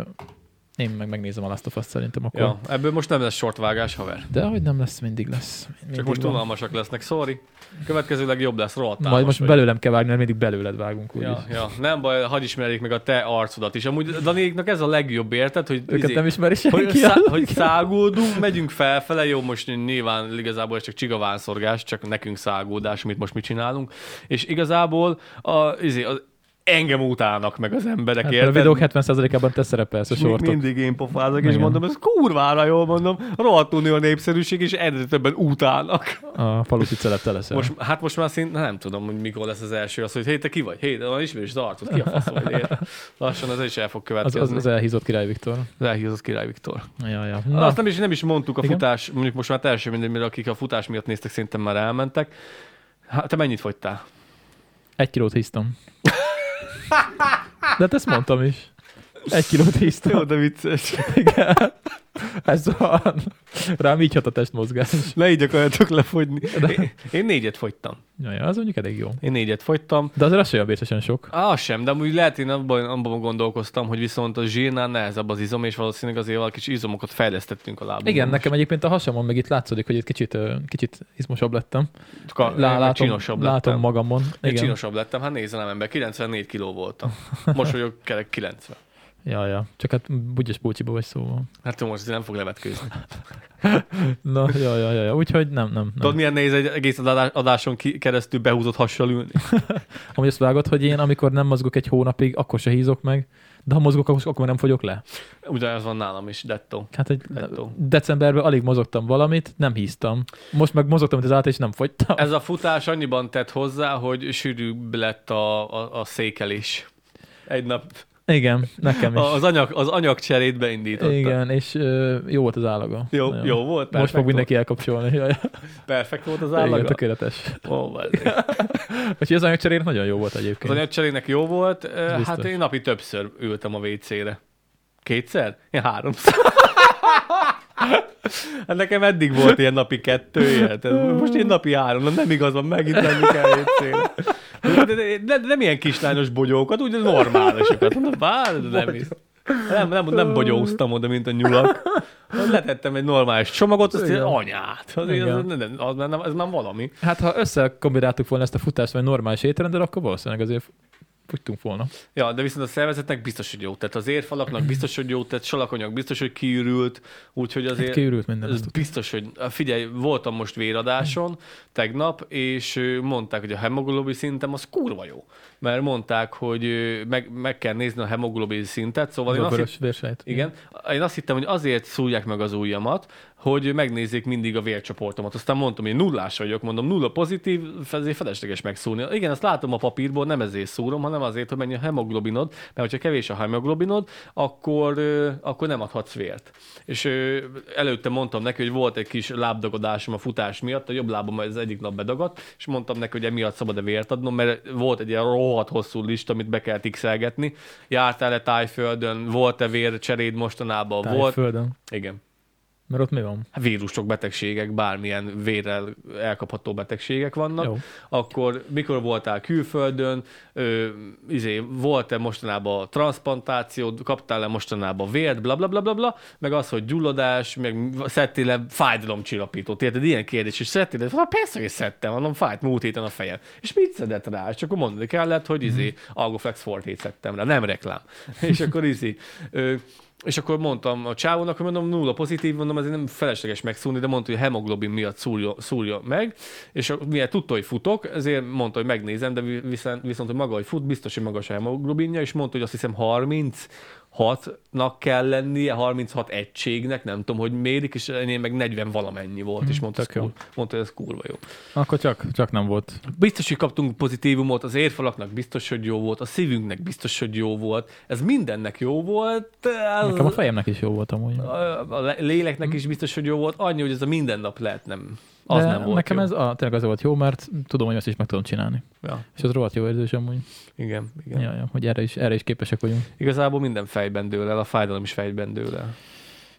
A: én meg megnézem a Last of Us-t szerintem akkor.
B: Ja, ebből most nem lesz sortvágás, haver.
A: De hogy nem lesz, mindig lesz. Mindig
B: Csak most
A: van.
B: unalmasak lesznek, sorry. Következőleg jobb lesz, rohadt
A: Majd most
B: belőle.
A: belőlem kell vágni, mert mindig belőled vágunk. Úgy
B: Ja, ja, nem baj, hadd ismerjék meg a te arcodat is. Amúgy Danéknak ez a legjobb, érted? Hogy, izé,
A: Őket nem ismeri
B: hogy,
A: senki.
B: szá, hogy szágódunk, megyünk felfele, jó, most nyilván igazából ez csak csigavánszorgás, csak nekünk szágódás, amit most mi csinálunk. És igazából a, izé, az engem utálnak meg az emberek,
A: Hát, mert a
B: érted?
A: videók 70%-ában te szerepelsz a
B: Mi-
A: sortot.
B: Mindig én pofázok, és
A: Igen.
B: mondom, ez kurvára jól mondom, rohadtul nő a népszerűség, és egyre többen utálnak.
A: A falusi celeb te leszel.
B: Most, hát most már szint, nem tudom, hogy mikor lesz az első, az, hogy hé, te ki vagy? Hé, de van ismerős az arcod, ki a fasz vagy? Érted? Lassan az is el fog
A: az,
B: következni.
A: az, az elhízott király Viktor.
B: elhízott király Viktor.
A: Ja, ja.
B: Na.
A: Na,
B: Azt nem is, nem is mondtuk a
A: Igen.
B: futás, mondjuk most már teljesen mindegy, mert akik a futás miatt néztek, szerintem már elmentek. Hát, te mennyit fogytál?
A: egy kilót hisztam. De hát ezt mondtam is. Egy kilót hisztam.
B: Jó, de vicces.
A: Igen. Ez van. Rám így hat a testmozgás.
B: Ne így akarjatok lefogyni. Én, én négyet fogytam.
A: Jaj, az mondjuk elég jó.
B: Én négyet fogytam.
A: De azért az se olyan vészesen sok.
B: Á, az sem, de amúgy lehet, én abban, abban gondolkoztam, hogy viszont a zsírnál nehezebb az izom, és valószínűleg azért valaki kis izomokat fejlesztettünk a lábunkon.
A: Igen, nekem egyébként a hasamon meg itt látszódik, hogy egy kicsit, ö, kicsit izmosabb lettem.
B: Ka-
A: Lá, látom,
B: csinosabb
A: látom
B: lettem.
A: magamon.
B: Én
A: Igen.
B: csinosabb lettem, hát nézem ember, 94 kiló voltam. Most vagyok kerek 90.
A: Ja, ja. Csak hát bugyos búcsiba vagy szóval.
B: Hát jó, most ez nem fog levetkőzni.
A: Hát Na, ja, ja, ja, ja. Úgyhogy nem, nem,
B: Tudod,
A: nem.
B: milyen nehéz egy egész adá- adáson ki- keresztül behúzott hassal ülni?
A: Amúgy azt vágod, hogy én amikor nem mozgok egy hónapig, akkor se hízok meg, de ha mozgok, akkor akkor már nem fogyok le.
B: Ugyanez van nálam is, dettó.
A: Hát egy
B: Dettó.
A: decemberben alig mozogtam valamit, nem híztam. Most meg mozogtam, mint az állat, és nem fogytam.
B: Ez a futás annyiban tett hozzá, hogy sűrűbb lett a, a, a székelés. Egy nap
A: Igen, nekem is.
B: a- az, anyag, az anyagcserét beindította.
A: Igen, és ö, jó volt az állaga.
B: Jó,
A: Nagyon.
B: jó volt,
A: Most fog
B: perfekt
A: mindenki elkapcsolni. Jaj, jaj.
B: volt. Perfekt volt az
A: Igen,
B: állaga.
A: tökéletes.
B: Ó, bazd.
A: Úgyhogy az anyagcserének nagyon jó volt egyébként.
B: Az anyagcserének jó volt, eh, hát
A: biztos.
B: én napi többször ültem a WC-re. Kétszer? Én háromszor. Hát nekem eddig volt ilyen napi kettő, érted? most én napi három, na nem igaz van, megint lenni kell WC-re. De, de, de, de, nem ilyen kislányos bogyókat, úgy normálisokat. Mondom, bár, de nem is. Nem, nem, nem bogyóztam oda, mint a nyulak. Letettem egy normális csomagot, azt
A: Igen.
B: így anyát. Az, így- az, nem, az, már nem, az nem valami.
A: Hát ha összekombináltuk volna ezt a futást, vagy normális étrenddel, akkor valószínűleg azért futtunk volna.
B: Ja, de viszont a szervezetnek biztos, hogy jót tett. Az érfalaknak biztos, hogy jót tett, salakonyag biztos, hogy kiürült, úgyhogy azért...
A: Hát Kiürült minden.
B: Ez
A: ezt
B: biztos, hogy Hát figyelj, voltam most véradáson tegnap, és ö, mondták, hogy a hemoglobin szintem az kurva jó. Mert mondták, hogy ö, meg, meg kell nézni a hemoglobin szintet, szóval én
A: tudom. Az a
B: azt, hitt,
A: vörös vérsejt.
B: igen, én azt hittem, hogy azért szúrják meg az ujjamat, hogy megnézzék mindig a vércsoportomat. Aztán mondtam, hogy nullás vagyok, mondom, nulla pozitív, ezért felesleges megszúrni. Igen, azt látom a papírból, nem ezért szúrom, hanem azért, hogy mennyi a hemoglobinod, mert hogyha kevés a hemoglobinod, akkor, ö, akkor nem adhatsz vért. És ö, előtte mondtam neki, hogy volt egy kis lábdagadásom a futás miatt, a jobb lábam ez egyik nap bedagadt, és mondtam neki, hogy emiatt szabad-e vért adnom, mert volt egy ilyen rohadt hosszú lista, amit be kell tixelgetni. Jártál-e tájföldön, volt-e vércseréd mostanában? Volt.
A: Tájföldön.
B: Igen.
A: Mert ott mi van?
B: Hát Vírusok, betegségek, bármilyen vérrel elkapható betegségek vannak.
A: Jó.
B: Akkor mikor voltál külföldön, ö, izé, volt-e mostanában transplantáció, kaptál-e mostanában vért, bla, bla, bla, bla, bla, meg az, hogy gyulladás, meg szedtél-e fájdalomcsillapítót, érted, ilyen kérdés, és szedtél -e? Mondom, persze, hogy szedtem, mondom, fájt múlt héten a fejem. És mit szedett rá? És akkor mondani kellett, hogy izé, Algoflex Fortét szedtem rá, nem reklám. és akkor izé, ö, és akkor mondtam a csávónak, hogy mondom, nulla pozitív, mondom, ezért nem felesleges megszúrni, de mondta, hogy hemoglobin miatt szúrja, szúrja meg, és a- mivel tudta, hogy futok, ezért mondta, hogy megnézem, de vi- viszont, viszont hogy maga, hogy fut, biztos, hogy magas a hemoglobinja, és mondta, hogy azt hiszem 36-nak kell lennie, 36 egységnek, nem tudom, hogy mérik, és én meg 40 valamennyi volt, és mondta, ez
A: Hm, tök jó.
B: kur, mondta, hogy ez kurva jó.
A: Akkor csak, csak nem volt.
B: Biztos, hogy kaptunk pozitívumot, az érfalaknak biztos, hogy jó volt, a szívünknek biztos, hogy jó volt, ez mindennek jó volt. Ez...
A: Nekem a fejemnek is jó volt amúgy.
B: A a le- léleknek is biztos, hogy jó volt. Annyi, hogy ez a minden nap lehet nem. Az
A: Mhm. De
B: nem volt
A: Nekem
B: jó.
A: ez a, tényleg az volt jó, mert tudom, hogy azt is meg tudom csinálni.
B: Ja,
A: És az rohadt jó érzés amúgy.
B: igen, igen.
A: Ja.
B: Ja.
A: Ja, ja, hogy erre is, erre is képesek vagyunk.
B: Igazából minden fejben dől el, a fájdalom is fejben dől el.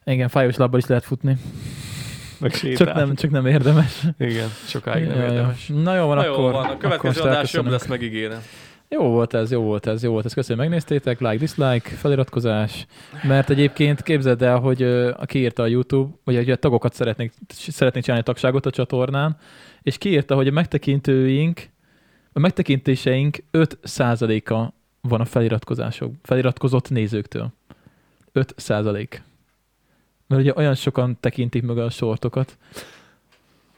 A: Igen, fájós lábbal is lehet futni.
B: Meg
A: Csak nem, csak nem érdemes.
B: Igen, sokáig nem
A: Ja, ja.
B: érdemes.
A: Na jó van,
B: Na
A: akkor,
B: jó, van, a következő
A: akkor
B: adás jobb
A: elköszönünk.
B: lesz, megígérem.
A: Jó volt ez, jó volt ez, jó volt ez. Köszönöm, hogy megnéztétek. Like, dislike, feliratkozás. Mert egyébként képzeld el, hogy ö, a kiírta a YouTube, vagy hogy a tagokat szeretnék, szeretnék csinálni tagságot a csatornán, és kiírta, hogy a megtekintőink, a megtekintéseink 5%-a van a feliratkozások, feliratkozott nézőktől. 5%. Mert ugye olyan sokan tekintik meg a sortokat,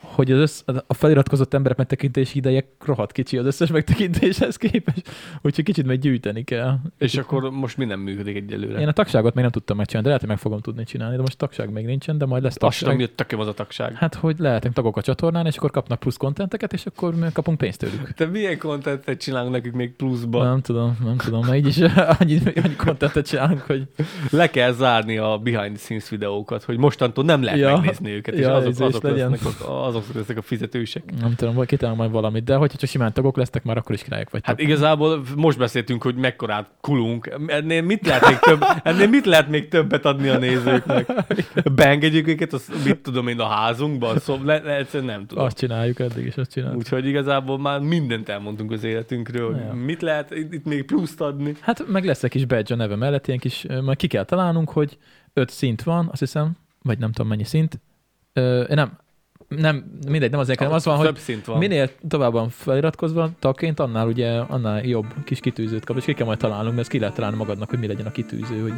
A: hogy az össz, a feliratkozott emberek megtekintési ideje rohadt kicsi az összes megtekintéshez képest, úgyhogy kicsit meg gyűjteni kell.
B: És akkor most mi nem működik egyelőre?
A: Én a tagságot még nem tudtam megcsinálni, de lehet, hogy meg fogom tudni csinálni, de most tagság még nincsen, de majd lesz
B: Azt sem,
A: tagság.
B: hogy tökéletes az a tagság.
A: Hát, hogy lehetünk tagok a csatornán, és akkor kapnak plusz kontenteket, és akkor mi kapunk pénzt tőlük.
B: Te milyen kontentet csinálunk nekünk még pluszban?
A: Nem tudom, nem tudom, mert így is annyi, annyi kontentet csinálunk, hogy
B: Le kell zárni a behind the scenes videókat, hogy mostantól nem lehet
A: Ja.
B: megnézni őket, és
A: Ja,
B: azok,
A: ez is
B: azok,
A: legyen.
B: lesznek, a- azok lesznek a fizetősek.
A: nem tudom, vagy kitalálom majd valamit, de hogyha csak simán tagok lesznek, már akkor is királyok vagytok.
B: Hát igazából most beszéltünk, hogy mekkorát kulunk. Ennél mit lehet még, több, ennél mit lehet még többet adni a nézőknek? Beengedjük őket, azt mit tudom én, a házunkban? Szóval le, le, egyszerűen nem tudom.
A: azt csináljuk eddig, és azt csináljuk.
B: Úgyhogy igazából már mindent elmondtunk az életünkről.
A: Ja.
B: Ja. Mit lehet itt, itt még pluszt adni?
A: Hát meg lesz egy kis badge a neve mellett, ilyen kis, ö, majd ki kell találnunk, hogy öt szint van, azt hiszem, vagy nem tudom mennyi szint. Ö, nem, nem, mindegy, nem azért, hanem az van, hogy
B: Több szint van.
A: Minél tovább van feliratkozva tagként, annál ugye annál jobb kis kitűzőt kap, és ki kell majd találnunk, mert ezt ki lehet találni magadnak, hogy mi legyen a kitűző, hogy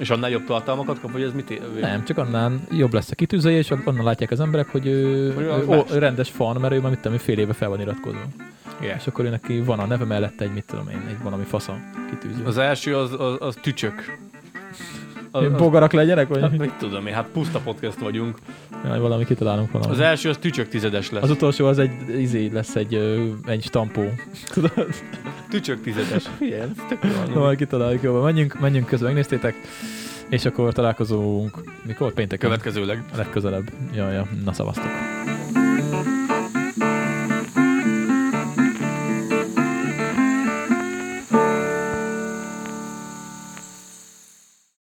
B: És annál jobb tartalmakat kap, hogy ez mit ér?
A: nem, csak annál jobb lesz a kitűzője, és annál látják az emberek, hogy ő,
B: Hogy
A: ő,
B: valami
A: ó,
B: más.
A: rendes fan, mert ő már mit tudom, én, fél éve fel van iratkozva.
B: Yeah.
A: És akkor ő neki van a neve mellett egy, mit tudom én, egy valami fasza kitűző. Az,
B: Az első az, az, az tücsök. Az,
A: az,
B: az,
A: bogarak legyenek, vagy
B: hát
A: hát,
B: mit tudom én, hát puszta podcast vagyunk.
A: valami kitalálunk valami.
B: Az első az tücsök tizedes lesz.
A: Az utolsó az egy, izé lesz egy, ö, egy stampó. Tudod?
B: Tücsök tizedes. Igen, ez tök jó.
A: Na, majd kitaláljuk jobban. Menjünk, menjünk közben, megnéztétek, és akkor találkozunk, mikor? Pénteken.
B: Következőleg.
A: legközelebb. Ja, ja, na szavaztok.